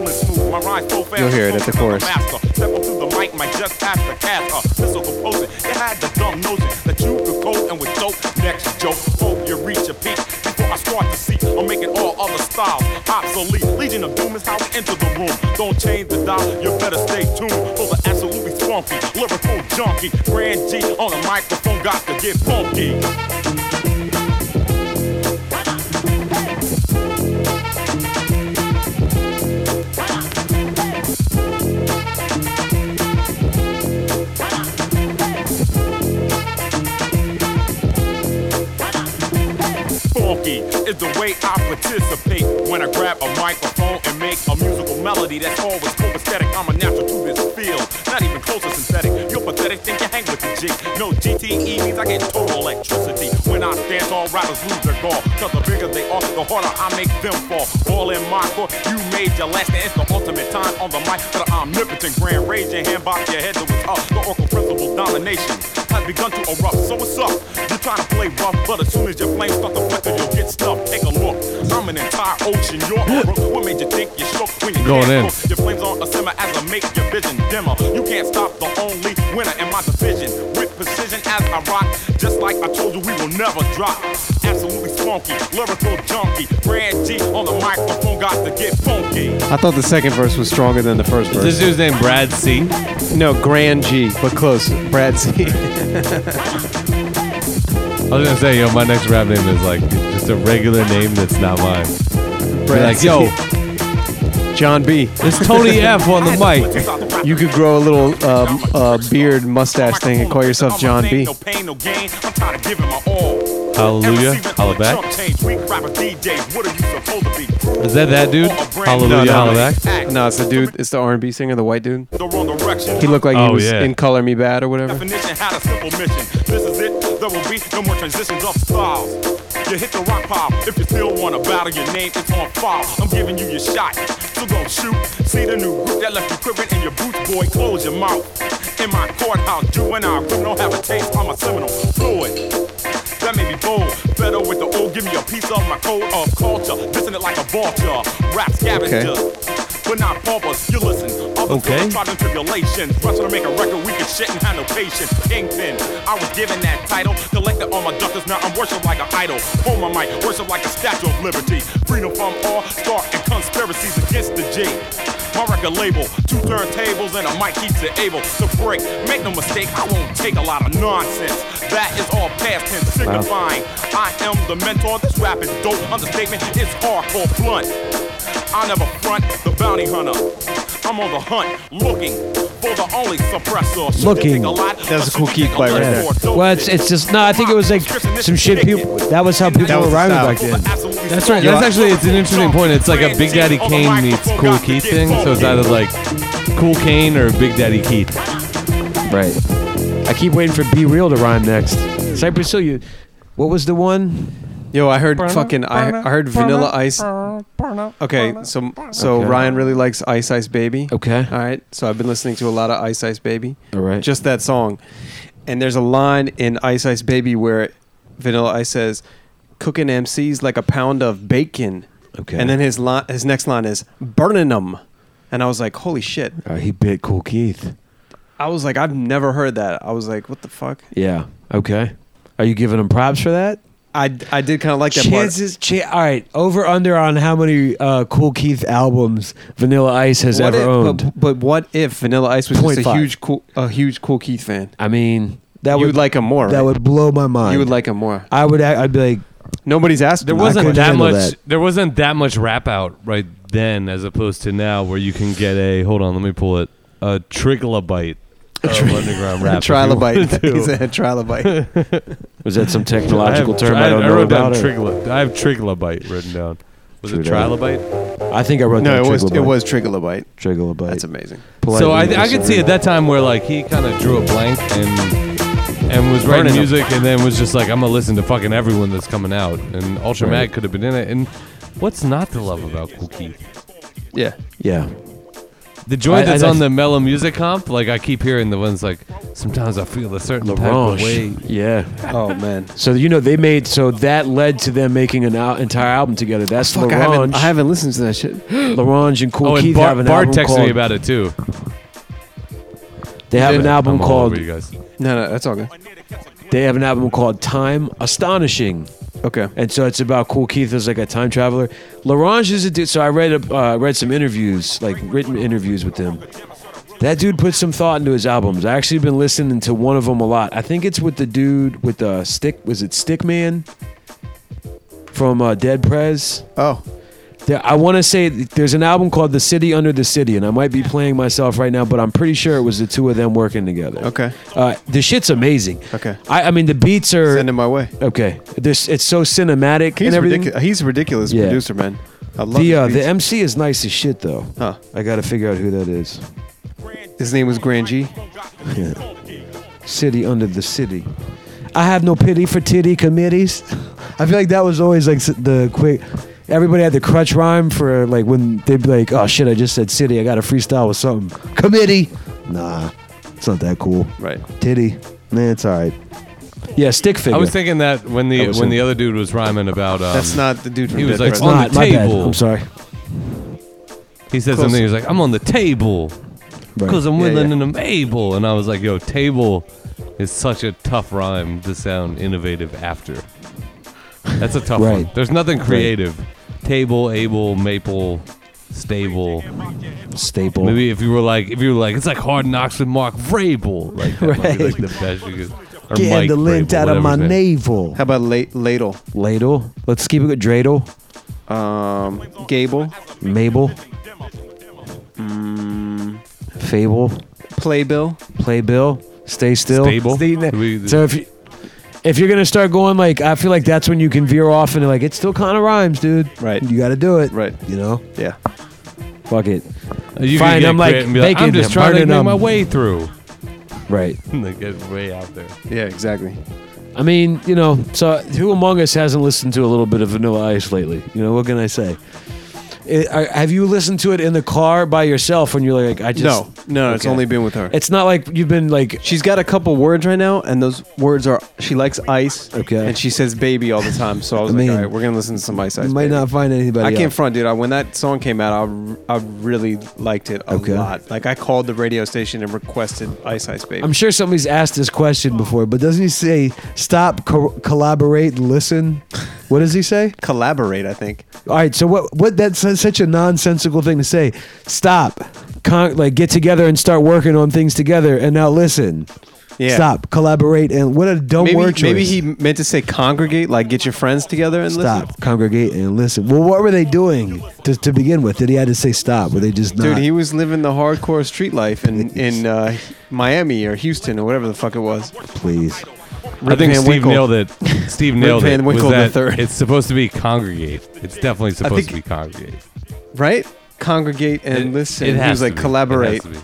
S: You'll
C: hear it at the chorus.
S: Step up to the mic, might just have to cast a missile composer. You had the dumb notion that you could go and with dope next joke. Hope you reach a peak before I start to see. I'm making all other styles obsolete. Legion of Doom is how we enter the room. Don't change the dial, you better stay tuned. For the absolutely funky, lyrical junkie. Grand G on the microphone, got to get funky. Funky is the way I participate when I grab a microphone and make a musical melody that's always cool aesthetic. I'm a natural to this field, not even close to synthetic. You're pathetic, think you hang with the G. No GTE means I get total electricity. When I dance, all rappers lose their gall. Cause the bigger they are, the harder I make them fall. All in my core, you made your last, and it's the ultimate time on the mic for the omnipotent grand. Raise your hand, bob your head to what's up. The oracle principle domination has begun to erupt. So what's up? You're trying to play rough, but as soon as your flames start to flicker, you'll get stuffed. Take a look. I'm an entire ocean. You're a brook. What made you think you shook when you
A: Going in.
S: can't cook? Your flames on a simmer as I make your vision dimmer. You can't stop the only winner in my division. With precision as I rock, just like I told you, we will never drop. Absolutely funky, lyrical junkie. Brand G on the microphone, got to get funky.
C: I thought the second verse was stronger than the first verse.
A: This dude's named Brad C.
C: no, Grand G, but close. Brad C.
A: I was gonna say, yo, my next rap name is like just a regular name that's not mine. Be
C: Brad
A: like,
C: C.
A: yo,
C: John B.
A: it's Tony F on the mic.
C: You could grow a little um, uh, beard mustache thing and call yourself John B.
S: No pain, no gain. I'm tired of giving my all.
A: Hallelujah. Holla back. Is that that dude? Hallelujah, holla back?
C: No, it's the dude. It's the R&B singer, the white dude.
S: The wrong direction.
C: He looked like
A: Oh,
C: he was
A: yeah.
C: in Color Me Bad or whatever.
S: Definition had a simple mission. This is it. There will be no more transitions of styles. You hit the rock pile. If you still want to battle, your name is on file. I'm giving you your shot. So go shoot. See the new group that left you quivering in your boots, boy. Close your mouth. In my courthouse, juvenile criminal have a taste. I'm a seminal fluid. That may be bold. Better with the old. Give me a piece of my code of culture. Listen it like a vulture. Rap scavenger. But not paupers. You listen. Other
A: Okay.
S: trials and tribulations. Rushing to make a record, we could shit and have no patience. Kingpin, I was given that title. Collected all my duckers, now I'm worshipped like an idol. Hold my mic, worship like a statue of liberty. Freedom from all star and conspiracies against the G. My record label, two turntables and a mic keeps it able to break. Make no mistake, I won't take a lot of nonsense. That is all past tense, signifying I am the mentor. This rap is dope. Understatement, it's hardcore blunt. I never front the bounty hunter. I'm on the hunt, looking for the only suppressor. Should
D: Looking.
S: take a lot, but
C: That's a
S: should
C: cool
S: take
C: key
S: a
C: play
S: lot
C: right
S: more. Dope
D: Well, it's, it's just no. I think it was like some shit. People. That was how people
C: That
D: were
C: was
D: rhyming
C: style.
D: back then.
S: That's
A: right. That's actually it's an interesting point. It's like a Big Daddy Kane meets Cool Keith thing. So it's either like Cool Kane or Big Daddy Keith.
D: Right. I keep waiting for Be Real to rhyme next. Cypress Hill, you. What was the one?
C: Yo, I heard fucking. I, I heard Vanilla Ice. Okay, so so
D: Okay.
C: Ryan really likes Ice Ice Baby.
D: Okay.
C: All right. So I've been listening to a lot of Ice Ice Baby.
D: All right.
C: Just that song. And there's a line in Ice Ice Baby where Vanilla Ice says, "Cooking MCs like a pound of bacon."
D: Okay.
C: And then his line, his next line is "Burning them," and I was like, "Holy shit!"
D: Uh, he bit Cool Keith.
C: I was like, "I've never heard that." I was like, "What the fuck?"
D: Yeah. Okay. Are you giving him props for that?
C: I I did kind of like that part.
D: Chances, cha- all right, over under on how many uh, Cool Keith albums Vanilla Ice has
C: What
D: ever
C: if,
D: owned.
C: but, but what if Vanilla Ice was just a
D: 0.5.
C: huge cool a huge cool Keith fan?
D: I mean,
R: That
C: you
R: would,
C: would like him more.
R: that
C: right?
R: would blow my mind.
C: You would like him more.
R: I would. act- I'd be like,
C: Nobody's asked.
A: There
C: him.
A: wasn't
R: couldn't
A: that
R: handle
A: much.
R: that.
A: There wasn't that much rap out right then, as opposed to now, where you can get a. Hold on, let me pull it. A triglybyte of underground rap.
C: a
A: if you wanted
C: trilobite.
A: to.
C: He's a trilobite.
D: was that some technological term I, don't
A: I
D: know
A: wrote
D: about?
A: down
D: or-
A: trigla- I have triglybyte written down. Was it
D: Trilobite.
A: trilobite?
D: I think I wrote
C: no,
D: down
C: it was it
D: Triglybyte.
C: was trigolobite.
D: Triglybyte.
C: That's amazing.
A: So I,
D: Politely
A: I could see at that time where like he kind of drew a blank and and was
C: Burning
A: writing
C: 'em.
A: music and then was just like I'm gonna listen to fucking everyone that's coming out and Ultra Mag could have been in it and what's not to love about Cool Keith?
C: Yeah.
D: Yeah.
A: The joint
D: I-
A: that's
D: I-
A: on the Mellow Music comp, like I keep hearing the ones like sometimes I feel a certain type of way.
D: LaRange. Yeah.
C: Oh man.
D: So you know they made so that led to them making an al- entire album together. That's
C: Fuck, I haven't,
D: LaRange,
C: I haven't listened to that shit.
D: LaRange and Cool
A: Oh, and
D: Keith have
A: Bart,
D: an
A: Bart
D: album
A: texted
D: called.
A: me about it too.
D: they have an
C: Yeah.
D: album
A: I'm all
D: called.
A: over you guys.
C: No, no, that's all good.
D: They have an album called Time Astonishing.
C: Okay.
D: and so it's about cool Keith as like a time traveler. Larange is a dude. So I read a, uh, read some interviews, like written interviews with him. That dude put some thought into his albums. I actually been listening to one of them a lot. I think it's with the dude with the stick. Was it Stickman from uh, Dead Prez?
C: Oh,
D: There, I want to say th- there's an album called The City Under the City, and I might be playing myself right now, but I'm pretty sure it was the two of them working together.
C: okay.
D: Uh, the shit's amazing.
C: Okay.
D: I, I mean the beats are
C: Send him my way.
D: okay. This it's so cinematic
C: He's
D: and everything.
C: ridiculous. He's a ridiculous
D: Yeah.
C: producer, man. I love
D: The uh,
C: his
D: the
C: beats.
D: MC is nice as shit though.
C: Huh.
D: I gotta figure out who that is.
C: His name was Grand G.
D: City under the city. I have no pity for titty committees.
R: I feel like that was always like s- the quick.
D: Everybody had the crutch rhyme for like when they'd be like, "Oh shit, I just said city. I gotta freestyle with something." Committee.
R: Nah, it's not that cool.
C: Right.
R: Titty. Man, it's all right.
D: Yeah, stick figure.
A: I was thinking that when the
D: That was
A: when
D: him.
A: the other dude was rhyming about um,
C: That's not the dude from
A: he was
C: Dead
A: like,
C: Prez.
A: on the
D: Not my bad.
A: table.
D: I'm sorry.
A: he said
C: close.
A: something he was like I'm on the table.
D: Right.
A: Because I'm
C: Yeah,
A: willing
C: yeah.
A: and I'm able. And I was like, yo, table is such a tough rhyme to sound innovative after. That's a tough one.
D: Right.
A: There's nothing creative. Table, able, maple, stable.
D: Staple.
A: Maybe if you were like, if you were like, it's like hard knocks with Mark Vrabel. Like, that might be like the best you could. Or
R: Getting
A: Mike
R: the lint
A: Vrabel,
R: out
A: whatever
R: of my
A: his name-
R: navel.
C: How about la- Ladle?
D: Ladle. Let's keep it good. Dreidel.
C: Um, Gable,
D: Mabel. Fable.
C: Playbill.
D: Playbill. Stay still.
A: Stable.
C: Stay-
A: Do we-
D: So if you, If you're gonna start going like, I feel like that's when you can veer off and like it still kind of rhymes, dude.
C: Right.
R: You got to do it.
C: Right.
R: You know?
C: Yeah.
D: Fuck it.
A: You can
D: Fine,
A: get
D: I'm like
A: grit and be like, I'm
D: bacon,
A: just
D: I'm
A: trying to
D: burning
A: make
D: them.
A: my way through.
D: Right.
A: They get way out there.
C: Yeah, exactly.
D: I mean, you know, so who among us hasn't listened to a little bit of Vanilla Ice lately? You know, what can I say? It, are, have you listened to it in the car by yourself when you're like, I
C: no,
D: just
C: no, it's
D: okay.
C: only been with her.
D: It's not like you've been like
C: She's got a couple words right now, and those words are she likes ice.
R: Okay.
C: And she says baby all the time. So I was
R: I
C: like,
R: mean,
C: all right, we're gonna listen to some ice. ice
R: You might
C: baby.
R: not find anybody.
C: I can't
R: else.
C: front, dude. I, when that song came out, I, I really liked it a
R: Okay.
C: lot. Like I called the radio station and requested Ice Ice Baby.
D: I'm sure somebody's asked this question before.
R: before, but doesn't he say stop, co- collaborate, listen? What does he say?
C: Collaborate, I think.
R: All right, so what? What? That's su- such a nonsensical thing to say. Stop,
D: Con- like get together and start working on things together and now listen.
C: Yeah.
R: stop, collaborate, and what a dumb
C: Maybe,
R: word choice.
C: maybe he meant to say congregate, like get your friends together and
R: stop,
C: listen.
R: congregate, and listen. Well, what were they doing to, to begin with? Did he had to say stop? Were they just not?
C: Dude, he was living the hardcore street life in in uh, Miami or Houston or whatever the fuck it was.
R: please.
A: I think
C: Van
A: Steve
C: Winkle.
A: nailed it. Steve nailed
C: Van
A: it. was
C: Winkle the
A: that
C: third.
A: It's supposed to be congregate. It's definitely supposed to be
C: think-
A: congregate.
C: Right? Congregate and listen.
A: It
C: he
A: has
C: was like
A: to be. It has
C: collaborate.
A: to be.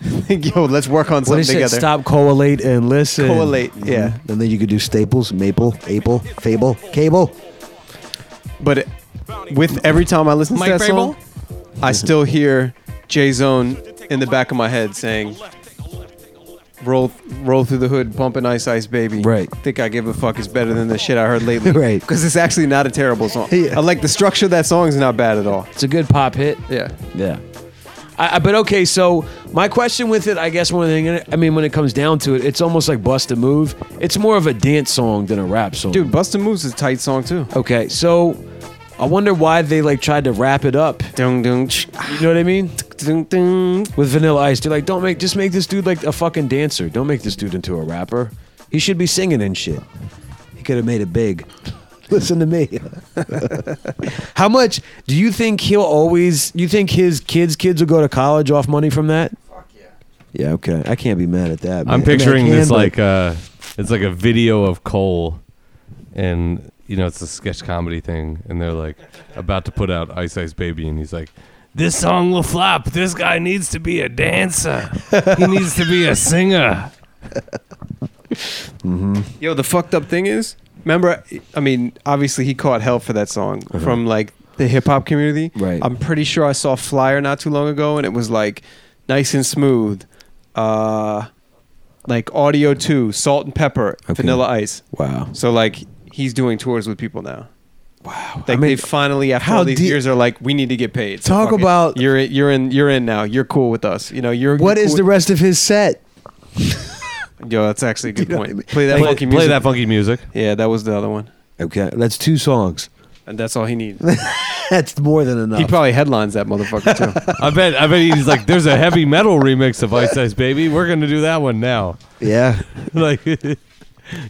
C: Yo, let's work on
D: What
C: something
D: is it?
C: together.
D: Stop, collate, and listen.
C: Collate. Yeah.
R: Mm-hmm. And then you could do staples, maple, apple, fable, cable.
C: But it, with every time I listen to that song, I still hear Jay Zone in the back of my head saying, "Roll, roll through the hood, bumping Ice Ice Baby."
D: Right.
C: Think I give a fuck is better than the shit I heard lately.
R: Right.
C: Because it's actually not a terrible song.
R: Yeah.
C: I like the structure of that song is not bad at all.
D: It's a good pop hit.
C: Yeah.
D: Yeah. I, I, but okay, so my question with it, I guess one thing, I mean, when it comes down to it, it's almost like Bust a Move. It's more of a dance song than a rap song.
C: Dude, Bustin' Moves is a tight song too.
D: Okay, so I wonder why they like tried to wrap it up.
C: Dung dung ch-
D: You know what I mean?
C: dung dung.
D: With Vanilla Ice, they're like, don't make, just make this dude like a fucking dancer. Don't make this dude into a rapper. He should be singing and shit. He could have made it big.
R: Listen to me.
D: How much do you think he'll always? You think his kids' kids will go to college off money from that? Fuck yeah. Yeah. Okay. I can't be mad at that. man. I
A: I'm
D: mean, I
A: picturing
D: can,
A: this
D: but-
A: like uh it's like a video of Cole and you know it's a sketch comedy thing and they're like about to put out Ice Ice Baby and he's like this song will flop. This guy needs to be a dancer. He needs to be a singer.
C: Yo, the fucked up thing is, remember? I mean, obviously he caught hell for that song
R: Uh-huh.
C: from like the hip hop community.
D: Right.
C: I'm pretty sure I saw a flyer not too long ago, and it was like nice and smooth, uh, like audio two, salt and pepper, Vanilla Ice.
D: wow.
C: So like he's doing tours with people now.
D: Wow.
C: Like they finally after
R: how
C: all these
R: deep-
C: years are like we need to get paid. So
R: Talk
C: fuck it.
R: about-
C: you're in, you're in you're in now. You're cool with us. You know you're
R: What
C: you're
R: is the
C: cool
R: rest of his set?
C: with- yo? That's actually a good
R: You know
C: point.
R: what I mean?
C: Play that
A: Play,
C: funky
A: play
C: music.
A: that funky music.
C: Yeah, that was the other one,
R: Okay, that's two songs.
C: and that's all he needs.
R: That's more than enough.
C: He probably headlines that motherfucker too.
A: I bet. I bet he's like, there's a heavy metal remix of Ice Ice Baby. We're gonna do that one now.
R: yeah.
A: like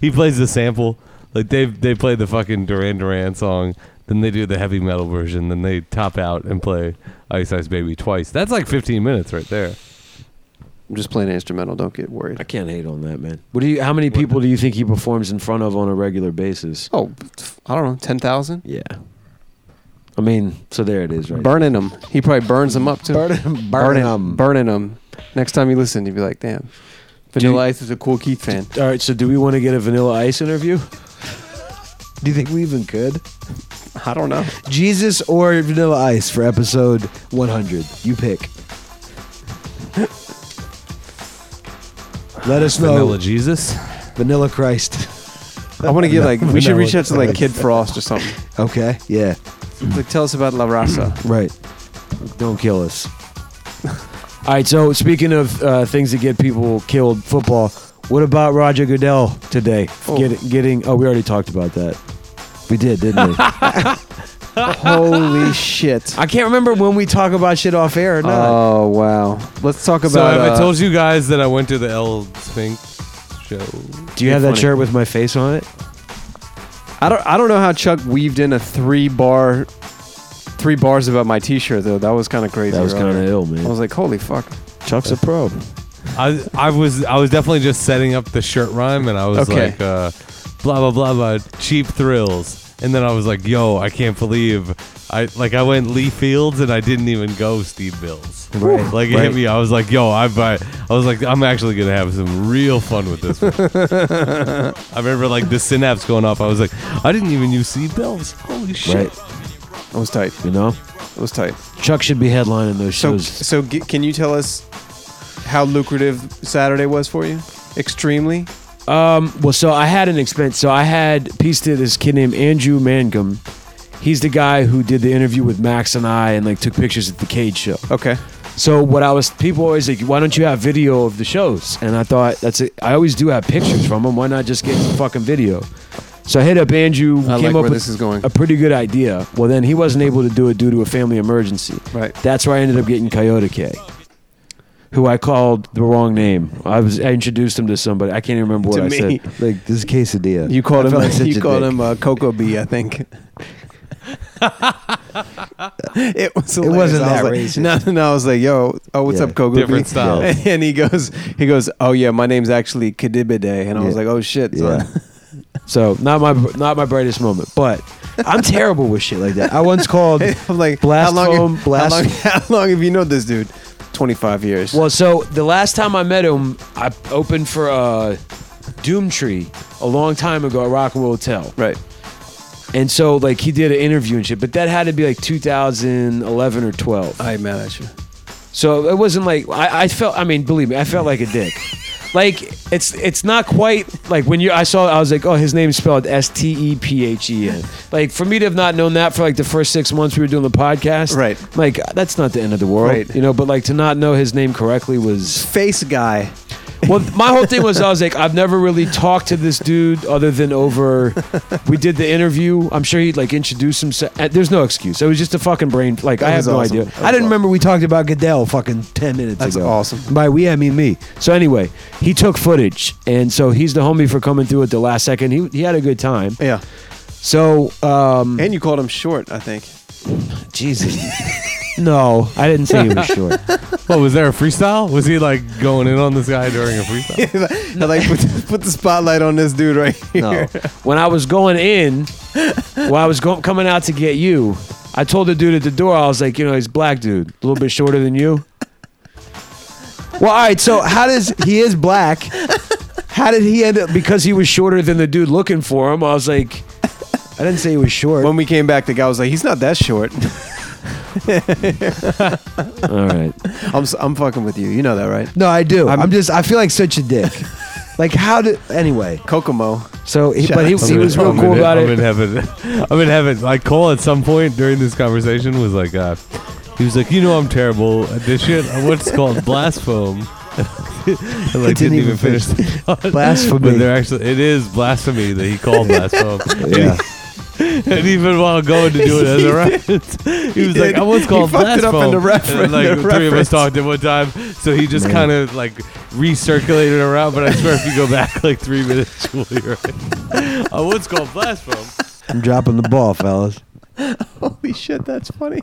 A: he plays the sample. Like they they play the fucking Duran Duran song, then they do the heavy metal version, then they top out and play Ice Ice Baby twice. That's like 15 minutes right there.
C: I'm just playing an instrumental. Don't get worried.
D: I can't hate on that man. What do you? How many people do you think he performs in front of on a regular basis?
C: Oh, I don't know, ten thousand.
D: Yeah. I mean, so there it is, right?
C: Burning them. He probably burns them up too.
R: Burn,
C: burning
R: them.
C: Burning them. Next time you listen, you'd be like, damn. Vanilla Ice is a cool Keith fan.
D: All right. So do we want to get a Vanilla Ice interview?
R: Do you think we even could?
C: I don't know.
R: Jesus or Vanilla Ice for episode 100. You pick. Let us know.
A: Vanilla
R: Vanilla,
A: Jesus.
R: Christ.
C: I want to get like. We should
R: Vanilla
C: reach out to like
R: Ice.
C: Kid Frost or something.
R: Okay. Yeah.
C: Like, tell us about La Raza.
R: Right. Don't kill us.
D: All right. So speaking of uh, things that get people killed, football. What about Roger Goodell today? Get, getting. Oh, we already talked about that. We did, didn't we?
C: Holy shit.
D: I can't remember when we talk about shit off air or not.
C: Oh wow. Let's talk about.
A: So have
C: uh,
A: I told you guys that I went to the El Sphinx show?
D: do you have that shirt with my face on it?
C: I don't. I don't know how Chuck weaved in a three bar, three bars about my T-shirt though. That was kind of crazy.
D: That was kind
C: earlier.
D: of ill,
C: I
D: man.
C: was like, holy fuck.
D: Chuck's a pro.
A: I I was I was definitely just setting up the shirt rhyme, and I was
C: Okay.
A: like, uh, blah blah blah blah cheap thrills and then i was like yo i can't believe i like i went lee fields and i didn't even go steve bills right like it hit me i was like yo i buy i was like i'm actually gonna have some real fun with this one i remember like the synapse going off i was like i didn't even use steve bills holy shit
C: It was tight.
D: You know,
C: It was tight.
D: Chuck should be headlining those
C: So,
D: shows.
C: so g- can you tell us how lucrative Saturday was for you? Extremely.
D: Um, well, so I had an expense. So I had pieced to this kid named Andrew Mangum. He's the guy who did the interview with Max and I, and like took pictures at the Cage show.
C: Okay.
D: So what I was, people always like, why don't you have video of the shows? And I thought that's it. I always do have pictures from them. Why not just get some fucking video? So I hit up Andrew,
C: I
D: came
C: like
D: up
C: where
D: with
C: this is going.
D: a pretty good idea. Well, then he wasn't able to do it due to a family emergency.
C: Right.
D: That's where I ended up getting Coyote K, who I called the wrong name. I was I introduced him to somebody. I can't even remember what
C: To
D: I
C: me.
D: said.
R: Like this is quesadilla.
C: You called
R: I
C: him.
R: felt like such
C: you
R: a
C: called
R: dick.
C: him uh, Cocoa Bee, I think. it was.
R: It wasn't
C: hilarious. I
R: that
C: was
R: racist.
C: like, No, no. I was like, "Yo, oh, what's
R: Yeah.
C: up, Cocoa
A: Different
C: Bee?"
A: style.
C: And he goes, he goes, "Oh yeah, my name's actually Kadibide," and I was
R: Yeah.
C: like, "Oh shit."
R: Yeah.
C: son."
D: So not my not my brightest moment, but I'm terrible with shit like that. I once called.
C: I'm like,
D: Blast
C: how long,
D: foam, blast-
C: How long, how long have you known this dude? 25 years.
D: Well, so the last time I met him, I opened for uh, Doomtree a long time ago at Rock and Roll Hotel,
C: Right.
D: and so like he did an interview and shit, but that had to be like 2011 or 12.
C: I ain't mad at you.
D: So it wasn't like I, I felt. I mean, believe me, I felt like a dick. like it's it's not quite like when you I saw I was like, oh, his name's spelled S T E P H E N. Like for me to have not known that for like the first six months we were doing the podcast,
C: Right.
D: Like that's not the end of the world,
C: Right.
D: you know. But like to not know his name correctly was
C: Face guy.
D: well, my whole thing was I was like, I've never really talked to this dude other than over. We did the interview. I'm sure he'd like introduce himself. Uh, There's no excuse. It was just a fucking brain. Like I have
C: was
D: no
C: awesome.
D: idea.
C: That
D: I
R: I
D: didn't
R: didn't
D: remember.
R: remember we talked about Goodell fucking ten minutes
C: That's
R: ago.
C: awesome.
R: By we, I mean me.
D: So anyway, he took footage, and so he's the homie for coming through at the last second. He he had a good time.
C: Yeah.
D: So um,
C: And you called him short, I think.
D: Jesus. No, I didn't say he was short.
A: what was there a freestyle was he like going in on this guy during a freestyle
C: I like put, put the spotlight on this dude right here.
D: No. When I was going in, when I was go- coming out to get you, I told the dude at the door, I was like, you know, he's a black dude, a little bit shorter than you.
R: Well, all right. So how does
D: He is black. How did he end up? Because he was shorter than the dude looking for him. I was like,
R: I didn't say he was short.
C: When we came back, the guy was like, "He's not that short."
D: all right.
C: I'm, s- I'm fucking with you. You know that, right?
R: No, I do.
C: I'm-
R: I'm, just. I feel like such a dick. like how did? Anyway.
C: Kokomo.
D: So, he,
C: Shut
D: but he,
C: up.
D: he was real
A: I'm
D: cool
A: in,
D: about
A: I'm
D: it.
A: in heaven. I'm in heaven. Like Cole, at some point during this conversation, was like, uh, he was like, you know, I'm terrible at this shit. I'm What's called blaspheme. and like didn't,
R: didn't
A: even
R: even
A: finish. the thought.
R: Blasphemy.
A: But they're actually, it is blasphemy that he called blaspheme.
R: Yeah.
A: and even while going to do it as a reference, he was like,
C: did.
A: I was
C: He
A: called
C: fucked
A: blaspheme.
C: it up in the refer-
A: And, like
C: the
A: three of us
C: reference.
A: talked at one time, so he just kind of like recirculated around. But I swear, if you go back like three minutes, you'll be right. I was called blaspheme.
R: I'm dropping the ball, fellas.
C: Holy shit, that's funny.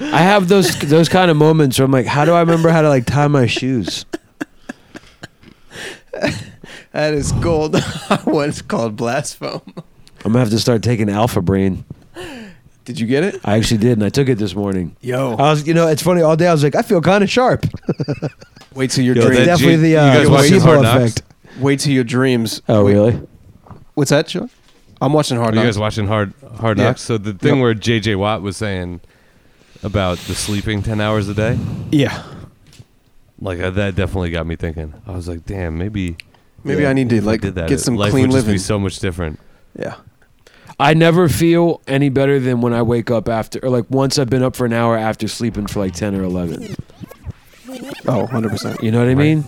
D: I have those those kind of moments where I'm like, how do I remember how to like tie my shoes?
C: That is gold. I once called blaspheme.
D: I'm gonna have to start taking Alpha Brain.
C: Did you get it? Uh,
D: I actually did, and I took it this morning.
C: Yo.
R: I was, you know, it's funny. All day I was like, I feel kind of sharp.
C: wait till your
A: Yo,
C: dreams.
A: that-
R: Definitely
A: you
R: the uh,
A: guys watching
R: placebo
A: Hard Knocks?
R: effect.
C: wait till your dreams.
D: Oh,
C: Wait,
D: really?
C: What's that, Sean? I'm watching Hard
A: Are you
C: Knocks.
A: guys watching Hard Hard
C: Yeah.
A: Knocks? So the thing
C: Yep.
A: where JJ Watt was saying about the sleeping ten hours a day,
C: yeah.
A: like uh, that definitely got me thinking. I was like, damn, maybe
C: Maybe I need to
A: if
C: like
A: did that,
C: get some
A: life
C: clean
A: would just
C: living.
A: Be so much different.
C: yeah.
D: I never feel any better than when I wake up after, or like once I've been up for an hour after sleeping for like 10 or 11.
C: Oh, 100%.
D: You know what I mean?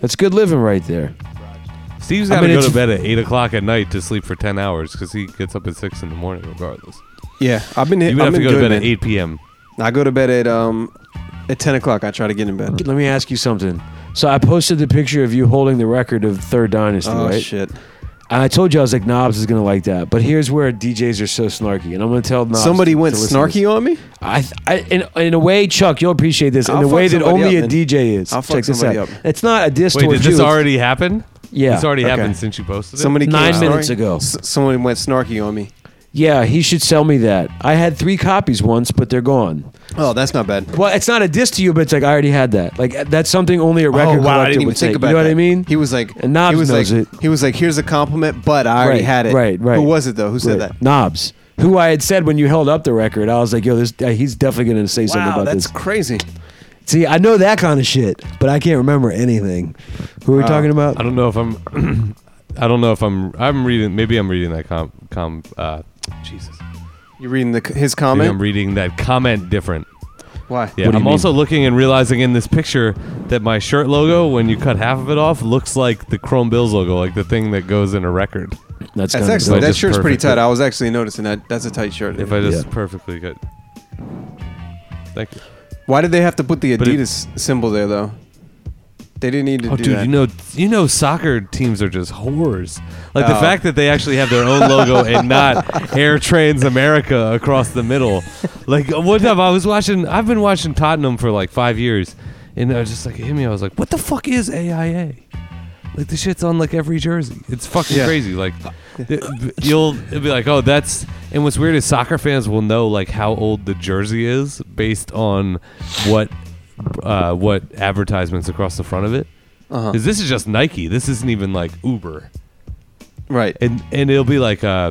D: That's good living right there.
A: Steve's
D: I
A: got to
D: mean,
A: go
D: it's-
A: to bed at eight o'clock at night to sleep for ten hours because he gets up at six in the morning regardless.
C: Yeah. I've been
A: You
C: hit.
A: would have
C: I've
A: to
C: been
A: go to
C: good,
A: bed
C: man.
A: at eight p.m.
C: I go to bed at um at 10 o'clock. I try to get in bed.
D: Let me ask you something. So I posted the picture of you holding the record of Third Dynasty,
C: Oh,
D: right?
C: shit.
D: And I told you I was like, Knobs is gonna like that. But here's where DJs are so snarky, and I'm gonna tell Knobs.
C: Somebody
D: to-
C: went
D: to listen to this.
C: snarky on me?
D: I, I in, in a way, Chuck, you'll appreciate this. In
C: I'll
D: a way
C: fuck
D: that
C: somebody
D: only
C: up,
D: a
C: man.
D: DJ is.
C: I'll fuck
D: Check this
C: somebody
D: out.
C: up.
D: It's not a diss
A: Wait,
D: towards
A: did
D: you.
A: this
D: It's-
A: already happen?
D: Yeah.
A: It's already
C: Okay.
A: happened since you posted it.
C: Somebody
D: Nine
C: came
D: minutes
C: snoring.
D: ago.
C: S- someone went snarky on me.
D: Yeah, he should sell me that. I had three copies once, but they're gone.
C: Oh, that's not bad.
D: Well, it's not a diss to you, but it's like I already had that. Like that's something only a record
C: oh wow! I
D: collector
C: didn't even
D: would
C: think
D: take.
C: about
D: you know
C: that.
D: what I mean?
C: He was like,
D: And Knobs
C: he was
D: knows
C: like,
D: it.
C: He was like, here's a compliment, but I already
D: Right,
C: had it.
D: right, right.
C: Who was it though? Who said that?
D: Knobs, who I had said when you held up the record, I was like, "Yo, this uh, he's definitely going to say something
C: Wow,
D: about
C: that's
D: this."
C: crazy.
R: See, I know that kind of shit, but I can't remember anything. Who are we talking about?
A: I don't know if I'm. I don't know if I'm. I'm reading. Maybe I'm reading that com. com uh, Jesus.
C: You reading the, his
A: Maybe
C: comment?
A: I'm reading that comment different.
C: Why?
A: Yeah.
D: What do
A: I'm
D: you mean?
A: also looking and realizing in this picture that my shirt logo, when you cut half of it off, looks like the Chrome Bills logo, like the thing that goes in a record.
D: That's,
C: That's
D: kinda
C: excellent.
A: I
C: That
A: just
C: shirt's pretty
A: perfect
C: tight.
A: it.
C: I was actually noticing that. That's a tight shirt.
A: If I just
D: Yeah.
A: perfectly cut. Thank you.
C: Why did they have to put the
A: But it-
C: Adidas symbol there though? They didn't need to
A: Oh,
C: do
A: dude,
C: that.
A: you know, you know, soccer teams are just whores. Like the
C: Oh.
A: fact that they actually have their own logo and not Air Trans America across the middle. Like one time, I was watching. I've been watching Tottenham for like five years, and I was just like, it hit me. I was like, what the fuck is AIA? Like the shit's on like every jersey. It's fucking
C: Yeah. Uh,
A: crazy. Like it- you'll it'll be like, oh, that's. And what's weird is soccer fans will know like how old the jersey is based on what uh, what advertisements across the front of it.
C: Uh-huh.
A: Because this is just Nike. This isn't even like Uber.
C: right.
A: And and it'll be like uh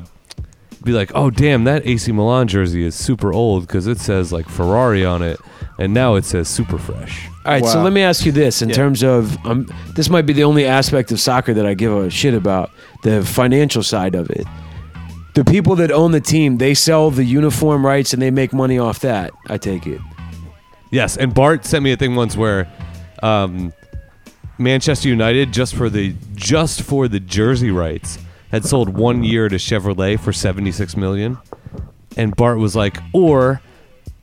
A: be like, "Oh damn, that AC Milan jersey is super old cuz it says like Ferrari on it and now it says super fresh."
D: All right, so
C: Wow.
D: let me ask you this: in
C: Yeah.
D: terms of um, this, might be the only aspect of soccer that I give a shit about the financial side of it. The people that own the team, they sell the uniform rights and they make money off that. I take it.
A: Yes, and Bart sent me a thing once where um Manchester United just for the just for the jersey rights had sold 1 year to Chevrolet for 76 million and Bart was like, "Or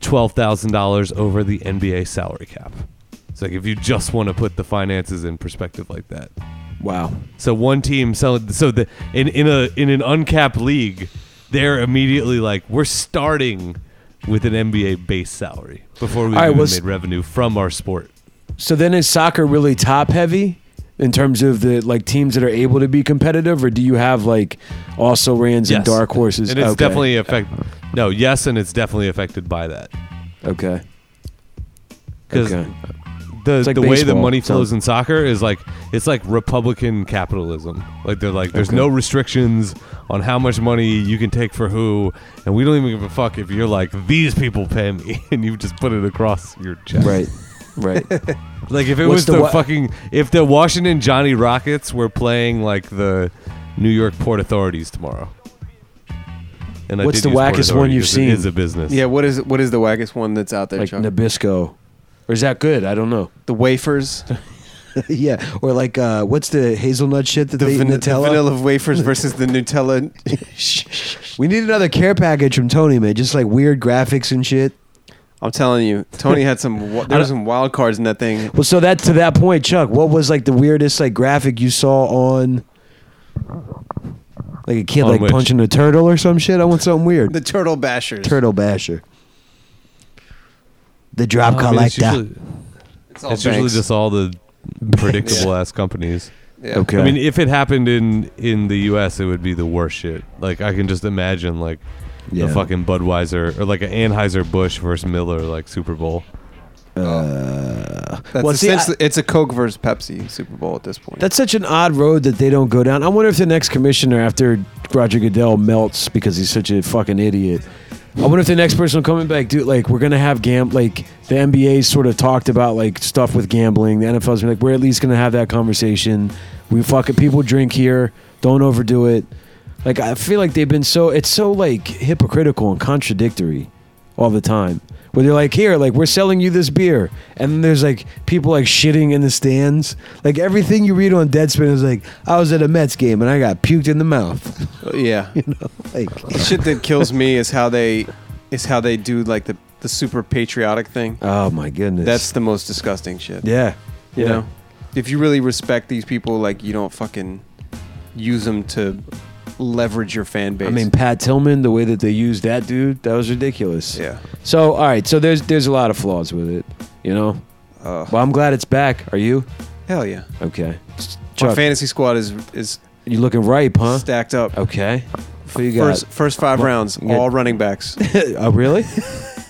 A: $12,000 over the NBA salary cap." It's like if you just want to put the finances in perspective like that.
D: Wow.
A: So one team selling so the in in a in an uncapped league, they're immediately like we're starting with an NBA base salary before we
D: All right,
A: even
D: well, s-
A: made revenue from our sport.
D: So then, is soccer really top heavy in terms of the like teams that are able to be competitive, or do you have like also rans and
A: Yes.
D: dark horses?
A: And it's
D: Okay.
A: definitely affect. No, yes, and it's definitely affected by that
D: okay.
A: because
D: Okay.
A: the
D: It's like
A: the way the
D: baseball,
A: money
D: so-
A: flows in soccer is like it's like Republican capitalism. Like they're like there's no restrictions on how much money you can take for who, and we don't even give a fuck if you're like these people pay me, and you just put it across your chest.
D: Right. Right.
A: Like if it
D: What's
A: was the,
D: the wa-
A: fucking if the Washington Johnny Rockets were playing like the New York Port Authorities tomorrow. And
D: What's
A: did
D: the
A: use Port
D: wackest one
A: Authority
D: you've
A: 'cause
D: seen?
A: It is a business.
C: Yeah. What is what is the wackest one that's out there,
D: like
C: Chuck?
D: Nabisco, or is that good? I don't know.
C: the wafers, the,
R: yeah, or like uh, what's the hazelnut shit that they
C: van- the
R: Nutella?
C: vanilla wafers versus the Nutella.
R: We need another care package from Tony, man. Just like weird graphics and shit.
C: I'm telling you, Tony had some. wa- There were some wild cards in that thing.
D: Well, so that to that point, Chuck, what was like the weirdest like graphic you saw on
R: Like a kid
A: On
R: like
A: which?
R: punching a turtle or some shit. I want something weird.
C: The turtle bashers.
R: turtle basher. The
A: I
C: Oh,
R: drop
A: mean, it's
R: collector.
A: usually,
C: It's all
A: it's usually
C: banks.
A: just all the predictable ass companies.
C: Yeah.
D: Okay.
A: I mean, if it happened in in the U.S., it would be the worst shit. Like I can just imagine like
R: Yeah.
A: the fucking Budweiser or like an Anheuser Busch versus Miller like Super Bowl.
C: That's
D: Well, see, I-
C: essentially it's a Coke versus Pepsi Super Bowl at this point.
D: That's such an odd road that they don't go down. I wonder if the next commissioner after Roger Goodell melts because he's such a fucking idiot. I wonder if the next person will come in back, dude. Like we're gonna have gam, like the NBA sort of talked about like stuff with gambling. The NFL's been like, we're at least gonna have that conversation. We fucking people drink here. Don't overdo it. Like I feel like they've been so it's so like hypocritical and contradictory all the time. Where they're like, here, like we're selling you this beer, and then there's like people like shitting in the stands.
R: Like everything you read on Deadspin is like, I was at a Mets game and I got puked in the mouth.
C: Uh, yeah.
R: Like,
C: The shit that kills me is how they is how they do like the the super patriotic thing.
D: Oh my goodness.
C: That's the most disgusting shit.
D: yeah.
C: You know, if you really respect these people, like you don't fucking use them to leverage your fan base.
D: I mean Pat Tillman, the way that they used that dude, that was ridiculous.
C: yeah.
D: So all right, so there's there's a lot of flaws with it, you know.
C: Uh,
D: Well, I'm glad it's back. Are you
C: hell yeah.
D: okay? Just
C: My
D: Chuck.
C: fantasy squad is is
D: You looking ripe, huh?
C: stacked up.
D: Okay. Who you got?
C: First first five rounds,
D: you got-
C: all running backs.
D: oh, really?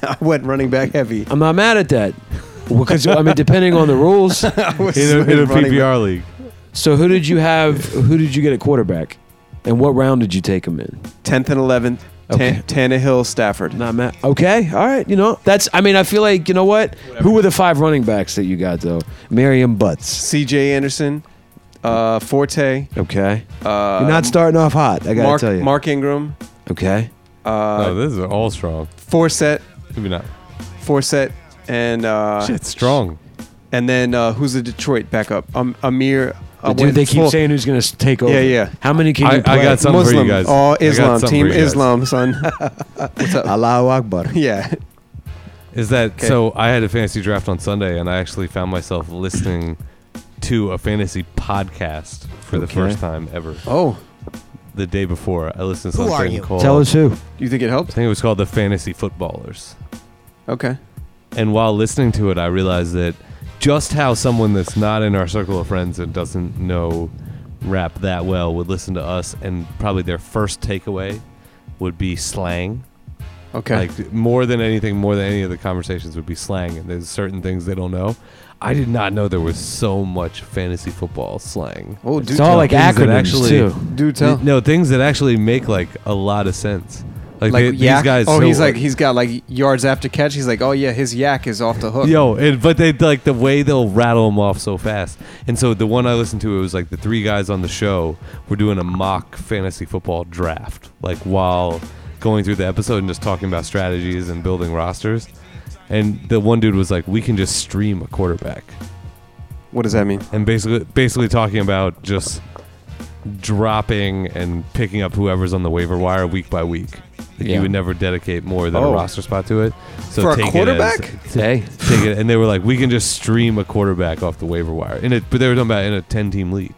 C: I went running back heavy.
D: I'm not mad at that. Because I mean, depending on the rules.
C: I was
A: in a, in a
C: running back.
A: PPR league.
D: So who did you have? Who did you get at quarterback? And what round did you take him in?
C: 10th and 11th.
D: Okay.
C: Tan- Tannehill, Stafford.
D: Not Matt. Okay, all right. You know that's. I mean, I feel like you know what. Who were the five running backs that you got though? Merriam Butts.
C: C.J. Anderson, uh, Forte,
D: Okay.
C: uh,
R: You're not starting off hot. I gotta
C: Mark,
R: tell you.
C: Mark Ingram,
D: Okay.
C: uh,
A: oh, this is all strong.
C: Forsett,
A: Maybe not.
C: Forsett, and uh,
A: Shit, strong.
C: and then uh, who's the Detroit backup? Um, Amir.
D: The
C: Uh,
D: dude, they keep
C: Full-
D: saying who's going to take over.
C: Yeah, yeah.
D: How many can
A: I-
D: you
A: I
D: play?
A: got some- Something for you guys.
C: Muslim. Oh,
A: I got
C: Islam.
A: something
C: Team
A: for you guys.
C: Islam, son. What's up?
R: Allahu Akbar.
C: Yeah.
A: Is that
C: Okay.
A: so? I had a fantasy draft on Sunday, and I actually found myself listening to a fantasy podcast for the first time ever.
C: Oh,
A: The day before, I listened to
B: Who are
A: something
B: you?
A: called.
D: Tell us who.
C: you think it
A: I
C: helped?
A: think it was called the Fantasy Footballers.
C: Okay.
A: And while listening to it, I realized that just how someone that's not in our circle of friends and doesn't know rap that well would listen to us, and probably their first takeaway would be slang.
C: Okay.
A: Like more than anything, more than any of the conversations would be slang, and there's certain things they don't know. I did not know there was so much fantasy football slang.
C: oh, dude.
D: It's all
C: tell.
D: like
A: things that
D: acronyms
A: actually-
D: too.
C: do tell.
A: No, things that actually make like a lot of sense. Like,
C: like
A: they-
C: yak.
A: these guys.
C: oh,
A: know-
C: he's like he's got like yards after catch. He's like, oh yeah, his yak is off the hook.
A: Yo, and, but they like the way they'll rattle them off so fast. And so the one I listened to, it was like the three guys on the show were doing a mock fantasy football draft, like while going through the episode and just talking about strategies and building rosters. And the one dude was like, "We can just stream a quarterback,"
C: What does that mean?
A: and basically basically talking about just dropping and picking up whoever's on the waiver wire week by week. Like
D: Yeah.
A: You would never dedicate more than
C: Oh.
A: a roster spot to it. So
C: For a
A: take It
C: quarterback?
A: as,
D: Hey.
A: take it, and they were like, "We can just stream a quarterback off the waiver wire." In it, but they were talking about in a ten-team league.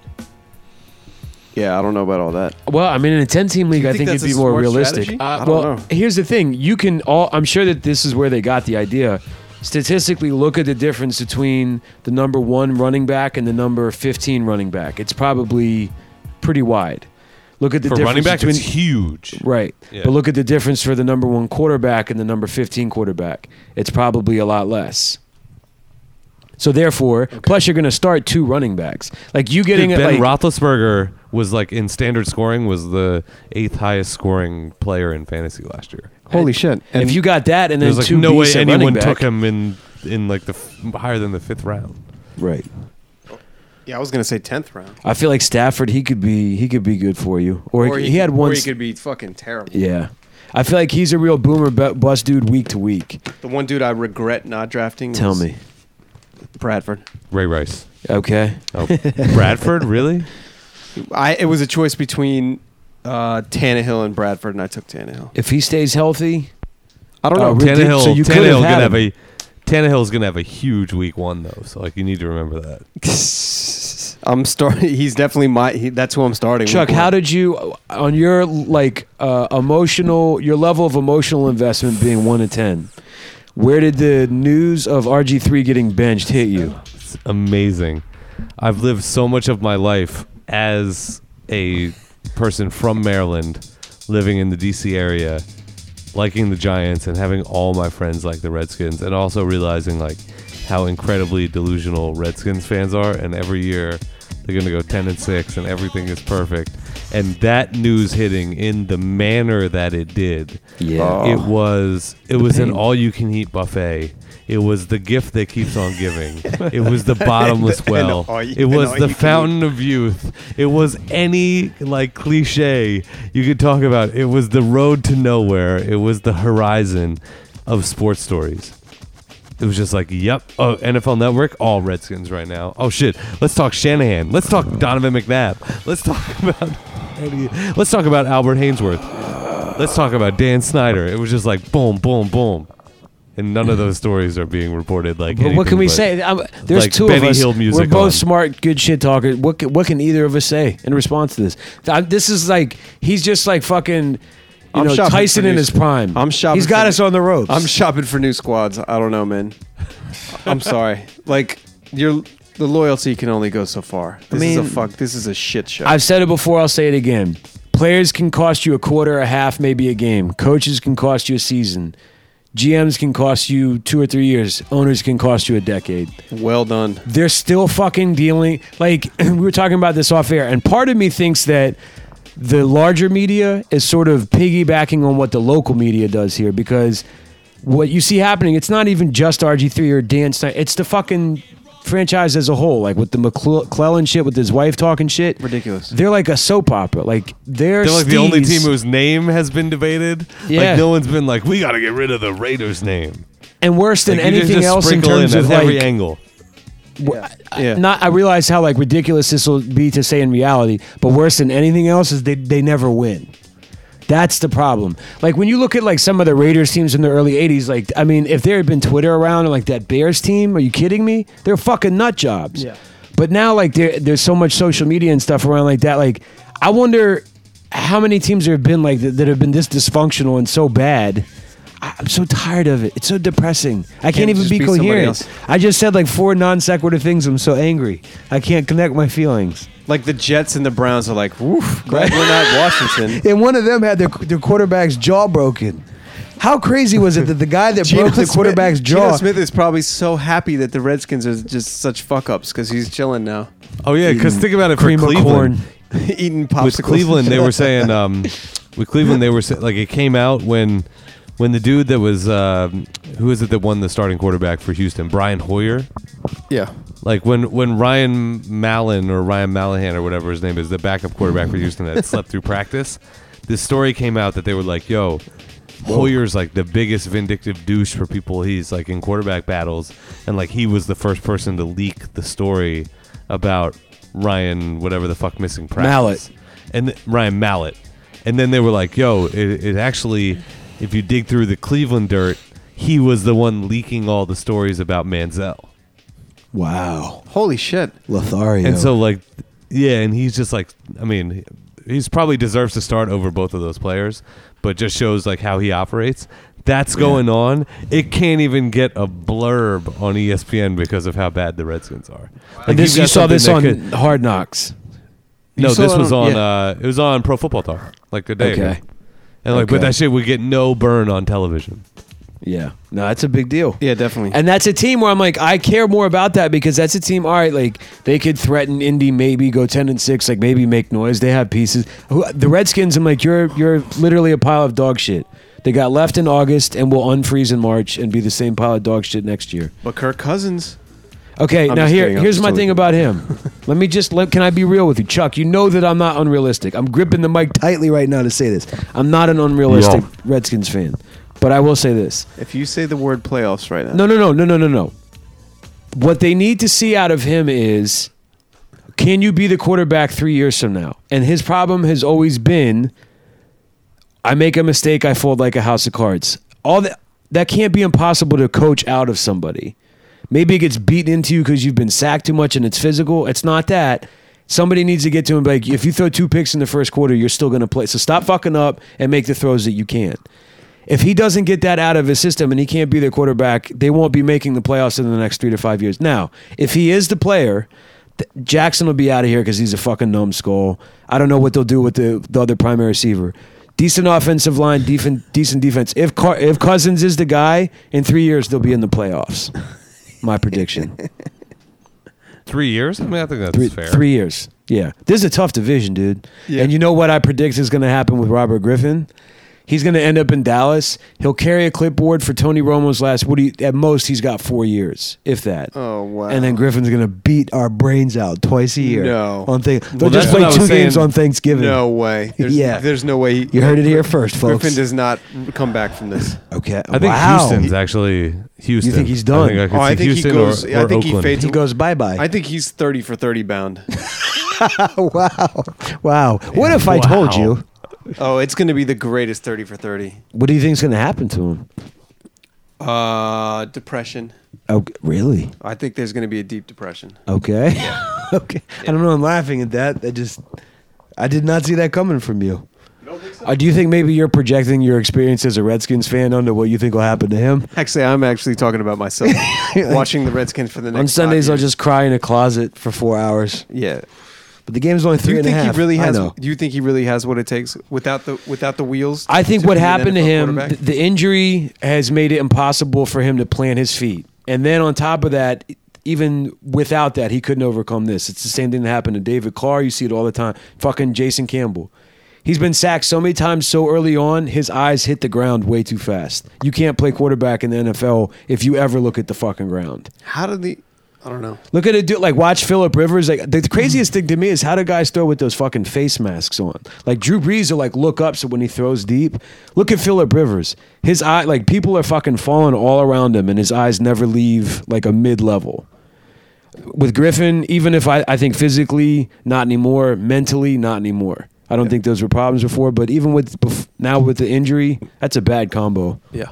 C: Yeah, I don't know about all that.
D: Well, I mean, in a ten-team league,
C: you
D: I
C: think
D: think,
C: that's
D: it'd be
C: a
D: more
C: smart
D: realistic.
C: strategy?
D: Uh,
C: I don't
D: well,
C: know.
D: here's the thing: you can all. I'm sure that this is where they got the idea. Statistically, look at the difference between the number one running back and the number fifteen running back. It's probably pretty wide. Look at the
A: For
D: difference
A: running back,
D: between
A: it's huge.
D: Right.
A: Yeah.
D: But look at the difference for the number one quarterback and the number 15 quarterback. It's probably a lot less. So therefore, plus you're going to start two running backs. Like you
A: Dude,
D: getting it
A: ben
D: like,
A: Roethlisberger was like in standard scoring was the eighth highest scoring player in fantasy last year.
C: Holy shit!
D: if you got that and then
A: There's like
D: two
A: no way
D: decent
A: anyone
D: running
A: took
D: back-
A: him in in like the f- higher than the fifth round.
R: Right.
C: yeah, I was gonna say tenth round,
D: I feel like Stafford, he could be he could be good for you. Or, he, he had
C: could-
D: one.
C: Or he
D: s-
C: could be fucking terrible.
D: yeah. I feel like he's a real boomer bu- bust dude week to week.
C: The one dude I regret not drafting.
D: Tell
C: was
D: me.
C: Bradford.
A: Ray Rice.
D: Okay.
A: Oh, Bradford, really?
C: I it was a choice between uh, Tannehill and Bradford, and I took Tannehill.
D: If he stays healthy,
C: I don't know.
D: Oh, really? did-
A: Tannehill.
D: so you could have
A: Tannehill's
D: had
A: gonna
D: him.
A: have a Tannehill's gonna have a huge week one though. So like you need to remember that.
C: I'm starting. He's definitely my. He, that's who I'm starting.
D: Chuck,
C: with.
D: how did you on your like uh, emotional your level of emotional investment being one to ten? Where did the news of RG three getting benched hit you?
A: It's amazing. I've lived so much of my life as a person from Maryland living in the DC area, liking the Giants and having all my friends like the Redskins and also realizing like how incredibly delusional Redskins fans are and every year they're going to go 10 and 6 and everything is perfect. And that news hitting in the manner that it did.
D: Yeah.
A: It was it was an
D: pain.
A: all you can eat buffet. It was the gift that keeps on giving. it was the bottomless well.
C: all you-
A: it
C: and
A: was
C: all
A: the
C: you can
A: fountain of youth. It was any like cliche you could talk about. It was the road to nowhere. It was the horizon of sports stories. It was just like, yep. Oh, NFL Network, all Redskins right now. Oh shit, let's talk Shanahan. Let's talk Donovan McNabb. Let's talk about any, let's talk about Albert Hainsworth. Let's talk about Dan Snyder. It was just like boom, boom, boom, and none of those stories are being reported. Like,
D: But
A: anything
D: what can we
A: but-
D: say? I'm, there's
A: like
D: two
A: Benny
D: of us.
A: Hill music
D: We're both
A: on.
D: smart, good shit talkers. What can, what can either of us say in response to this? I, this is like he's just like fucking, you
C: I'm
D: know,
C: shopping
D: Tyson
C: for
D: in
C: new-
D: his prime.
C: I'm shopping
D: He's got
C: for-
D: us on the ropes.
C: I'm shopping for new squads. I don't know, man. I'm sorry. Like you're the loyalty can only go so far. This
D: mean-
C: is a fuck. This is a shit show.
D: I've said it before, I'll say it again. Players can cost you a quarter, a half, maybe a game. Coaches can cost you a season. GMs can cost you two or three years. Owners can cost you a decade.
C: well done.
D: They're still fucking dealing. Like, we were talking about this off air, and part of me thinks that the larger media is sort of piggybacking on what the local media does here because what you see happening, it's not even just RG3 or Dan Snyder. It's the fucking franchise as a whole, like with the McCle- McClellan shit, with his wife talking shit.
C: Ridiculous.
D: They're like a soap opera. Like they're,
A: They're like the only team
D: steez-
A: whose name has been debated.
D: Yeah.
A: Like no one's been like, we got to get rid of the Raiders name.
D: and worse than
A: Like, you didn't
D: anything
A: just
D: else in
A: sprinkle
D: terms
A: at
D: of
A: every
D: like
A: angle.
C: Yeah.
D: not. I realize how like ridiculous this will be to say in reality, but worse than anything else is they they never win. That's the problem. Like when you look at like some of the Raiders teams in the early '80s, like I mean, if there had been Twitter around or like that Bears team, are you kidding me? They're fucking nut jobs. Yeah. But now like there there's so much social media and stuff around like that. Like I wonder how many teams there have been like that, that have been this dysfunctional and so bad. I- I'm so tired of it. It's so depressing. I can't,
C: Can't
D: even
C: just
D: be
C: be somebody
D: coherent.
C: else.
D: I just said like four non sequitur things. I'm so angry. I can't connect my feelings.
C: Like the Jets and the Browns are like, woof. Glad we're not Washington.
R: And one of them had their, their quarterback's jaw broken. How crazy was it that the guy that broke the
C: Smith-
R: quarterback's
C: Geno
R: jaw?
C: Smith is probably so happy that the Redskins are just such fuck ups because he's chilling now,
A: Oh yeah, because think about it for
D: cream of
A: Cleveland.
D: corn.
C: eating popsicles.
A: With Cleveland, they were saying, um, with Cleveland, they were sa- like it came out when when the dude that was um, who is it that won the starting quarterback for Houston, Brian Hoyer.
C: yeah,
A: Like when when Ryan Mallon or Ryan Mallahan or whatever his name is, the backup quarterback for Houston that slept through practice, this story came out that they were like, "Yo, Hoyer's like the biggest vindictive douche for people. He's like in quarterback battles, and like he was the first person to leak the story about Ryan whatever the fuck missing practice
D: Mallet.
A: and th- Ryan Mallett. And then they were like, "Yo, it, it actually, if you dig through the Cleveland dirt, he was the one leaking all the stories about Manziel."
R: Wow,
C: holy shit.
R: Lothario.
A: And so like yeah, and he's just like I mean, he's probably deserves to start over both of those players, but just shows like how he operates. That's going on. It can't even get a blurb on E ESPN because of how bad the Redskins are. Like
D: And this
A: you've got
D: you saw
A: something
D: this
A: that
D: on
A: could-
D: Hard Knocks.
A: no,
C: saw
A: this
C: it
A: was
C: on-
A: on.
C: yeah.
A: uh It was on Pro Football Talk like a day
D: Okay.
A: ago. And like, but
D: Okay.
A: that shit would get no burn on television.
D: Yeah. No, that's a big deal.
C: Yeah, definitely.
D: And that's a team where I'm like, I care more about that because that's a team. All right, like they could threaten Indy, maybe go ten and six, like maybe make noise. They have pieces. Who- The Redskins, I'm like, you're you're literally a pile of dog shit. They got left in August and will unfreeze in March and be the same pile of dog shit next year.
C: but Kirk Cousins,
D: Okay,
C: I'm
D: now
C: just
D: here,
C: kidding, I'm
D: here's
C: just
D: my
C: totally
D: thing
C: kidding.
D: about him. let me just let, can I be real with you, Chuck? You know that I'm not unrealistic. I'm gripping the mic tightly right now to say this. I'm not an unrealistic Redskins fan, but I will say this.
C: if you say the word playoffs right now,
D: No, no, no, no, no, no, no. What they need to see out of him is can you be the quarterback three years from now? And his problem has always been I make a mistake, I fold like a house of cards. All that that can't be impossible to coach out of somebody. Maybe it gets beaten into you because you've been sacked too much and it's physical. It's not that. Somebody needs to get to him. and be Like if you throw two picks in the first quarter, you're still going to play. So stop fucking up and make the throws that you can. If he doesn't get that out of his system and he can't be their quarterback, they won't be making the playoffs in the next three to five years. Now, if he is the player, th- Jackson will be out of here because he's a fucking numbskull. I don't know what they'll do with the, the other primary receiver. Decent offensive line, defen- decent defense. If Car- if Cousins is the guy, in three years they'll be in the playoffs. My prediction.
A: Three years? I mean, I think that's
D: three,
A: fair.
D: three years. Yeah, this is a tough division, dude.
C: Yeah.
D: And you know what I predict is going to happen with Robert Griffin? He's going to end up in Dallas. He'll carry a clipboard for Tony Romo's last. What do you, at most he's got four years, if that.
C: Oh, wow.
D: And then Griffin's
R: Griffin's
D: going
R: gonna
D: to
R: beat our brains out twice a year.
C: No.
R: on thing they'll
A: Well,
R: just
A: that's
R: play
A: what I
R: two
A: was
R: games
A: saying.
R: on Thanksgiving.
C: no way. There's,
R: Yeah.
C: there's no way. He,
R: you heard it here first, folks.
C: Griffin does not come back from this.
R: okay,
A: I think
R: wow.
A: Houston's actually Houston.
D: think he's done?
A: I think, I could
C: Oh,
A: see
C: I think he
A: Houston
C: goes.
A: or,
C: I
A: or
C: think he
A: Oakland.
C: fades.
R: He goes bye
C: I
R: bye.
C: think he's thirty for thirty bound.
R: wow, wow. What if I told
A: Wow.
R: you?
C: oh, it's going to be the greatest thirty for thirty.
D: What do you think's going to happen to him?
C: Uh, depression.
R: Oh, really?
C: I think there's going to be a deep depression.
R: Okay, okay. I don't know. I'm laughing at that. I just, I did not see that coming from you.
D: Uh, do you think maybe you're projecting your experience as a Redskins fan onto what you think will happen to him?
C: Actually, I'm actually talking about myself. watching the Redskins for the next
D: On Sundays,
C: five
D: I'll
C: years.
D: just cry in a closet for four hours.
C: yeah.
D: But the game's only
C: Do
D: three
C: you
D: and a
C: think he
D: half.
C: really has?
D: I know.
C: Do you think he really has what it takes without the without the wheels?
D: I think
C: to
D: what
C: be an
D: happened to
C: NFL
D: him,
C: quarterback?
D: th- the injury has made it impossible for him to plant his feet. And then on top of that, even without that, he couldn't overcome this. It's the same thing that happened to David Carr. You see it all the time. Fucking Jason Campbell. He's been sacked so many times so early on, his eyes hit the ground way too fast. You can't play quarterback in the NFL if you ever look at the fucking ground.
C: How did the? I don't know.
D: Look at it, do like watch Philip Rivers. Like the, the craziest thing to me is how do guys throw with those fucking face masks on? Like Drew Brees will like look up so when he throws deep, look at Philip Rivers. His eye, like people are fucking falling all around him, and his eyes never leave like a mid level. With Griffin, even if I, I think physically not anymore, mentally not anymore. I don't think those were problems before, but even with bef- now with the injury, that's a bad combo.
C: Yeah.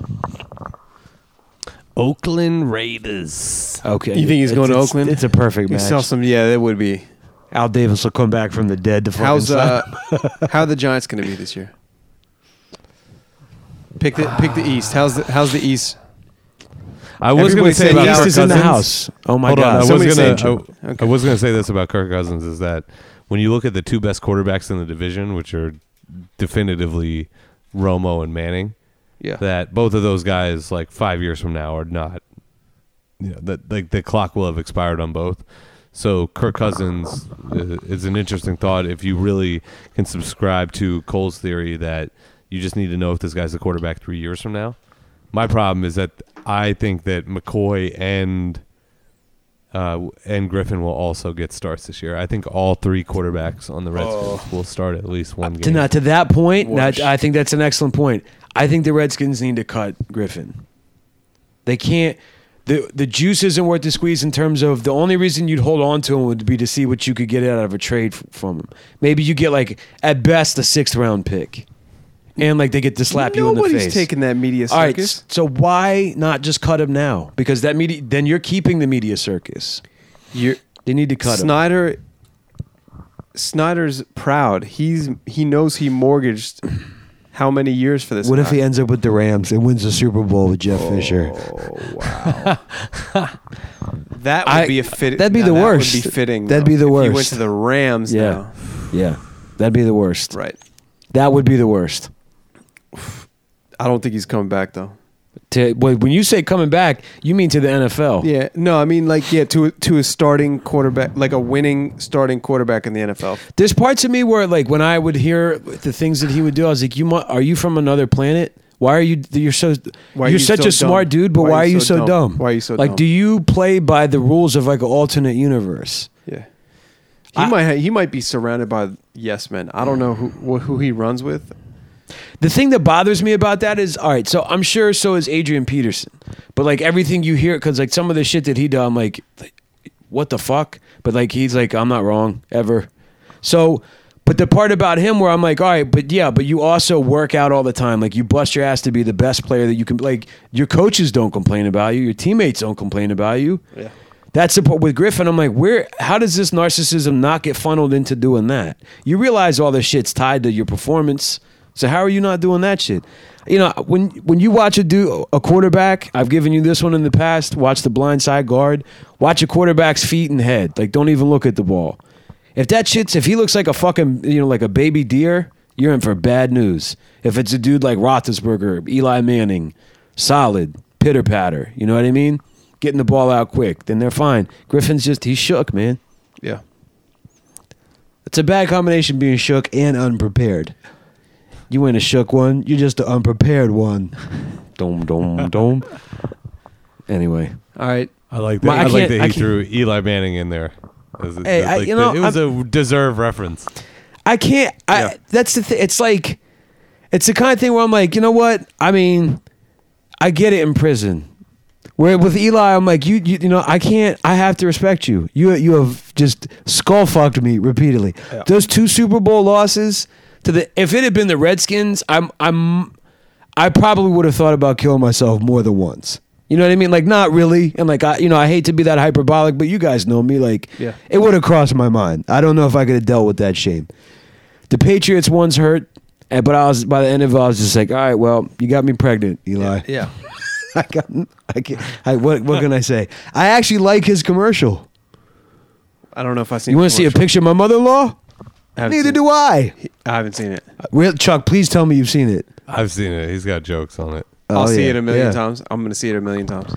A: Oakland Raiders.
D: Okay,
C: You think he's going to
D: it's-
C: Oakland?
D: It's a perfect
C: You
D: match.
C: sell some. Yeah, that would be.
D: Al Davis will come back from the dead to fucking
C: How's
D: sign-
C: uh? how are the Giants going to be this year? Pick the pick the East. How's the how's the East?
A: I was going to
D: Everybody
A: say
D: said
A: about
D: East
A: Kirk
D: is in the
A: Cousins.
D: house. Oh my
A: Hold on,
D: god!
A: I
C: Somebody
A: was
C: say
A: gonna.
C: it,
A: I,
C: Jim.
A: I was gonna say this about Kirk Cousins is that when you look at the two best quarterbacks in the division, which are definitively Romo and Manning,
C: Yeah.
A: that both of those guys like five years from now are not you know that like the clock will have expired on both so kirk cousins uh, is an interesting thought if you really can subscribe to cole's theory that you just need to know if this guy's the quarterback three years from now my problem is that i think that mccoy and uh, and Griffin will also get starts this year. I think all three quarterbacks on the Redskins will start at least one
D: to
A: game.
D: not to that point, now,
C: Wash.
D: I think that's an excellent point. I think the Redskins need to cut Griffin. They can't. the The juice isn't worth the squeeze in terms of the only reason you'd hold on to him would be to see what you could get out of a trade f- from him. Maybe you get like at best a sixth round pick, and like they get to slap you in the face.
C: Nobody's taking that media
D: All right,
C: circus.
D: s- so why not just cut him now? Because that media, then you're keeping the media circus.
C: You're,
D: They need to cut him.
C: Snyder. Snyder's proud. He's he knows he mortgaged how many years for this.
R: What if
C: guy?
R: he ends up with the Rams and wins the Super Bowl with Jeff Fisher?
C: Oh, That would
D: I-
C: be a fit.
D: that'd be
C: now
D: the
C: that
D: worst.
C: Would be fitting.
R: That'd
C: though.
R: be the
C: If he went
R: worst.
C: to the Rams.
D: Yeah.
C: now.
D: Yeah, that'd be the worst.
C: Right.
D: That would be the worst.
C: I don't think he's coming back though.
D: To, wait, when you say coming back, you mean to the NFL.
C: Yeah. No, I mean like yeah, to a, to a starting quarterback, like a winning starting quarterback in the NFL.
D: There's parts of me where, like, when I would hear the things that he would do, I was like, "You mu- are you from another planet? Why are you? You're so.
C: Why are
D: you're
C: you
D: such
C: so
D: a smart
C: dumb?
D: dude, but why, are you so, dumb?
C: Why are you so
D: like?
C: dumb?
D: Do you play by the rules of like an alternate universe?
C: Yeah. He
D: I-
C: might ha- he might be surrounded by yes men. I don't know who wh- who he runs with.
D: The thing that bothers me about that is, all right, so I'm sure so is Adrian Peterson, but like everything you hear, because like some of the shit that he done, like, like, what the fuck? But like he's like, I'm not wrong ever. So, but the part about him where I'm like, all right, but yeah, but you also work out all the time. Like you bust your ass to be the best player that you can. Like your coaches don't complain about you, your teammates don't complain about you. Yeah. That's the part with Griffin. I'm like, where? How does this narcissism not get funneled into doing that? You realize all this shit's tied to your performance. So how are you not doing that shit? You know, when when you watch a do a quarterback, I've given you this one in the past. Watch the blind side guard. Watch a quarterback's feet and head. Like, don't even look at the ball. If that shit's if he looks like a fucking you know like a baby deer, you're in for bad news. If it's a dude like Roethlisberger, Eli Manning, solid pitter patter. You know what I mean? Getting the ball out quick, then they're fine. Griffin's just he's shook, man.
C: Yeah.
D: It's a bad combination being shook
R: And unprepared.
D: You ain't a shook one.
R: You're just the unprepared one.
D: Dom dom dom. Anyway,
C: All right.
A: I like that.
D: My- I
A: I, like
D: can't-
A: that
D: I
A: he
D: can't-
A: threw Eli Manning in there. It was-
D: Hey, I-
A: like
D: you know,
A: the- it was a deserve reference.
D: I can't. I
A: Yeah.
D: that's the thing. It's like, it's the kind of thing where I'm like, you know what? I mean, I get it in prison. Where with Eli, I'm like, you, you, you know, I can't. I have to respect you.
R: You you have just skull fucked me repeatedly.
D: Those two Super Bowl losses to the. If it had been the Redskins, I'm, I'm, I probably would have thought about killing myself more than once. You know what I mean? Like, not really. And like, I, you know, I hate to be that hyperbolic, but you guys know me. Like,
C: Yeah.
R: It would have crossed my mind. I don't know if I could have dealt with that shame.
D: the Patriots one's hurt, And, but I was by the end of it, I was just like, all right, well, you got me pregnant, Eli.
B: Yeah.
R: I got. I can't. I, what, what can I say? I actually like his commercial.
C: I don't know if I seen.
D: You want to see a picture of my mother-in-law?
R: Neither do I.
C: I haven't seen it.
R: Real Chuck, please tell me you've seen it.
A: I've seen it. He's got jokes on it.
R: Oh,
C: I'll see
R: yeah.
C: it a million
R: Yeah.
C: times. I'm gonna see it a million times.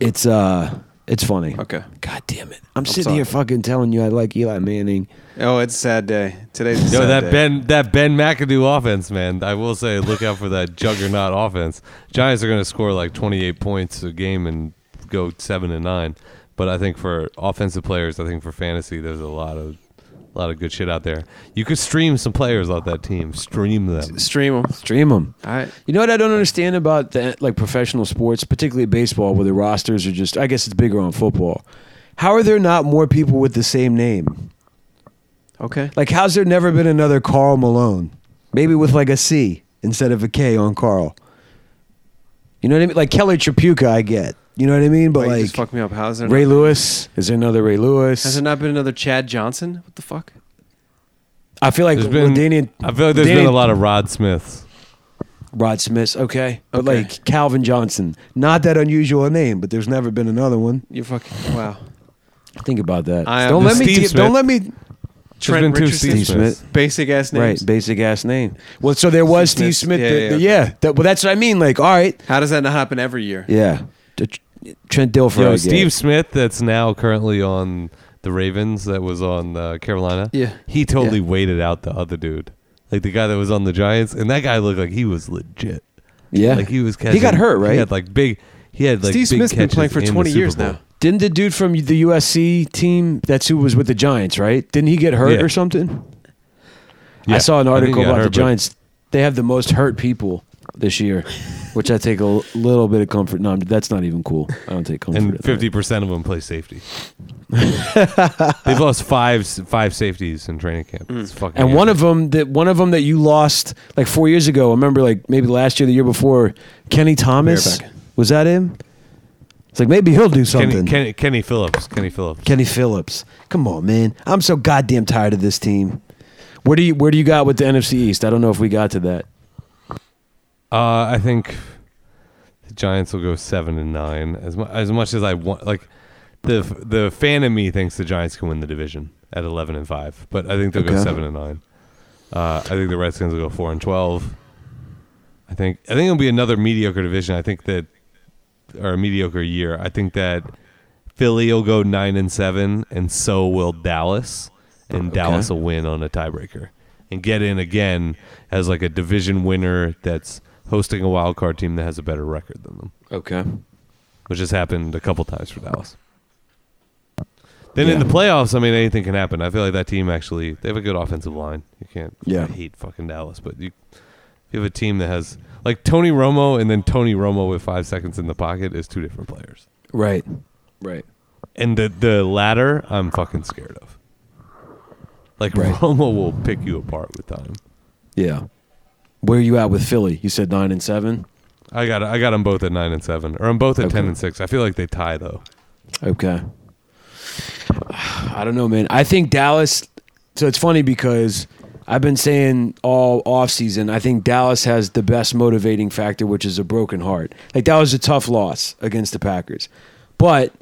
D: It's uh, it's funny.
C: Okay.
D: God damn it! I'm, sitting
C: sorry.
D: here fucking telling you I like Eli Manning.
C: Oh, it's a sad day. Today's a
A: Yo,
C: sad
A: that
C: day.
A: Ben that Ben McAdoo offense, man. I will say, look out for that juggernaut offense. Giants are going to score like 28 points a game and go seven and nine. But I think for offensive players, I think for fantasy, there's a lot of a lot of good shit out there. You could stream some players off that team. Stream them.
C: Stream them.
D: Stream him.
C: All right.
D: You know what I don't understand about the like professional sports, particularly baseball, where the rosters are just. I guess it's bigger on football. How are there not more people with the same name?
C: Okay.
D: Like, how's there never been another Carl Malone? Maybe with like a C instead of a K on Carl. You know what I mean? Like Kelly Trapuka, I get. You know what I mean? But
C: Wait, you
D: like
C: just fuck me up. How is there?
D: Ray
C: not,
D: Lewis, is there another Ray Lewis?
C: has there not been another Chad Johnson? What the fuck?
D: I feel like
A: There's been.
D: Daniel,
A: I feel like there's
D: Danny-
A: been a lot of Rod Smiths.
D: Rod Smith, okay, but
C: Okay.
D: like Calvin Johnson, not that unusual a name, but there's never been another one.
C: You fucking wow.
D: Think about that.
C: I am
D: don't
C: the
D: let me.
A: Steve
D: t-
A: Smith.
D: don't let me.
A: There's been two
C: Richardson.
A: Steve Smiths.
C: Basic ass names.
D: Right, basic ass name. Well, so there was
C: Steve
D: Steve
C: Smith.
D: Smith.
C: Yeah, yeah,
D: the- the-
C: okay.
D: yeah. That- well, that's what I mean. Like, all right,
C: How does that not happen every year?
D: yeah. The Tr- Trent Dilfer. I
A: Yo,
D: get.
A: Steve Smith, that's now currently on the Ravens, that was on uh, Carolina.
C: Yeah.
A: he totally waited out the other dude, like the guy that was on the Giants, and that guy looked like he was legit.
D: Yeah,
A: like he was. Catching,
D: He got hurt, right?
A: He had like big. He had like
C: Steve
A: big
C: Smith's been
A: catches
C: playing for
A: in the
C: 20
A: Super
C: years
A: Bowl.
C: now.
D: Didn't the dude from the USC team that's who was with the Giants, right? Didn't he get hurt
A: Yeah.
D: or something?
A: Yeah.
D: I saw an
A: think
D: article
A: he got
D: about the
A: hurt, but-
D: Giants. They have the most hurt people this year, which I take a l- little bit of comfort. No, I'm- that's not even cool. I don't take comfort. in
A: and
D: that.
A: fifty percent of them play safety. They've lost five five safeties in training camp. It's fucking
D: And one
A: amazing.
D: of them that one of them that you lost like four years ago. I remember like maybe last year, the year before. Kenny Thomas
C: Bareback.
D: was that him? It's like maybe he'll do something.
A: Kenny, Kenny, Kenny Phillips. Kenny Phillips.
D: Kenny Phillips. Come on, man. I'm so goddamn tired of this team. Where do you where do you got with the NFC East? I don't know if we got to that.
A: Uh, I think the Giants will go seven and nine. As mu- as much as I want, like the f- the fan in me thinks the Giants can win the division at eleven and five, but I think they'll go
D: Okay.
A: seven and nine. Uh, I think the Redskins will go four and twelve. I think I think it'll be another mediocre division. I think that or a mediocre year. I think that Philly will go nine and seven, and so will Dallas, and Dallas will win on a tiebreaker and get in again as like a division winner that's hosting a wild card team that has a better record than them,
D: Okay.
A: which has happened a couple times for Dallas. Then in the playoffs, I mean, anything can happen. I feel like that team actually they have a good offensive line. You can't
D: Yeah.
A: I hate fucking Dallas, but you you have a team that has like Tony Romo and then Tony Romo with five seconds in the pocket is two different players.
D: Right. Right.
A: And the the latter, I'm fucking scared of. Like
D: Right.
A: Romo will pick you apart with time.
D: Yeah. Where are you at with Philly? You said nine and seven.
A: I got I got them both at nine and seven, or I'm both at ten
D: Okay.
A: and six. I feel like they tie though.
D: Okay. I don't know, man. I think Dallas. So it's funny because I've been saying all offseason, I think Dallas has the best motivating factor, which is a broken heart. Like, that was a tough loss against the Packers. But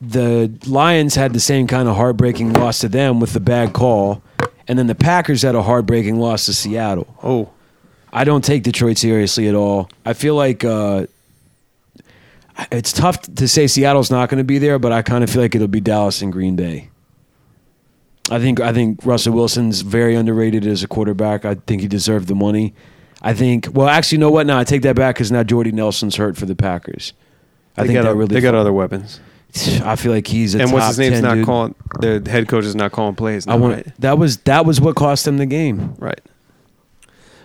D: the Lions had the same kind of heartbreaking loss to them with the bad call. And then the Packers had a heartbreaking loss to Seattle.
C: Oh,
D: I don't take Detroit seriously at all. I feel like uh, it's tough to say Seattle's not going to be there, but I kind of feel like it'll be Dallas and Green Bay. I think I think Russell Wilson's very underrated as a quarterback. I think he deserved the money. I think. Well, actually, you know what? No, I take that back because now Jordy Nelson's hurt for the Packers. I
C: they
D: think
C: got
D: that
C: o-
D: really.
C: they got other weapons.
D: I feel like he's a
C: and what's
D: top
C: his name's
D: 10
C: not
D: dude.
C: calling. The head coach is not calling plays. Now,
D: I want
C: right.
D: that was that was what cost them the game.
C: Right.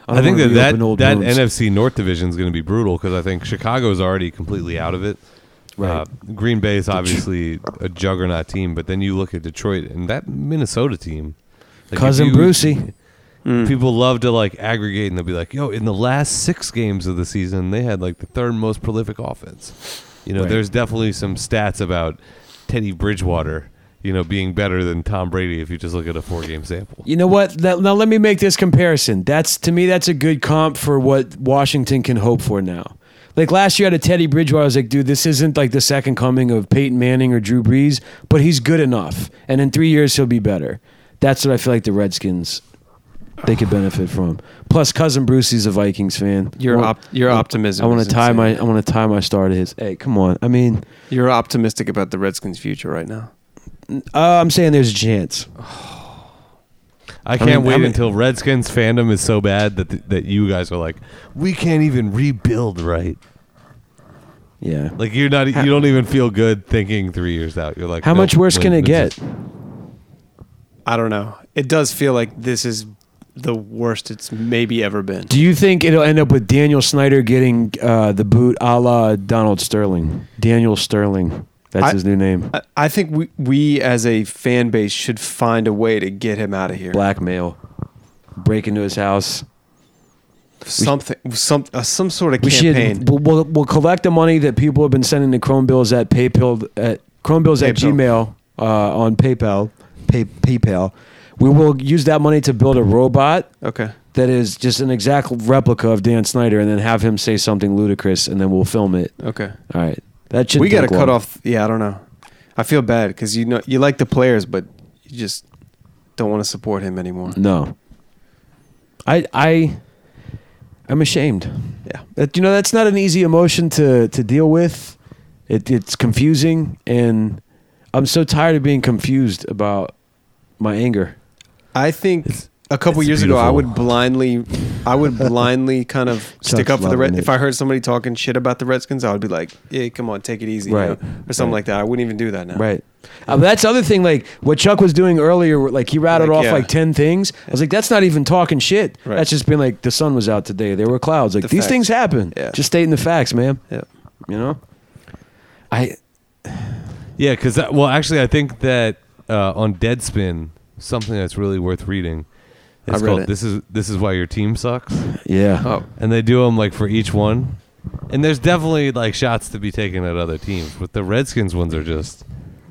A: I, think that
D: don't wanna
A: that,
D: reopen old
A: that
D: wounds.
A: NFC North division is going to be brutal because I think Chicago's already completely out of it. Uh,
D: Right.
A: Green Bay is obviously a juggernaut team, but then you look at Detroit and that Minnesota team. like, if
D: cousin
A: you-
D: Brucey. Hmm.
A: People love to like aggregate and they'll be like, yo, in the last six games of the season, they had like the third most prolific offense. You know,
D: Right.
A: there's definitely some stats about Teddy Bridgewater you know, being better than Tom Brady if you just look at a four game sample.
D: You know what? That, now let me make this comparison. That's to me, that's a good comp for what Washington can hope for now. Like last year, out of Teddy Bridgewater, I was like, dude, this isn't like the second coming of Peyton Manning or Drew Brees, but he's good enough, and in three years he'll be better. That's what I feel like the Redskins they could benefit from. Plus, cousin Brucey's a Vikings fan.
C: Your
D: Well,
C: op- your optimism.
D: I want
C: is
D: to tie
C: insane.
D: my I want to tie my star to his. Hey, come on. I mean,
C: You're optimistic about the Redskins' future right now.
D: uh, I'm saying there's a chance.
A: I can't
D: mean,
A: wait
D: I mean-
A: until Redskins fandom is so bad that th- that you guys are like, we can't even rebuild right.
D: Yeah.
A: Like you're not, you don't even feel good thinking three years out. You're like,
D: How
A: nope,
D: much worse
A: win-
D: can
A: wins
D: it get?
A: is-
C: I don't know. It does feel like this is the worst it's maybe ever been.
D: Do you think it'll end up with Daniel Snyder getting uh, the boot a la Donald Sterling? Daniel Sterling. That's
C: I-
D: his new name.
C: I, I think we, we as a fan base should find a way to get him out of here.
D: Blackmail. Break into his house.
C: Something, some, uh, some sort of
D: We
C: campaign.
D: should. We'll, we'll, we'll collect the money that people have been sending to Chrome Bills at PayPal at Chrome Bills at
C: PayPal.
D: Gmail uh, on PayPal. Pay, PayPal. We will use that money to build a robot
C: okay.
D: that is just an exact replica of Dan Snyder, and then have him say something ludicrous, and then we'll film it.
C: Okay.
D: All right. That should
C: we got to cut
D: off.
C: off. Yeah, I don't know. I feel bad because you know you like the players, but you just don't want to support him anymore.
D: No. I I I'm ashamed.
C: Yeah.
D: That you know that's not an easy emotion to to deal with. It it's confusing and I'm so tired of being confused about my anger.
C: I think a couple
A: it's
C: years ago I
A: beautiful.
C: would blindly, I would blindly kind of stick
D: Chuck's
C: up for the
D: loving
C: Red.
D: it.
C: If I heard somebody talking shit about the Redskins, I would be like, "Yeah, come on, take it easy," you
D: Right.
C: know, or something
D: Right.
C: like that. I wouldn't even do that now.
D: Right. Uh, that's the other thing like what Chuck was doing earlier where, like he rattled
C: Like,
D: off
C: yeah.
D: like 10 things. I was like that's not even talking shit.
C: Right.
D: That's just been like the sun was out today. There were clouds. Like
C: The
D: these
C: facts.
D: things happen.
C: Yeah.
D: Just stating the facts, man.
C: Yeah.
D: You know? I
A: Yeah, because well, actually, I think that uh, on Deadspin, something that's really worth reading. It's
C: read
A: called
C: it.
A: "This Is This Is Why Your Team Sucks,"
D: yeah.
C: Oh,
A: and they do them like for each one. And there's definitely like shots to be taken at other teams, but the Redskins ones are just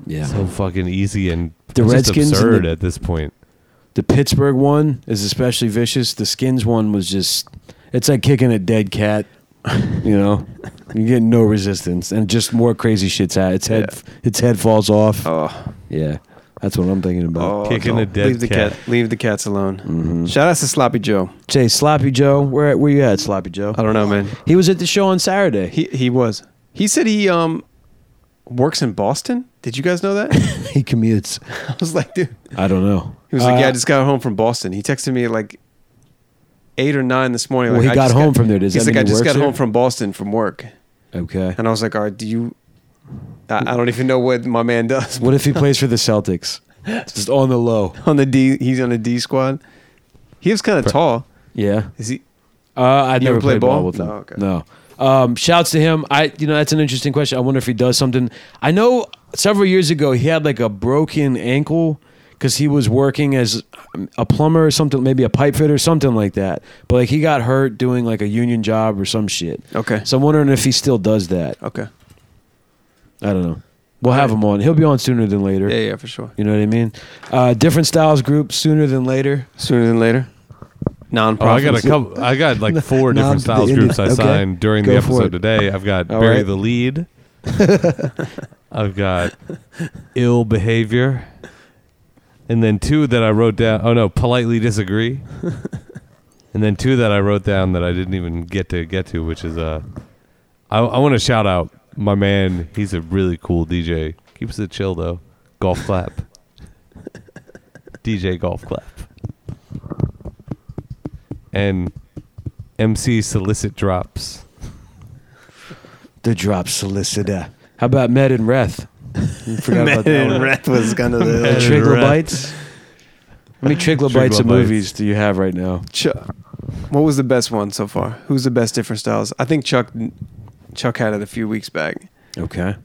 D: Yeah.
A: so fucking easy and
D: The
A: just
D: Redskins and
A: absurd
D: the-
A: at this point.
D: The Pittsburgh one is especially vicious. The Skins one was just it's like kicking a dead cat. You know, you get no resistance, and just more crazy shit's out. Its head, its head falls off.
C: oh,
D: Yeah, that's what I'm thinking about.
C: oh,
A: Kicking
C: no.
A: a dead
C: leave the
A: cat.
C: Leave the cats alone. Shout out to Sloppy Joe.
D: Jay, Sloppy Joe, where where you at, Sloppy Joe?
C: I don't know, man.
D: He was at the show on Saturday.
C: He he was. He said he um works in Boston. Did you guys know that?
D: he commutes.
C: I was like, dude.
D: I don't know.
C: He was like,
D: Uh,
C: yeah, I just got home from Boston. He texted me at like eight or nine this morning.
D: Well,
C: like,
D: he
C: I
D: got
C: just
D: home from there. Does
C: he's
D: that
C: like,
D: mean
C: I
D: he
C: just
D: works
C: got
D: there?"
C: home from Boston from work,
D: Okay.
C: and I was like, all right, do you? I, I don't even know what my man does.
D: What if he plays for the Celtics? Just on the low.
C: on the D, he's on the D squad. He was kind of tall.
D: Yeah.
C: Is he?
D: Uh, I've
C: You
D: never
C: ever play
D: played ball?
C: ball?
D: with him.
C: No, okay.
D: No. Um, shouts to him. I, you know, that's an interesting question. I wonder if he does something. I know several years ago he had like a broken ankle because he was working as um, a plumber or something, maybe a pipe fitter or something like that. But like he got hurt doing like a union job or some shit.
C: Okay.
D: So I'm wondering if he still does that.
C: Okay.
D: I don't know. We'll have him on. He'll be on sooner than later.
C: Yeah, yeah, for sure.
D: You know what I mean? Uh, different styles group sooner than later.
C: Sooner than later. Non
A: Oh, I
C: profit.
A: got a couple. I got like four
R: No,
A: different
R: I'm-
A: styles
R: it-
A: groups I
R: okay.
A: signed during the
R: Go for
A: episode
R: it.
A: today. I've got
D: All
A: bury
D: right.
A: the lead. I've got ill behavior, and then two that I wrote down. Oh no, politely disagree, and then two that I wrote down that I didn't even get to get to, which is uh, I, I want to shout out my man. He's a really cool DJ. Keeps it chill though. Golf clap. DJ golf clap. And MC solicit drops.
D: The drop solicitor. How about Med and Reth? You forgot about that one.
C: Rhett was kind of
D: Uh,
C: the.
D: triglybites. How many triglybites
A: Triglybites.
D: of movies do you have right now?
C: Chuck. What was the best one so far? Who's the best different styles? I think Chuck. Chuck had it a few weeks back.
D: Okay.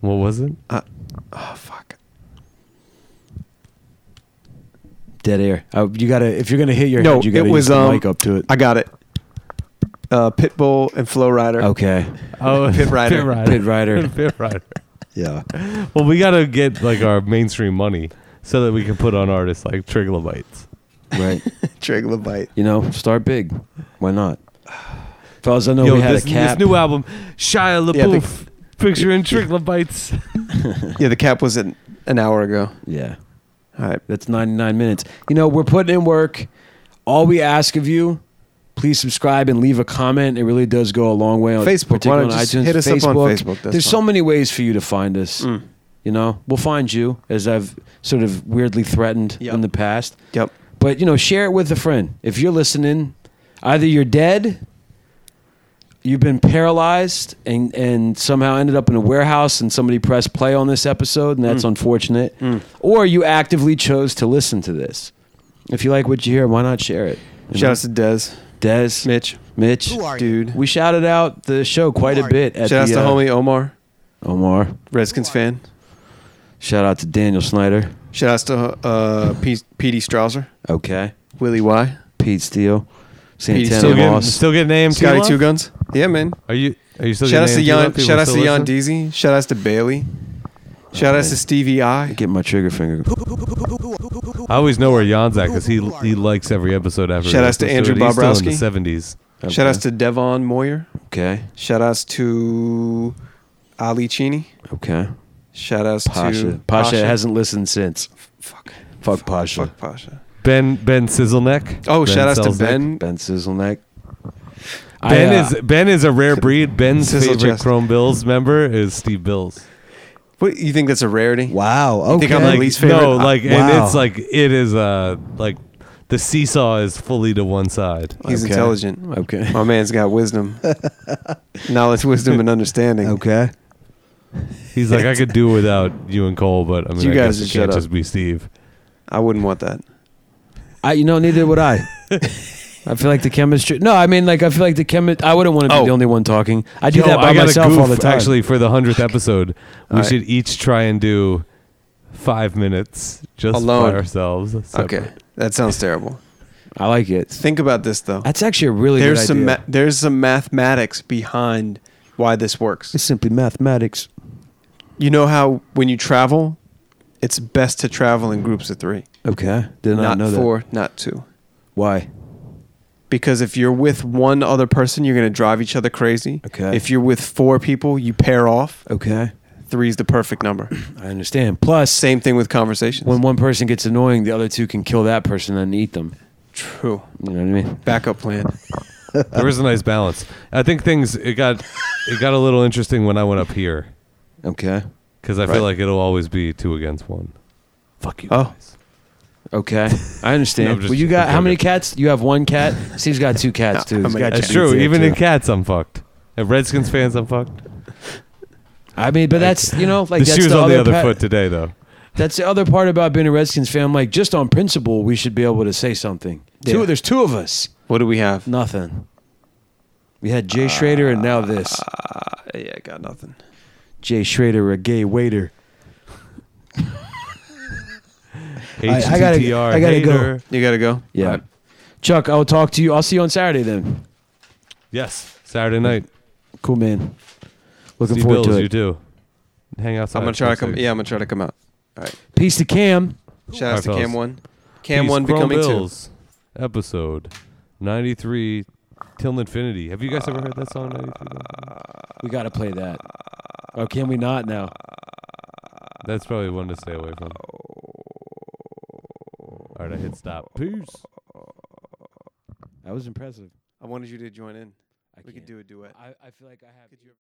A: What was it?
C: Oh fuck.
D: Dead air. Uh, you gotta if you're gonna hit your
C: No,
D: head, you gotta
C: it was,
D: use the
C: um,
D: mic up to it.
C: I got it. Uh, Pitbull and Flow Rider.
D: okay.
A: Oh,
C: Pit Rider.
A: Pit Rider.
D: Pit rider.
A: Pit Rider.
R: Yeah.
A: Well, we gotta get like our mainstream money so that we can put on artists like Triglobites.
D: Right.
C: Triglyphite.
D: You know, start big. Why not? Fellas, I
C: Oh,
D: know
A: Yo,
D: we had
A: this,
D: a cap.
A: this new album, Shia LaBeouf,
C: Yeah, the-
A: picture in Triglobites.
C: Yeah, the cap was an, an hour ago.
D: yeah.
C: All right.
D: That's 99 minutes. You know, we're putting in work. All we ask of you, please subscribe and leave a comment. It really does go a long way on
C: Facebook. Why
D: particularly
C: don't
D: on
C: you just
D: iTunes,
C: hit us up on Facebook? That's
D: There's so
C: fine. Mm.
D: many ways for you to find us. You know, we'll find you as I've sort of weirdly threatened
C: Yep.
D: in the past.
C: Yep.
D: But, you know, share it with a friend. If you're listening, either you're dead, you've been paralyzed, and, and somehow ended up in a warehouse and somebody pressed play on this episode, and
C: Mm.
D: that's unfortunate, or you actively chose to listen to this. If you like what you hear, why not share it? You
C: Shout
D: know?
C: out to Dez,
D: Des,
C: Mitch,
D: Mitch,
T: Who are you?
C: dude.
D: We shouted out the show quite a bit. At
C: Shout out
D: the,
C: to
D: uh,
C: homie Omar,
D: Omar.
C: Redskins fan.
D: Shout out to Daniel Snyder.
C: Shout out to uh, P- P.D. Strausser,
D: Okay.
C: Willie Y,
D: Pete Steele,
C: Pete
D: Santana
C: Steele.
A: Still getting,
D: Moss.
A: still getting named.
C: Scotty Two Guns. Yeah, man.
A: Are you? Are you still?
C: Shout out
A: getting
C: to
A: AMT love?
C: Jan.
A: People
C: Shout out
A: still
C: to Jan
A: listen?
C: Deasy. Shout out to Bailey. Shout out to Stevie I.
D: Get my trigger finger.
A: I always know where Jan's at because he he likes every episode after.
C: Shout
A: he
C: outs to
A: listens
C: Andrew
A: it. He's still in
C: Bobrowski.
A: the seventies.
C: Shout outs to Devon Moyer.
D: Okay.
C: Shout outs to Ali Chini.
D: Okay.
C: Shout outs to
D: Pasha. Pasha. hasn't listened since.
C: Fuck.
D: Fuck Pasha.
C: Fuck Pasha.
A: Ben Ben Sizzleneck.
C: Oh,
A: ben
C: shout outs to
A: Selznick.
C: Ben.
D: Ben uh, Sizzleneck.
A: Ben is Ben is a rare breed. Ben's
C: Sizzle
A: favorite
C: chest.
A: Chrome Bills member is Steve Bills.
C: What you think that's a rarity?
R: Wow. Okay.
C: think I'm
A: like,
C: the least favorite?
A: No, like and
R: Wow.
A: it's like it is uh like the seesaw is fully to one side.
C: He's
D: Okay.
C: intelligent.
D: Okay.
C: My man's got wisdom, knowledge, wisdom, and understanding.
R: Okay.
A: He's like I could do without you and Cole, but I mean
C: You
A: I guess
C: guys
A: it
C: just
A: can't
C: shut up.
A: just be Steve.
C: I wouldn't want that.
D: I, you know, neither would I. I feel like the chemistry. No, I mean, like I feel like the chemi. I wouldn't want to be
C: Oh.
D: the only one talking. I do
A: Yo,
D: that by
A: I got a
D: myself all the
A: goof,
D: time.
A: Actually, for the hundredth episode, we
C: Alright.
A: should each try and do five minutes just
C: Alone.
A: by ourselves. separate.
C: Okay, that sounds terrible.
D: I like it.
C: Think about this though.
D: That's actually a really
C: There's
D: good
C: some
D: idea.
C: ma- there's some mathematics behind why this works.
R: It's simply mathematics.
C: You know how when you travel, it's best to travel in groups of three,
D: okay. Did
C: not,
D: not, know
C: four, not two.
D: that. Why?
C: Because if you're with one other person, you're going to drive each other crazy.
D: Okay.
C: If you're with four people, you pair off.
D: Okay.
C: Three is the perfect number.
D: I understand. Plus,
C: Same thing with conversations.
D: when one person gets annoying, the other two can kill that person and eat them.
C: True.
D: You know what I mean?
C: Backup plan.
A: there was a nice balance. I think things it got it got a little interesting when I went up here
D: Okay.
A: because I feel like it'll always be two against one. Fuck you.
C: Oh.
A: guys.
D: Okay. I
A: No,
D: understand.
A: I'm just-
D: well, you got
A: I'm
D: how many
A: joking.
D: cats? You have one cat. Steve's got two cats too.
C: How
D: He's
C: many
D: got
C: cats?
A: That's
D: chickens
A: true.
D: there,
A: Even in
D: too.
A: cats, I'm fucked. At Redskins fans, I'm fucked.
D: I mean, but that's you know like
A: the
D: that's
A: shoes
D: the
A: on
D: other
A: the other
D: pa-
A: foot today, though.
D: That's the other part about being a Redskins fan. Like, just on principle, we should be able to say something. Two, there's two of us.
C: What do we have?
D: Nothing. We had Jay Schrader and now this.
C: Uh, Yeah, I got nothing.
D: Jay Schrader, a gay waiter.
R: I
A: HTTR
R: gotta- I gotta go.
A: hater.
C: You got to go?
D: Yeah.
C: All right.
D: Chuck, I'll talk to you. I'll see you on Saturday then.
A: Yes, Saturday night.
D: Cool man. Looking
A: See
D: forward
A: Bills,
D: to
A: you
D: it.
A: too. Hang out.
C: I'm going to try to come. Yeah, I'm going to try to come out.
D: Peace to Cam.
C: Shout out to
A: fellas.
C: Cam One. Cam One becoming two.
A: two. Episode 93 Till Infinity. Have you guys ever heard that song? 93 Till Infinity?
D: We gotta play that. Oh, can we not now?
A: That's probably one to stay away from. All right, I hit stop. Peace.
D: That was impressive.
C: I wanted you to join in.
D: I
C: We could
D: can't.
C: do a duet.
D: I, I feel like I have.